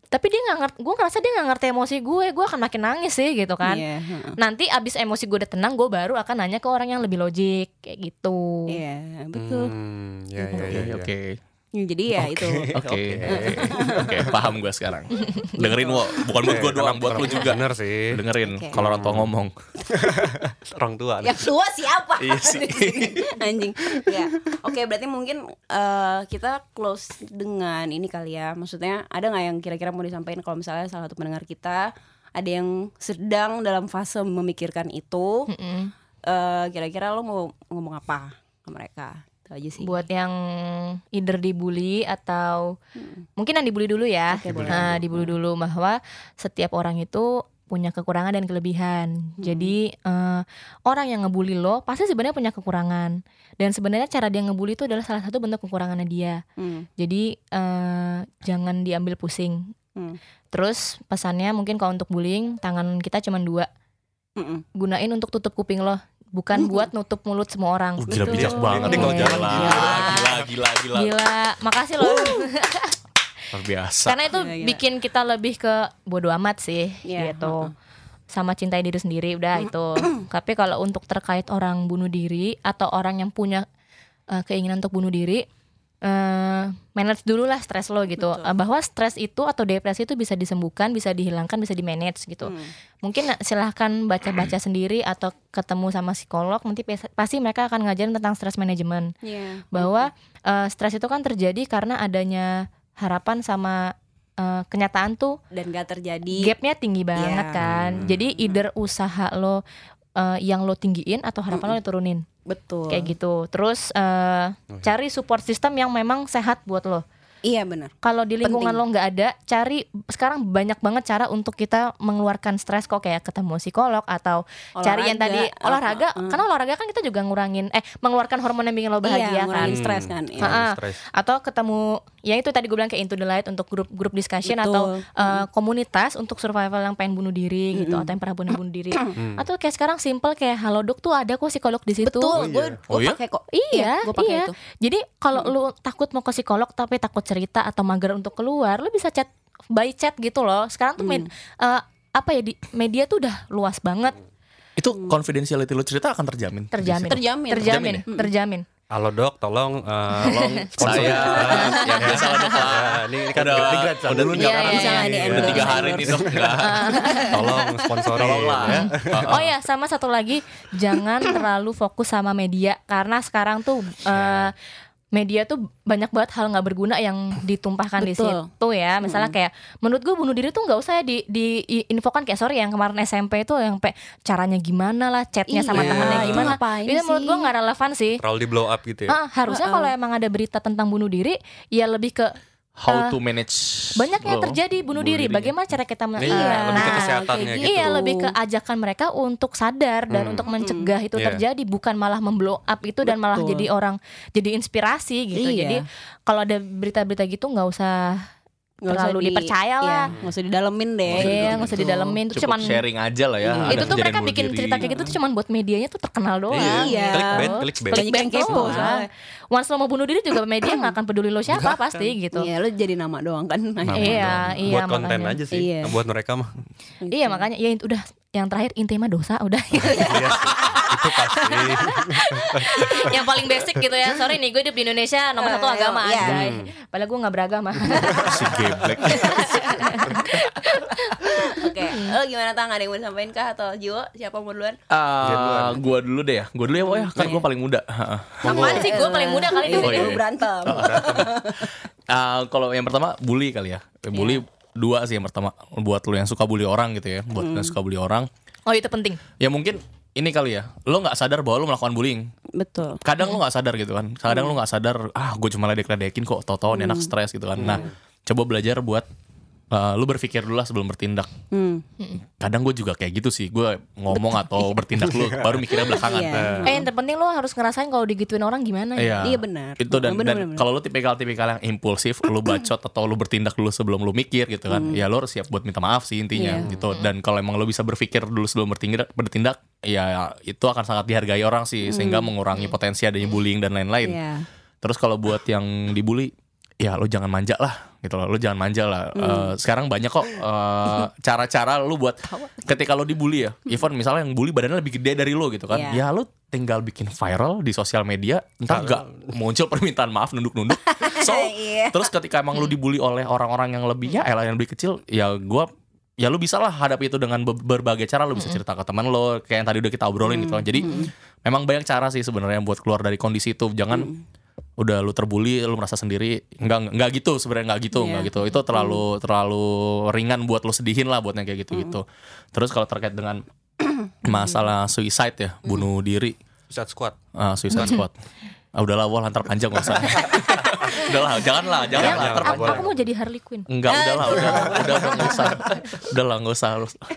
[SPEAKER 4] Tapi dia nggak ngerti, gue ngerasa dia nggak ngerti emosi gue, gue akan makin nangis sih gitu kan.
[SPEAKER 1] Iya, heeh.
[SPEAKER 4] Nanti abis emosi gue udah tenang, gue baru akan nanya ke orang yang lebih logik kayak gitu.
[SPEAKER 1] Iya, betul
[SPEAKER 2] Hmm, ya, ya,
[SPEAKER 3] Oke,
[SPEAKER 2] ya, ya.
[SPEAKER 3] Oke,
[SPEAKER 4] Hmm.
[SPEAKER 1] Ya, jadi ya itu
[SPEAKER 3] oke, oke, paham gue sekarang. Dengerin wo, bukan buat gue
[SPEAKER 2] Oke, Iya, karena-
[SPEAKER 3] doang, buat lo
[SPEAKER 2] karena
[SPEAKER 3] juga.
[SPEAKER 2] Bener sih.
[SPEAKER 3] Dengerin,
[SPEAKER 1] Oke.
[SPEAKER 3] kalau orang tua ngomong.
[SPEAKER 2] Orang tua. nih.
[SPEAKER 4] Ya
[SPEAKER 1] yang tua Ya, siapa
[SPEAKER 3] Iya sih.
[SPEAKER 1] Di sini. anjing ya oke berarti mungkin eh, kita close dengan ini kali ya maksudnya ada nggak yang kira-kira mau disampaikan kalau misalnya salah satu pendengar kita ada yang sedang dalam fase memikirkan itu
[SPEAKER 4] Mm-mm.
[SPEAKER 1] eh, kira-kira lo mau ngomong apa ke mereka itu aja sih
[SPEAKER 4] Buat yang either dibully atau mungkin yang dibully dulu ya.
[SPEAKER 1] Oke, boleh.
[SPEAKER 4] Nah, dibully dulu bahwa setiap orang itu punya kekurangan dan kelebihan. Jadi eh, orang yang ngebully lo pasti sebenarnya punya kekurangan. Dan sebenarnya cara dia ngebully itu adalah salah satu bentuk kekurangannya dia.
[SPEAKER 1] Hmm,
[SPEAKER 4] Jadi eh, jangan diambil pusing.
[SPEAKER 1] Hmm.
[SPEAKER 4] Terus pesannya mungkin kalau untuk bullying tangan kita cuma dua.
[SPEAKER 1] mm-mm.
[SPEAKER 4] Gunain untuk tutup kuping lo, bukan buat nutup mulut semua orang. Gitu.
[SPEAKER 3] Oh, gila bijak
[SPEAKER 1] Betul.
[SPEAKER 3] banget.
[SPEAKER 2] Ini kalau jalan
[SPEAKER 3] gila,
[SPEAKER 2] gila.
[SPEAKER 3] gila, gila, gila,
[SPEAKER 4] Iya. Gila, makasih loh.
[SPEAKER 3] Luar biasa.
[SPEAKER 4] Karena itu
[SPEAKER 1] Gila, gila.
[SPEAKER 4] bikin kita lebih ke bodo amat sih
[SPEAKER 1] Iya,
[SPEAKER 4] gitu. Sama cintai diri sendiri udah itu. Tapi kalau untuk terkait orang bunuh diri atau orang yang punya eh, keinginan untuk bunuh diri eh manage dulu lah stres lo gitu Eh, bahwa stres itu atau depresi itu bisa disembuhkan bisa dihilangkan bisa di manage gitu
[SPEAKER 1] Mm. Hmm.
[SPEAKER 4] mungkin silahkan baca-baca sendiri atau ketemu sama psikolog nanti pes- pasti mereka akan ngajarin tentang stres manajemen
[SPEAKER 1] Iya.
[SPEAKER 4] bahwa eh, stres itu kan terjadi karena adanya harapan sama eh, kenyataan tuh
[SPEAKER 1] dan gak terjadi
[SPEAKER 4] gapnya tinggi banget
[SPEAKER 1] Iya.
[SPEAKER 4] kan jadi either usaha lo eh, yang lo tinggiin atau harapan lo diturunin
[SPEAKER 1] betul
[SPEAKER 4] kayak gitu terus eh, cari support system yang memang sehat buat lo
[SPEAKER 1] iya benar
[SPEAKER 4] kalau di lingkungan
[SPEAKER 1] Penting.
[SPEAKER 4] lo nggak ada cari sekarang banyak banget cara untuk kita mengeluarkan stres kok kayak ketemu psikolog atau cari yang tadi
[SPEAKER 1] Olahraga.
[SPEAKER 4] olahraga
[SPEAKER 1] Uh-uh.
[SPEAKER 4] karena olahraga kan kita juga ngurangin eh mengeluarkan hormon yang bikin lo
[SPEAKER 1] iya
[SPEAKER 4] bahagia kan
[SPEAKER 1] ngurangin stres kan iya.
[SPEAKER 3] Ah.
[SPEAKER 4] Ha-ha.
[SPEAKER 2] Ngurangin Hmm, stres.
[SPEAKER 4] atau ketemu ya itu tadi gue bilang kayak into the light untuk grup grup discussion
[SPEAKER 1] Betul.
[SPEAKER 4] atau eh, komunitas untuk survival yang pengen bunuh diri gitu atau yang pernah bunuh bunuh diri
[SPEAKER 2] Hmm.
[SPEAKER 4] Hmm. atau kayak sekarang simple kayak halodoc tuh ada kok psikolog di situ
[SPEAKER 1] betul
[SPEAKER 2] iya.
[SPEAKER 1] gue
[SPEAKER 3] Oh iya?
[SPEAKER 1] pakai kok
[SPEAKER 4] Iya,
[SPEAKER 1] gue pakai
[SPEAKER 4] iya.
[SPEAKER 1] itu
[SPEAKER 4] Jadi kalau lu takut mau ke psikolog tapi takut cerita atau mager untuk keluar, lu bisa chat by chat gitu loh. Sekarang tuh
[SPEAKER 1] Mm.
[SPEAKER 4] med- eh, apa ya di media tuh udah luas banget,
[SPEAKER 3] Itu confidentiality lo cerita akan terjamin.
[SPEAKER 4] terjamin.
[SPEAKER 1] Terjamin.
[SPEAKER 4] Terjamin,
[SPEAKER 3] Terjamin
[SPEAKER 4] terjamin.
[SPEAKER 2] Halo dok, tolong, eh, tolong
[SPEAKER 3] Saya ya biasa lah dok lah.
[SPEAKER 2] Ya, ini, ini kan
[SPEAKER 3] Udah-
[SPEAKER 2] udah tiga
[SPEAKER 3] udah
[SPEAKER 2] dulu
[SPEAKER 3] tiga
[SPEAKER 2] nih.
[SPEAKER 4] Iya,
[SPEAKER 3] orang
[SPEAKER 4] iya,
[SPEAKER 3] nih.
[SPEAKER 1] iya.
[SPEAKER 3] Udah tiga hari nih dok. Enggak.
[SPEAKER 2] Tolong sponsorin.
[SPEAKER 3] Tolong lah.
[SPEAKER 2] ya.
[SPEAKER 4] Oh ya, sama satu lagi, jangan terlalu fokus sama media karena sekarang tuh eh, media tuh banyak banget hal nggak berguna yang ditumpahkan di
[SPEAKER 1] Betul. Hmm.
[SPEAKER 4] situ ya. Misalnya kayak menurut gue bunuh diri tuh nggak usah ya di diinfokan kayak sorry yang kemarin SMP itu yang pe- caranya gimana lah, chatnya sama
[SPEAKER 1] Iya,
[SPEAKER 4] temennya
[SPEAKER 1] itu
[SPEAKER 4] gimana.
[SPEAKER 1] ngapain
[SPEAKER 4] Itu menurut gue
[SPEAKER 1] sih?
[SPEAKER 4] nggak relevan sih.
[SPEAKER 2] Terlalu di blow up gitu ya.
[SPEAKER 4] Ah, harusnya kalau emang ada berita tentang bunuh diri, ya lebih ke
[SPEAKER 3] How to manage
[SPEAKER 4] banyak
[SPEAKER 3] lo,
[SPEAKER 4] yang Eh, terjadi bunuh, diri.
[SPEAKER 3] dirinya.
[SPEAKER 4] Bagaimana cara kita men-
[SPEAKER 2] Iya,
[SPEAKER 4] Ah,
[SPEAKER 2] lebih ke
[SPEAKER 4] nah,
[SPEAKER 2] kesehatannya
[SPEAKER 1] kayak
[SPEAKER 2] gitu.
[SPEAKER 4] Iya lebih ke ajakan mereka untuk sadar dan untuk mencegah itu
[SPEAKER 2] Iya.
[SPEAKER 4] terjadi bukan malah memblow up itu dan malah
[SPEAKER 1] Betul.
[SPEAKER 4] jadi orang jadi inspirasi gitu.
[SPEAKER 1] Iya.
[SPEAKER 4] Jadi kalau ada berita-berita gitu nggak usah
[SPEAKER 1] Nggak usah
[SPEAKER 4] terlalu
[SPEAKER 1] di-
[SPEAKER 4] dipercaya
[SPEAKER 1] iya,
[SPEAKER 4] lah.
[SPEAKER 1] nggak usah didalemin deh
[SPEAKER 4] Iya nggak usah
[SPEAKER 1] Gitu.
[SPEAKER 4] didalemin itu
[SPEAKER 3] Cukup
[SPEAKER 4] cuman
[SPEAKER 3] sharing aja lah ya. ada
[SPEAKER 4] itu tuh
[SPEAKER 3] kejadian
[SPEAKER 4] mereka
[SPEAKER 3] bunuh
[SPEAKER 4] bikin
[SPEAKER 3] diri.
[SPEAKER 4] cerita kayak gitu tuh cuman buat medianya tuh terkenal doang.
[SPEAKER 2] Iya.
[SPEAKER 1] Iya.
[SPEAKER 2] Clickbait, clickbait.
[SPEAKER 1] Banyak yang
[SPEAKER 4] Clickbait
[SPEAKER 1] kepo
[SPEAKER 4] doang.
[SPEAKER 1] soalnya.
[SPEAKER 4] Once lo mau bunuh diri juga media nggak akan peduli lo siapa pasti gitu.
[SPEAKER 1] Iya, lu jadi nama doang kan.
[SPEAKER 2] Nah,
[SPEAKER 4] Iya,
[SPEAKER 2] bener.
[SPEAKER 4] iya,
[SPEAKER 2] Buat konten
[SPEAKER 4] makanya.
[SPEAKER 2] aja sih.
[SPEAKER 1] Iya.
[SPEAKER 2] Buat mereka mah.
[SPEAKER 1] gitu.
[SPEAKER 4] Iya makanya ya int- udah yang terakhir intinya mah dosa udah.
[SPEAKER 2] Iya sih. Itu pasti.
[SPEAKER 4] yang paling basic gitu ya sorry nih gue hidup di Indonesia nomor satu
[SPEAKER 1] Eh,
[SPEAKER 4] agama
[SPEAKER 1] iya.
[SPEAKER 4] anjay. padahal gue nggak beragama
[SPEAKER 3] Si geblek.
[SPEAKER 1] Oke, lo gimana tang ada yang mau disampaikan kah atau Jiwo siapa mau duluan?
[SPEAKER 3] Ah, gua dulu deh ya. Gua dulu ya, Wo, ya. Kan gua paling muda. Heeh.
[SPEAKER 4] apaan sih gue paling muda kali di
[SPEAKER 1] Ini
[SPEAKER 3] Oh,
[SPEAKER 4] sini
[SPEAKER 3] iya.
[SPEAKER 1] dulu berantem.
[SPEAKER 3] Ah, kalau yang pertama bully kali ya. Bully dua sih yang pertama buat lo yang suka bully orang gitu ya. Buat lo yang suka bully orang.
[SPEAKER 4] oh itu penting
[SPEAKER 3] Ya mungkin ini kali ya. Lo nggak sadar bahwa lo melakukan bullying.
[SPEAKER 1] Betul.
[SPEAKER 3] kadang lo nggak sadar gitu kan kadang lo nggak sadar ah gue cuma ledek-ledekin kok tau-tau nih anak stres gitu kan nah coba belajar buat eh, lo berpikir dulu lah sebelum bertindak
[SPEAKER 1] Hmm.
[SPEAKER 3] kadang gue juga kayak gitu sih gue ngomong atau bertindak dulu baru mikirnya belakangan
[SPEAKER 1] Iya.
[SPEAKER 4] eh yang terpenting lo harus ngerasain kalau digituin orang gimana ya
[SPEAKER 3] Iya.
[SPEAKER 1] Iya, benar.
[SPEAKER 3] Itu dan,
[SPEAKER 1] Benar,
[SPEAKER 3] dan
[SPEAKER 1] benar, benar.
[SPEAKER 3] kalau lu tipikal-tipikal yang impulsif, lu bacot atau lu bertindak dulu sebelum lu mikir gitu kan.
[SPEAKER 1] Hmm.
[SPEAKER 3] Ya lu harus siap buat minta maaf sih intinya
[SPEAKER 1] Iya.
[SPEAKER 3] gitu. Dan kalau emang lu bisa berpikir dulu sebelum bertindak, bertindak ya itu akan sangat dihargai orang sih sehingga mengurangi potensi adanya bullying dan lain-lain.
[SPEAKER 1] Hmm. Iya.
[SPEAKER 3] Terus kalau buat yang dibully, ya lo jangan manja lah gitu loh. Lo jangan manja lah.
[SPEAKER 1] Hmm.
[SPEAKER 3] Eh, sekarang banyak kok eh, cara-cara lo buat ketika lo dibully ya. Even misalnya yang bully badannya lebih gede dari lo gitu kan.
[SPEAKER 1] Iya.
[SPEAKER 3] Ya lo tinggal bikin viral di sosial media, entar gak muncul permintaan maaf nunduk-nunduk. So,
[SPEAKER 1] Iya.
[SPEAKER 3] terus ketika emang lo dibully oleh orang-orang yang lebih ya elah yang lebih kecil, ya gua ya lu bisa lah hadapi itu dengan be- berbagai cara lu bisa cerita ke teman lo kayak yang tadi udah kita obrolin gitu kan jadi memang banyak cara sih sebenarnya buat keluar dari kondisi itu jangan udah lu terbully lu merasa sendiri nggak nggak gitu sebenarnya nggak gitu nggak gitu itu terlalu terlalu ringan buat lu sedihin lah buat yang kayak gitu gitu terus kalau terkait dengan masalah suicide ya bunuh diri
[SPEAKER 2] Pusat squad.
[SPEAKER 3] ah, suicide squad ah, udahlah wah lantar panjang nggak usah udahlah janganlah janganlah
[SPEAKER 4] Jangan, Eh.
[SPEAKER 2] jangan,
[SPEAKER 4] aku,
[SPEAKER 2] Iya, boleh.
[SPEAKER 4] aku Iya, mau jadi Harley Quinn
[SPEAKER 3] Enggak, udahlah, udah, udah, udah, nggak usah, udah lah, nggak usah.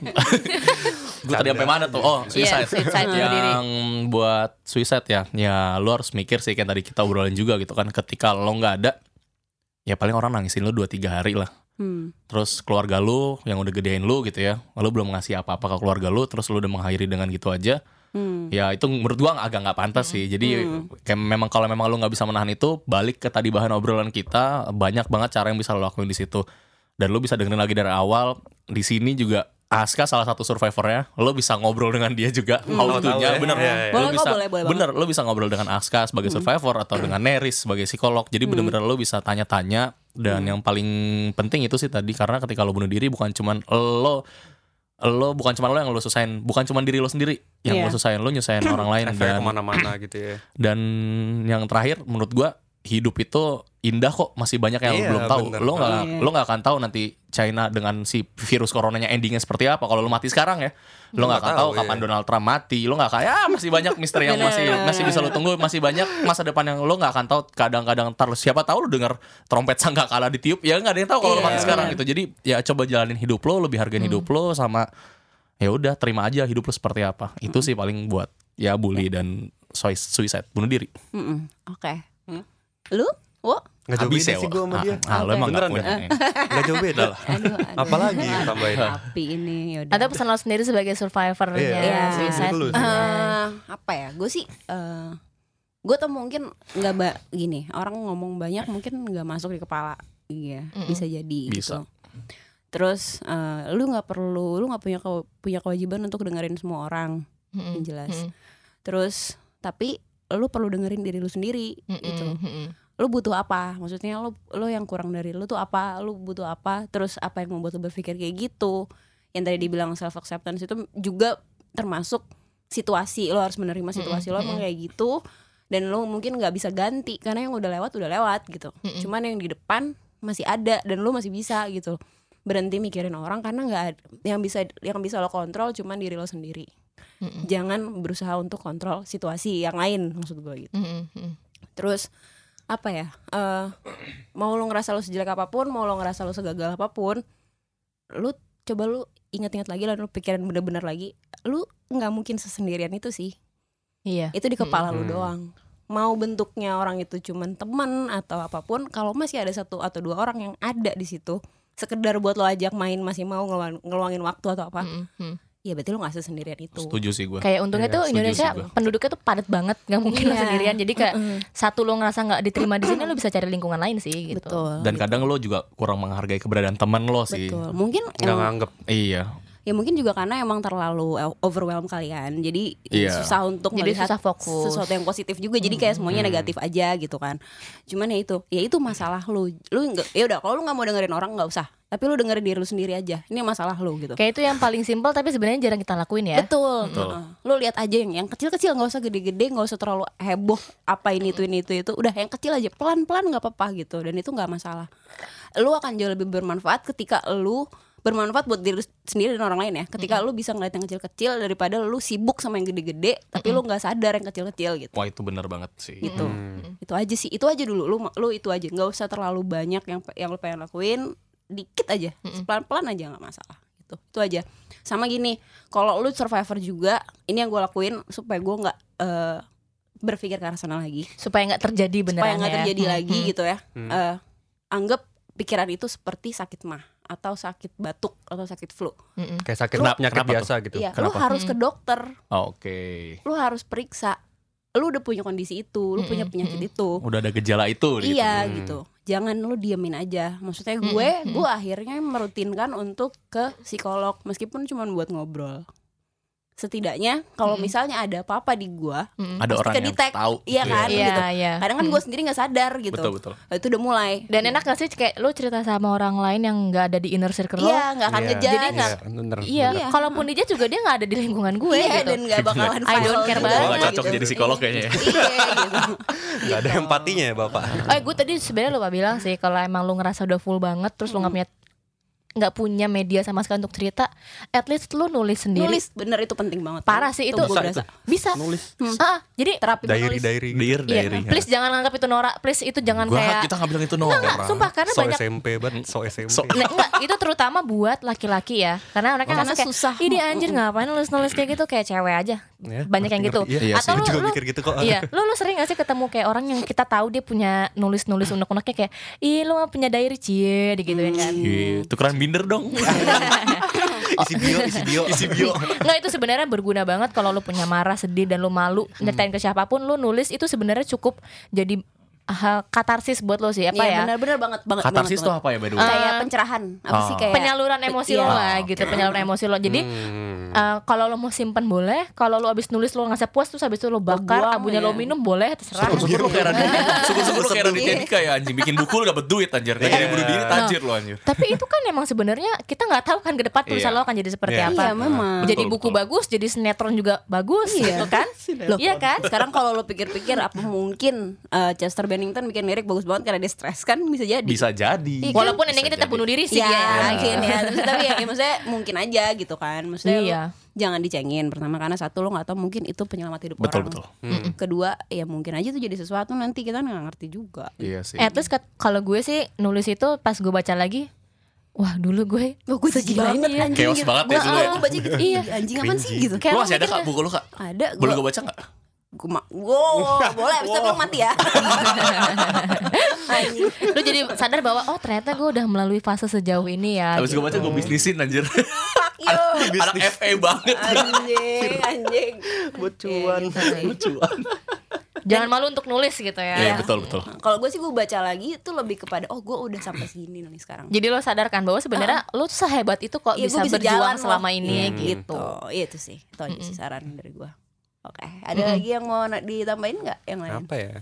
[SPEAKER 3] Gue tadi sampai mana tuh? Oh,
[SPEAKER 4] Iya,
[SPEAKER 3] suicide.
[SPEAKER 4] suicide, sendiri.
[SPEAKER 3] Yang buat suicide ya, ya lu harus mikir sih kayak tadi kita obrolin juga gitu kan. Ketika lo nggak ada, ya paling orang nangisin lo 2-3 hari lah.
[SPEAKER 1] Hmm.
[SPEAKER 3] Terus keluarga lu yang udah gedein lu gitu ya, lo belum ngasih apa-apa ke keluarga lu, terus lu udah mengakhiri dengan gitu aja.
[SPEAKER 1] Hmm.
[SPEAKER 3] Ya itu menurut gua agak nggak pantas sih. Jadi kayak memang kalau memang lu nggak bisa menahan itu, balik ke tadi bahan obrolan kita, banyak banget cara yang bisa lo lakuin di situ. Dan lu bisa dengerin lagi dari awal. Di sini juga Aska salah satu survivornya, lo bisa ngobrol dengan dia juga. How
[SPEAKER 2] Tahu-tahu
[SPEAKER 3] to-nya,
[SPEAKER 2] ya.
[SPEAKER 3] bener.
[SPEAKER 2] Iya, iya.
[SPEAKER 1] Boleh
[SPEAKER 3] Lo
[SPEAKER 1] kok,
[SPEAKER 3] bisa,
[SPEAKER 1] boleh, boleh banget.
[SPEAKER 3] bener, lo bisa ngobrol dengan Aska sebagai survivor atau dengan Neris sebagai psikolog. Jadi bener-bener lo bisa tanya-tanya dan yang paling penting itu sih tadi karena ketika lo bunuh diri bukan cuman lo lo bukan cuman lo yang lo susahin, bukan cuman diri lo sendiri
[SPEAKER 1] Iya.
[SPEAKER 3] yang lo susahin, lo nyusahin orang lain
[SPEAKER 2] Efek
[SPEAKER 3] dan
[SPEAKER 2] kemana-mana gitu ya.
[SPEAKER 3] dan yang terakhir menurut gua hidup itu indah kok masih banyak yang
[SPEAKER 2] Iya,
[SPEAKER 3] lo belum tahu.
[SPEAKER 2] bener.
[SPEAKER 3] Lo nggak
[SPEAKER 1] Iya.
[SPEAKER 3] lo nggak akan tahu nanti China dengan si virus coronanya endingnya seperti apa kalau lo mati sekarang ya. Lo nggak akan
[SPEAKER 2] Nggak
[SPEAKER 3] tahu
[SPEAKER 2] tahu,
[SPEAKER 3] kapan
[SPEAKER 2] iya.
[SPEAKER 3] Donald Trump mati. Lo nggak akan ya masih banyak misteri yang
[SPEAKER 4] Bener.
[SPEAKER 3] masih masih bisa lo tunggu, masih banyak masa depan yang lo nggak akan tahu. Kadang-kadang ntar lo- siapa tahu lo denger trompet sangka kalah ditiup ya nggak ada yang tahu kalau lo
[SPEAKER 4] Iya,
[SPEAKER 3] mati sekarang gitu. Jadi ya coba jalanin hidup lo, lebih hargain
[SPEAKER 1] Hmm.
[SPEAKER 3] hidup lo sama ya udah terima aja hidup lo seperti apa. Itu sih paling buat ya bully dan sui- suicide bunuh diri.
[SPEAKER 1] Mm-mm. Oke. Lu? Wo?
[SPEAKER 2] Nggak jauh
[SPEAKER 3] Abis
[SPEAKER 2] beda
[SPEAKER 3] ya,
[SPEAKER 2] sih gue sama
[SPEAKER 3] ah,
[SPEAKER 2] dia.
[SPEAKER 3] Ah, lo emang nggak
[SPEAKER 2] Beneran kan?
[SPEAKER 3] punya.
[SPEAKER 2] deh. Nggak jauh beda lah.
[SPEAKER 1] Aduh, aduh. eh,
[SPEAKER 2] Apalagi yang tambahin.
[SPEAKER 1] Tapi ini yaudah.
[SPEAKER 4] Atau pesan lo sendiri sebagai survivornya
[SPEAKER 2] Iya,
[SPEAKER 1] Iya.
[SPEAKER 4] suicide.
[SPEAKER 2] dulu sih.
[SPEAKER 1] Eh, apa ya? Gue sih eh gue tuh mungkin nggak ba- gini orang ngomong banyak mungkin nggak masuk di kepala iya
[SPEAKER 4] Mm-mm.
[SPEAKER 1] bisa jadi
[SPEAKER 3] Bisa.
[SPEAKER 1] gitu terus eh, lu nggak perlu lu nggak punya ke- punya kewajiban untuk dengerin semua orang
[SPEAKER 4] Mm-mm.
[SPEAKER 1] yang jelas.
[SPEAKER 4] Mm-mm.
[SPEAKER 1] terus tapi lu perlu dengerin diri lu sendiri
[SPEAKER 4] Mm-mm.
[SPEAKER 1] gitu
[SPEAKER 4] Mm-mm.
[SPEAKER 1] lu butuh apa maksudnya lu lu yang kurang dari lu tuh apa lu butuh apa terus apa yang membuat lu berpikir kayak gitu yang tadi dibilang self acceptance itu juga termasuk situasi lu harus menerima situasi lu emang kayak gitu dan lu mungkin nggak bisa ganti karena yang udah lewat udah lewat gitu
[SPEAKER 4] Mm-mm.
[SPEAKER 1] cuman yang di depan masih ada dan lu masih bisa gitu berhenti mikirin orang karena nggak ad- yang bisa yang bisa lo kontrol cuman diri lo sendiri
[SPEAKER 4] Mm-mm.
[SPEAKER 1] jangan berusaha untuk kontrol situasi yang lain maksud gue gitu
[SPEAKER 4] Mm-mm. Mm-mm.
[SPEAKER 1] terus apa ya eh mau lo ngerasa lo sejelek apapun mau lo ngerasa lo segagal apapun lu coba lu ingat-ingat lagi dan lu pikirin bener-bener lagi lu nggak mungkin sesendirian itu sih
[SPEAKER 4] Iya.
[SPEAKER 1] itu di kepala lu
[SPEAKER 2] Hmm.
[SPEAKER 1] doang mau bentuknya orang itu cuman temen atau apapun kalau masih ada satu atau dua orang yang ada di situ sekedar buat lo ajak main masih mau ngeluang- ngeluangin waktu atau apa
[SPEAKER 4] Mm-mm. Mm.
[SPEAKER 1] ya berarti lo nggak sesendirian itu
[SPEAKER 3] Hmm. Eh, Setuju sih gue.
[SPEAKER 4] Kayak untungnya
[SPEAKER 2] Iya,
[SPEAKER 4] tuh
[SPEAKER 3] setuju
[SPEAKER 4] Indonesia
[SPEAKER 3] sih gua.
[SPEAKER 4] penduduknya tuh padat banget, nggak mungkin lo
[SPEAKER 1] Iya.
[SPEAKER 4] sendirian. Jadi kayak
[SPEAKER 1] Mm-mm.
[SPEAKER 4] satu lo ngerasa nggak diterima di sini lo bisa cari lingkungan lain sih gitu.
[SPEAKER 1] betul
[SPEAKER 3] Dan kadang lo juga kurang menghargai keberadaan teman lo sih.
[SPEAKER 1] betul mungkin
[SPEAKER 2] Nggak
[SPEAKER 1] emang-
[SPEAKER 2] nganggep.
[SPEAKER 3] Iya.
[SPEAKER 1] ya mungkin juga karena emang terlalu eh, overwhelm kalian jadi
[SPEAKER 3] Iya.
[SPEAKER 1] susah untuk
[SPEAKER 4] Jadi
[SPEAKER 1] melihat
[SPEAKER 4] susah fokus.
[SPEAKER 1] sesuatu yang positif juga jadi kayak semuanya negatif aja gitu kan cuman ya itu ya itu masalah lu lu nggak ya udah kalau lu nggak mau dengerin orang nggak usah tapi lu dengerin diri lu sendiri aja ini masalah lu gitu
[SPEAKER 4] Kayak itu yang paling simpel tapi sebenarnya jarang kita lakuin ya.
[SPEAKER 1] betul, Heeh. lu lihat aja yang yang kecil-kecil nggak usah gede-gede nggak usah terlalu heboh apa ini itu ini itu itu udah yang kecil aja pelan-pelan nggak apa-apa gitu dan itu nggak masalah lu akan jauh lebih bermanfaat ketika lu bermanfaat buat diri lu sendiri dan orang lain ya ketika lu bisa ngeliat yang kecil-kecil daripada lu sibuk sama yang gede-gede tapi lu nggak sadar yang kecil-kecil gitu
[SPEAKER 3] Wah itu bener banget sih.
[SPEAKER 1] gitu
[SPEAKER 2] Hmm.
[SPEAKER 1] itu aja sih itu aja dulu lu lu itu aja nggak usah terlalu banyak yang yang lu pengen lakuin dikit aja pelan-pelan aja nggak masalah gitu itu aja sama gini kalau lu survivor juga ini yang gue lakuin supaya gue nggak eh, berpikir ke arah sana lagi
[SPEAKER 4] Supaya nggak terjadi
[SPEAKER 1] supaya
[SPEAKER 4] beneran
[SPEAKER 1] nggak
[SPEAKER 4] ya.
[SPEAKER 1] terjadi
[SPEAKER 4] Mm,
[SPEAKER 1] lagi
[SPEAKER 4] mm.
[SPEAKER 1] gitu ya Eh, anggap pikiran itu seperti sakit mah atau sakit batuk atau sakit flu
[SPEAKER 4] Mm, mm.
[SPEAKER 2] Kayak sakit
[SPEAKER 3] Kenapa-
[SPEAKER 2] penyakit
[SPEAKER 3] kenapa
[SPEAKER 2] biasa gitu.
[SPEAKER 1] Iya, lu
[SPEAKER 3] Kenapa?
[SPEAKER 1] harus ke dokter
[SPEAKER 3] Ah, Oke.
[SPEAKER 1] lu harus periksa lu udah punya kondisi itu lu
[SPEAKER 4] Mm-mm,
[SPEAKER 1] punya penyakit itu
[SPEAKER 3] Udah ada gejala itu. gitu.
[SPEAKER 1] Iya
[SPEAKER 2] Hmm.
[SPEAKER 1] gitu. Jangan lu diamin aja. Maksudnya
[SPEAKER 4] Mm-mm,
[SPEAKER 1] gue,
[SPEAKER 4] mm-mm.
[SPEAKER 1] gue akhirnya merutinkan untuk ke psikolog meskipun cuma buat ngobrol. Setidaknya kalau
[SPEAKER 4] Mm-mm.
[SPEAKER 1] misalnya ada apa-apa di gue,
[SPEAKER 4] Mm.
[SPEAKER 1] Pasti
[SPEAKER 3] Ada orang yang
[SPEAKER 1] kedetek.
[SPEAKER 3] tahu.
[SPEAKER 1] Iya
[SPEAKER 3] gitu
[SPEAKER 1] kan?
[SPEAKER 3] ya.
[SPEAKER 4] Iya,
[SPEAKER 1] gitu.
[SPEAKER 4] iya.
[SPEAKER 1] kadang kan
[SPEAKER 4] Mm.
[SPEAKER 1] gue sendiri nggak sadar gitu.
[SPEAKER 3] Betul betul.
[SPEAKER 1] Nah, Itu udah mulai.
[SPEAKER 4] Dan enak gak sih kayak lu cerita sama orang lain yang nggak ada di inner circle lo?
[SPEAKER 1] Iya, nggak akan
[SPEAKER 2] Iya.
[SPEAKER 1] ngejudge.
[SPEAKER 4] Jadi nggak-
[SPEAKER 2] Iya, bener,
[SPEAKER 4] Iya,
[SPEAKER 2] bener.
[SPEAKER 4] kalaupun dia juga dia nggak ada di lingkungan gue
[SPEAKER 1] Iya,
[SPEAKER 4] gitu.
[SPEAKER 1] dan nggak bakalan
[SPEAKER 4] I don't
[SPEAKER 1] viral
[SPEAKER 4] care
[SPEAKER 1] juga.
[SPEAKER 4] banget.
[SPEAKER 3] Wah, Iya, cocok
[SPEAKER 1] Gitu.
[SPEAKER 3] jadi psikolog kayaknya ya.
[SPEAKER 1] Iya gitu.
[SPEAKER 2] Nggak ada empatinya ya bapak.
[SPEAKER 4] Oh, gue tadi sebenarnya lupa bilang sih kalau emang lu ngerasa udah full banget terus lu nggak
[SPEAKER 1] Hmm.
[SPEAKER 4] punya nggak punya media sama sekali untuk cerita, at least lu nulis sendiri.
[SPEAKER 1] Nulis bener itu penting banget.
[SPEAKER 4] Iya. Parah sih itu.
[SPEAKER 1] gue
[SPEAKER 4] Bisa
[SPEAKER 1] berasa.
[SPEAKER 4] Bisa.
[SPEAKER 2] Nulis.
[SPEAKER 4] Hmm. Ah, jadi
[SPEAKER 1] Terapi
[SPEAKER 2] Diary
[SPEAKER 1] menulis.
[SPEAKER 2] diary.
[SPEAKER 3] Diir
[SPEAKER 4] Iya,
[SPEAKER 3] diary.
[SPEAKER 4] please jangan anggap itu norak. Please itu jangan
[SPEAKER 3] ya. Gua
[SPEAKER 4] kayak
[SPEAKER 3] kita nggak bilang itu
[SPEAKER 4] Enggak,
[SPEAKER 3] norak.
[SPEAKER 4] enggak, sumpah karena
[SPEAKER 2] So
[SPEAKER 4] banyak
[SPEAKER 2] SMP banget, so SMP.
[SPEAKER 3] So-
[SPEAKER 4] Nah, enggak, itu terutama buat laki-laki ya. Karena mereka
[SPEAKER 1] Karena
[SPEAKER 4] ngerasa kayak
[SPEAKER 1] susah.
[SPEAKER 4] Ih, dia anjir ngapain nulis-nulis kayak gitu kayak cewek aja.
[SPEAKER 2] Ya,
[SPEAKER 4] Banyak yang gitu.
[SPEAKER 2] ngerti, ngerti.
[SPEAKER 3] Iya
[SPEAKER 4] Atau
[SPEAKER 2] Gua
[SPEAKER 4] lu,
[SPEAKER 2] juga
[SPEAKER 4] lu
[SPEAKER 2] mikir gitu kok.
[SPEAKER 4] Iya, lu, lu sering gak sih ketemu kayak orang yang kita tahu dia punya nulis-nulis unek-uneknya kayak Ih lu mah punya diary cie digituin kan
[SPEAKER 3] Iya, tukeran binder dong.
[SPEAKER 2] Isi bio, isi bio, isi bio.
[SPEAKER 4] Nggak itu sebenarnya berguna banget kalau lu punya marah, sedih dan lu malu
[SPEAKER 2] Hmm.
[SPEAKER 4] nyatain ke siapapun lu nulis itu sebenarnya cukup jadi hal katarsis buat lo sih apa
[SPEAKER 1] Iya,
[SPEAKER 4] ya?
[SPEAKER 1] bener-bener banget banget.
[SPEAKER 3] Katarsis
[SPEAKER 1] banget,
[SPEAKER 3] tuh apa ya by the way?
[SPEAKER 1] banget. Kayak pencerahan. Apa sih
[SPEAKER 3] Ah.
[SPEAKER 1] kayak?
[SPEAKER 4] Penyaluran emosi lo
[SPEAKER 1] Iya.
[SPEAKER 4] lah gitu, penyaluran emosi lo. Jadi
[SPEAKER 2] Hmm.
[SPEAKER 4] Eh, kalau lo mau simpen boleh, kalau lo abis nulis lo ngasih puas terus abis itu lo
[SPEAKER 1] buang,
[SPEAKER 4] bakar, abunya
[SPEAKER 1] ya.
[SPEAKER 4] lo minum boleh, terserah.
[SPEAKER 3] Syukur-syukur lu kayak Raditya Syukur-syukur Iya. lu kayak Raditya Dika ya anjing Bikin buku lu dapet duit anjir Gak jadi bunuh diri tajir lu anjir
[SPEAKER 4] Tapi itu kan emang sebenarnya kita nggak tahu kan ke depan tulisan
[SPEAKER 3] Iya.
[SPEAKER 4] lo akan jadi seperti
[SPEAKER 2] Iya.
[SPEAKER 4] apa.
[SPEAKER 1] Iya, memang.
[SPEAKER 4] Jadi
[SPEAKER 3] Betul,
[SPEAKER 4] buku
[SPEAKER 3] betul.
[SPEAKER 4] bagus, jadi sinetron juga bagus,
[SPEAKER 1] Iya.
[SPEAKER 4] gitu kan?
[SPEAKER 1] Sinetron.
[SPEAKER 4] Loh, iya kan?
[SPEAKER 1] sekarang kalau lo pikir-pikir apa mungkin eh, Chester Bennington bikin lirik bagus banget karena dia stres kan bisa jadi.
[SPEAKER 3] bisa jadi
[SPEAKER 1] Iya,
[SPEAKER 4] Walaupun
[SPEAKER 3] Bisa
[SPEAKER 4] endingnya tetap
[SPEAKER 3] jadi.
[SPEAKER 4] bunuh diri sih
[SPEAKER 1] Iya,
[SPEAKER 4] dia.
[SPEAKER 1] mungkin ya. Terus, tapi ya, ya maksudnya mungkin aja gitu kan. Maksudnya lu
[SPEAKER 4] Iya.
[SPEAKER 1] jangan dicengin pertama karena satu lo nggak tahu mungkin itu penyelamat hidup
[SPEAKER 3] Betul,
[SPEAKER 1] orang.
[SPEAKER 3] betul.
[SPEAKER 1] Kedua ya mungkin aja itu jadi sesuatu nanti kita nggak ngerti juga.
[SPEAKER 3] iya sih
[SPEAKER 4] Eh terus kat- kalau gue sih nulis itu pas gue baca lagi, wah dulu gue
[SPEAKER 1] Wah gue sedih banget anjing
[SPEAKER 3] Chaos
[SPEAKER 1] gitu.
[SPEAKER 3] banget ya
[SPEAKER 1] Gua-
[SPEAKER 3] dulu ya.
[SPEAKER 1] gua baca gitu Iya anjing apaan sih gitu
[SPEAKER 3] lu masih ada kak buku lu kak
[SPEAKER 1] Ada
[SPEAKER 3] boleh
[SPEAKER 1] gua-
[SPEAKER 3] gue baca nggak
[SPEAKER 1] gua ma- Wow boleh abis itu abang mati ya Anjing
[SPEAKER 4] lu jadi sadar bahwa oh ternyata gue udah melalui fase sejauh ini ya.
[SPEAKER 3] Habis gue baca gue bisnisin anjir
[SPEAKER 1] Fuck you
[SPEAKER 3] Anak FA banget
[SPEAKER 1] Anjing Anjing
[SPEAKER 2] Bocuan.
[SPEAKER 1] Iya, gitu sih.
[SPEAKER 3] Cuan
[SPEAKER 4] Jangan malu untuk nulis gitu ya.
[SPEAKER 3] Iya betul betul
[SPEAKER 1] Kalau gue sih gue baca lagi itu lebih kepada Oh gue udah sampai sini nih sekarang
[SPEAKER 4] Jadi lo sadarkan bahwa sebenarnya lo tuh sehebat itu kok
[SPEAKER 1] Iya,
[SPEAKER 4] bisa,
[SPEAKER 1] gua bisa jalan
[SPEAKER 4] berjuang
[SPEAKER 1] loh.
[SPEAKER 4] selama ini
[SPEAKER 3] Hmm.
[SPEAKER 4] gitu.
[SPEAKER 1] gitu iya itu sih itu aja sih saran dari gue oke ada lagi yang mau na- ditambahin nggak yang lain
[SPEAKER 2] Apa ya?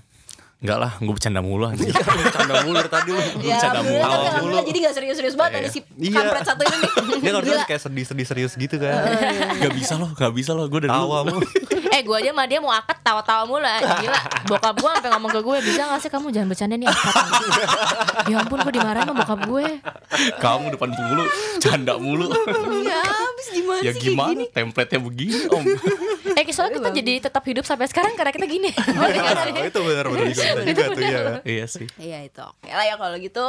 [SPEAKER 3] Enggak lah gue bercanda mulu anjir
[SPEAKER 2] Canda mulur tadi lu.
[SPEAKER 1] Ya, alhamdulillah,
[SPEAKER 3] bercanda
[SPEAKER 2] mulu.
[SPEAKER 1] tapi alhamdulillah jadi gak serius-serius
[SPEAKER 3] Eh,
[SPEAKER 1] banget ada si
[SPEAKER 2] Iya.
[SPEAKER 1] kampret satu ini nih.
[SPEAKER 2] Dia kalau dulu
[SPEAKER 1] Gila.
[SPEAKER 2] kayak sedih-sedih serius gitu kan.
[SPEAKER 3] Gak bisa loh gak bisa loh gue dari
[SPEAKER 2] Tawa
[SPEAKER 3] dulu
[SPEAKER 2] mu.
[SPEAKER 4] eh gue aja sama dia mau akad tawa-tawa mulu eh, gila bokap gue sampai ngomong ke gue bisa gak sih kamu jangan bercanda nih akad ya ampun gue dimarahin sama bokap gue
[SPEAKER 3] Kamu depan mulu Canda mulu
[SPEAKER 1] Ya habis gimana
[SPEAKER 3] Ya
[SPEAKER 1] sih kayak
[SPEAKER 3] gimana
[SPEAKER 1] gini?
[SPEAKER 3] Template-nya begini om
[SPEAKER 4] eh soalnya kita jadi tetap hidup sampai sekarang karena kita gini Ngerti nggak sih?
[SPEAKER 2] itu benar-benar juga, kita juga tuh ya.
[SPEAKER 3] Iya sih
[SPEAKER 1] Iya itu oke lah ya kalau gitu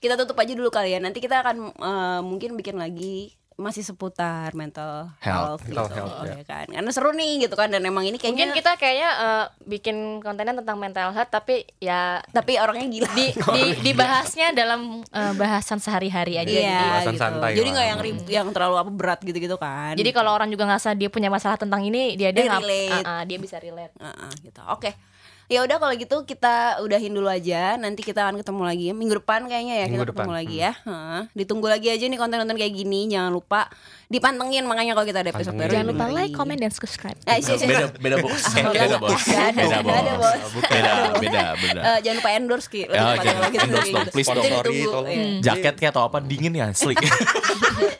[SPEAKER 1] kita tutup aja dulu kali ya. Nanti kita akan eh, mungkin bikin lagi masih seputar mental health,
[SPEAKER 3] Health,
[SPEAKER 1] gitu,
[SPEAKER 2] mental health,
[SPEAKER 1] ya kan. Karena seru nih gitu kan dan emang ini
[SPEAKER 4] mungkin
[SPEAKER 1] kayaknya
[SPEAKER 4] kita kayaknya eh, bikin kontennya tentang mental health tapi ya
[SPEAKER 1] tapi orangnya gila.
[SPEAKER 4] di, di- dibahasnya dalam eh, bahasan sehari-hari aja
[SPEAKER 1] Iya,
[SPEAKER 2] Pembahasan
[SPEAKER 1] gitu.
[SPEAKER 2] santai
[SPEAKER 1] Jadi
[SPEAKER 2] lah.
[SPEAKER 1] nggak yang rib- yang terlalu apa berat gitu-gitu kan.
[SPEAKER 4] jadi
[SPEAKER 3] gitu.
[SPEAKER 4] kalau orang juga ngerasa dia punya masalah tentang ini dia dia
[SPEAKER 1] Dia
[SPEAKER 4] nggak-
[SPEAKER 1] relate.
[SPEAKER 4] Ah, ah, dia bisa relate
[SPEAKER 1] Heeh, gitu. Oke. Ya udah kalau gitu kita udahin dulu aja. Nanti kita akan ketemu lagi minggu depan kayaknya ya
[SPEAKER 2] Minggu
[SPEAKER 1] kita ketemu
[SPEAKER 2] depan, Hmm.
[SPEAKER 1] lagi ya. Heeh. Ditunggu lagi aja nih konten-konten kayak gini. Jangan lupa dipantengin makanya kalau kita ada episode baru.
[SPEAKER 2] Pantengin.
[SPEAKER 4] jangan lupa
[SPEAKER 1] ditunggu
[SPEAKER 4] like
[SPEAKER 1] lagi.
[SPEAKER 4] comment dan subscribe
[SPEAKER 3] Iya,
[SPEAKER 1] Eh, sih, sih,
[SPEAKER 3] Beda
[SPEAKER 1] sih.
[SPEAKER 3] beda bos
[SPEAKER 1] Ah,
[SPEAKER 3] Eh,
[SPEAKER 1] nggak
[SPEAKER 3] Beda
[SPEAKER 1] ada,
[SPEAKER 3] bos
[SPEAKER 1] nggak ada,
[SPEAKER 3] Beda
[SPEAKER 1] nggak ada,
[SPEAKER 3] bos
[SPEAKER 1] bos.
[SPEAKER 3] Beda beda beda
[SPEAKER 1] Eh, jangan lupa endorse ki. Lu
[SPEAKER 3] Ya,
[SPEAKER 1] jangan
[SPEAKER 3] jangan.
[SPEAKER 1] lagi
[SPEAKER 3] Endorse dong,
[SPEAKER 1] gitu.
[SPEAKER 3] please
[SPEAKER 1] Itu
[SPEAKER 3] dong.
[SPEAKER 2] Sorry,
[SPEAKER 1] ditunggu,
[SPEAKER 2] tolong.
[SPEAKER 1] iya.
[SPEAKER 3] Jaket kayak atau apa dingin ya asli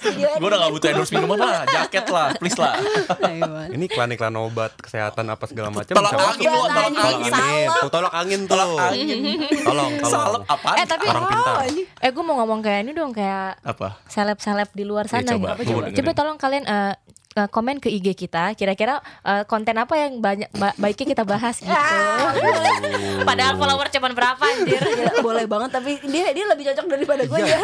[SPEAKER 1] Video
[SPEAKER 3] Gue udah gak butuh endorse minuman lah Jaket lah please lah
[SPEAKER 1] Nah, iya, Mas.
[SPEAKER 2] Ini iklan-iklan obat kesehatan apa segala macam.
[SPEAKER 3] Tolak
[SPEAKER 2] bisa masuk.
[SPEAKER 3] angin lu,
[SPEAKER 1] tolak angin. Salep.
[SPEAKER 2] Tuh, tolak angin tuh. Tolong, Tolong,
[SPEAKER 3] Salep apa?
[SPEAKER 4] eh tapi
[SPEAKER 2] Orang pintar.
[SPEAKER 1] Oh, ini
[SPEAKER 4] eh gue mau ngomong kayak ini dong kayak
[SPEAKER 3] Apa?
[SPEAKER 4] seleb-seleb di luar
[SPEAKER 3] Ya,
[SPEAKER 4] sana
[SPEAKER 3] coba.
[SPEAKER 4] gitu.
[SPEAKER 3] Coba
[SPEAKER 4] coba,
[SPEAKER 3] dengerin.
[SPEAKER 4] tolong kalian eh, eh, komen ke IG kita kira-kira eh, konten apa yang banyak ba- baiknya kita bahas gitu padahal follower cuman berapa anjir
[SPEAKER 1] gila, Iya, boleh banget tapi dia dia lebih cocok daripada gue
[SPEAKER 2] Iya.
[SPEAKER 1] ya.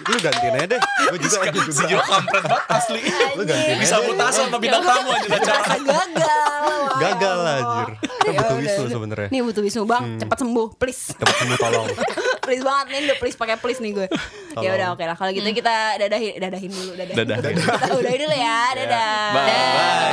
[SPEAKER 2] Lu gantiin aja deh. Gue juga aku juga.
[SPEAKER 3] Sejauh kampret banget asli Iya.
[SPEAKER 2] Lu gantiin
[SPEAKER 3] Bisa
[SPEAKER 2] aja.
[SPEAKER 3] mutasi sama bintang tamu aja acara
[SPEAKER 1] Rasa gagal. wah.
[SPEAKER 2] Gagal lah, anjir.
[SPEAKER 1] Ya
[SPEAKER 2] Kita butuh wisu sebenarnya. Hmm.
[SPEAKER 1] Nih butuh wisnu bang, cepat sembuh, please.
[SPEAKER 2] Tempat ini tolong.
[SPEAKER 1] please banget nih, udah please pakai please nih gue. Ya udah oke lah, kalau gitu kita dadahin, dadahin dulu, dadahin.
[SPEAKER 3] Dadahin.
[SPEAKER 1] Kita udahin dulu ya, dadah.
[SPEAKER 3] Bye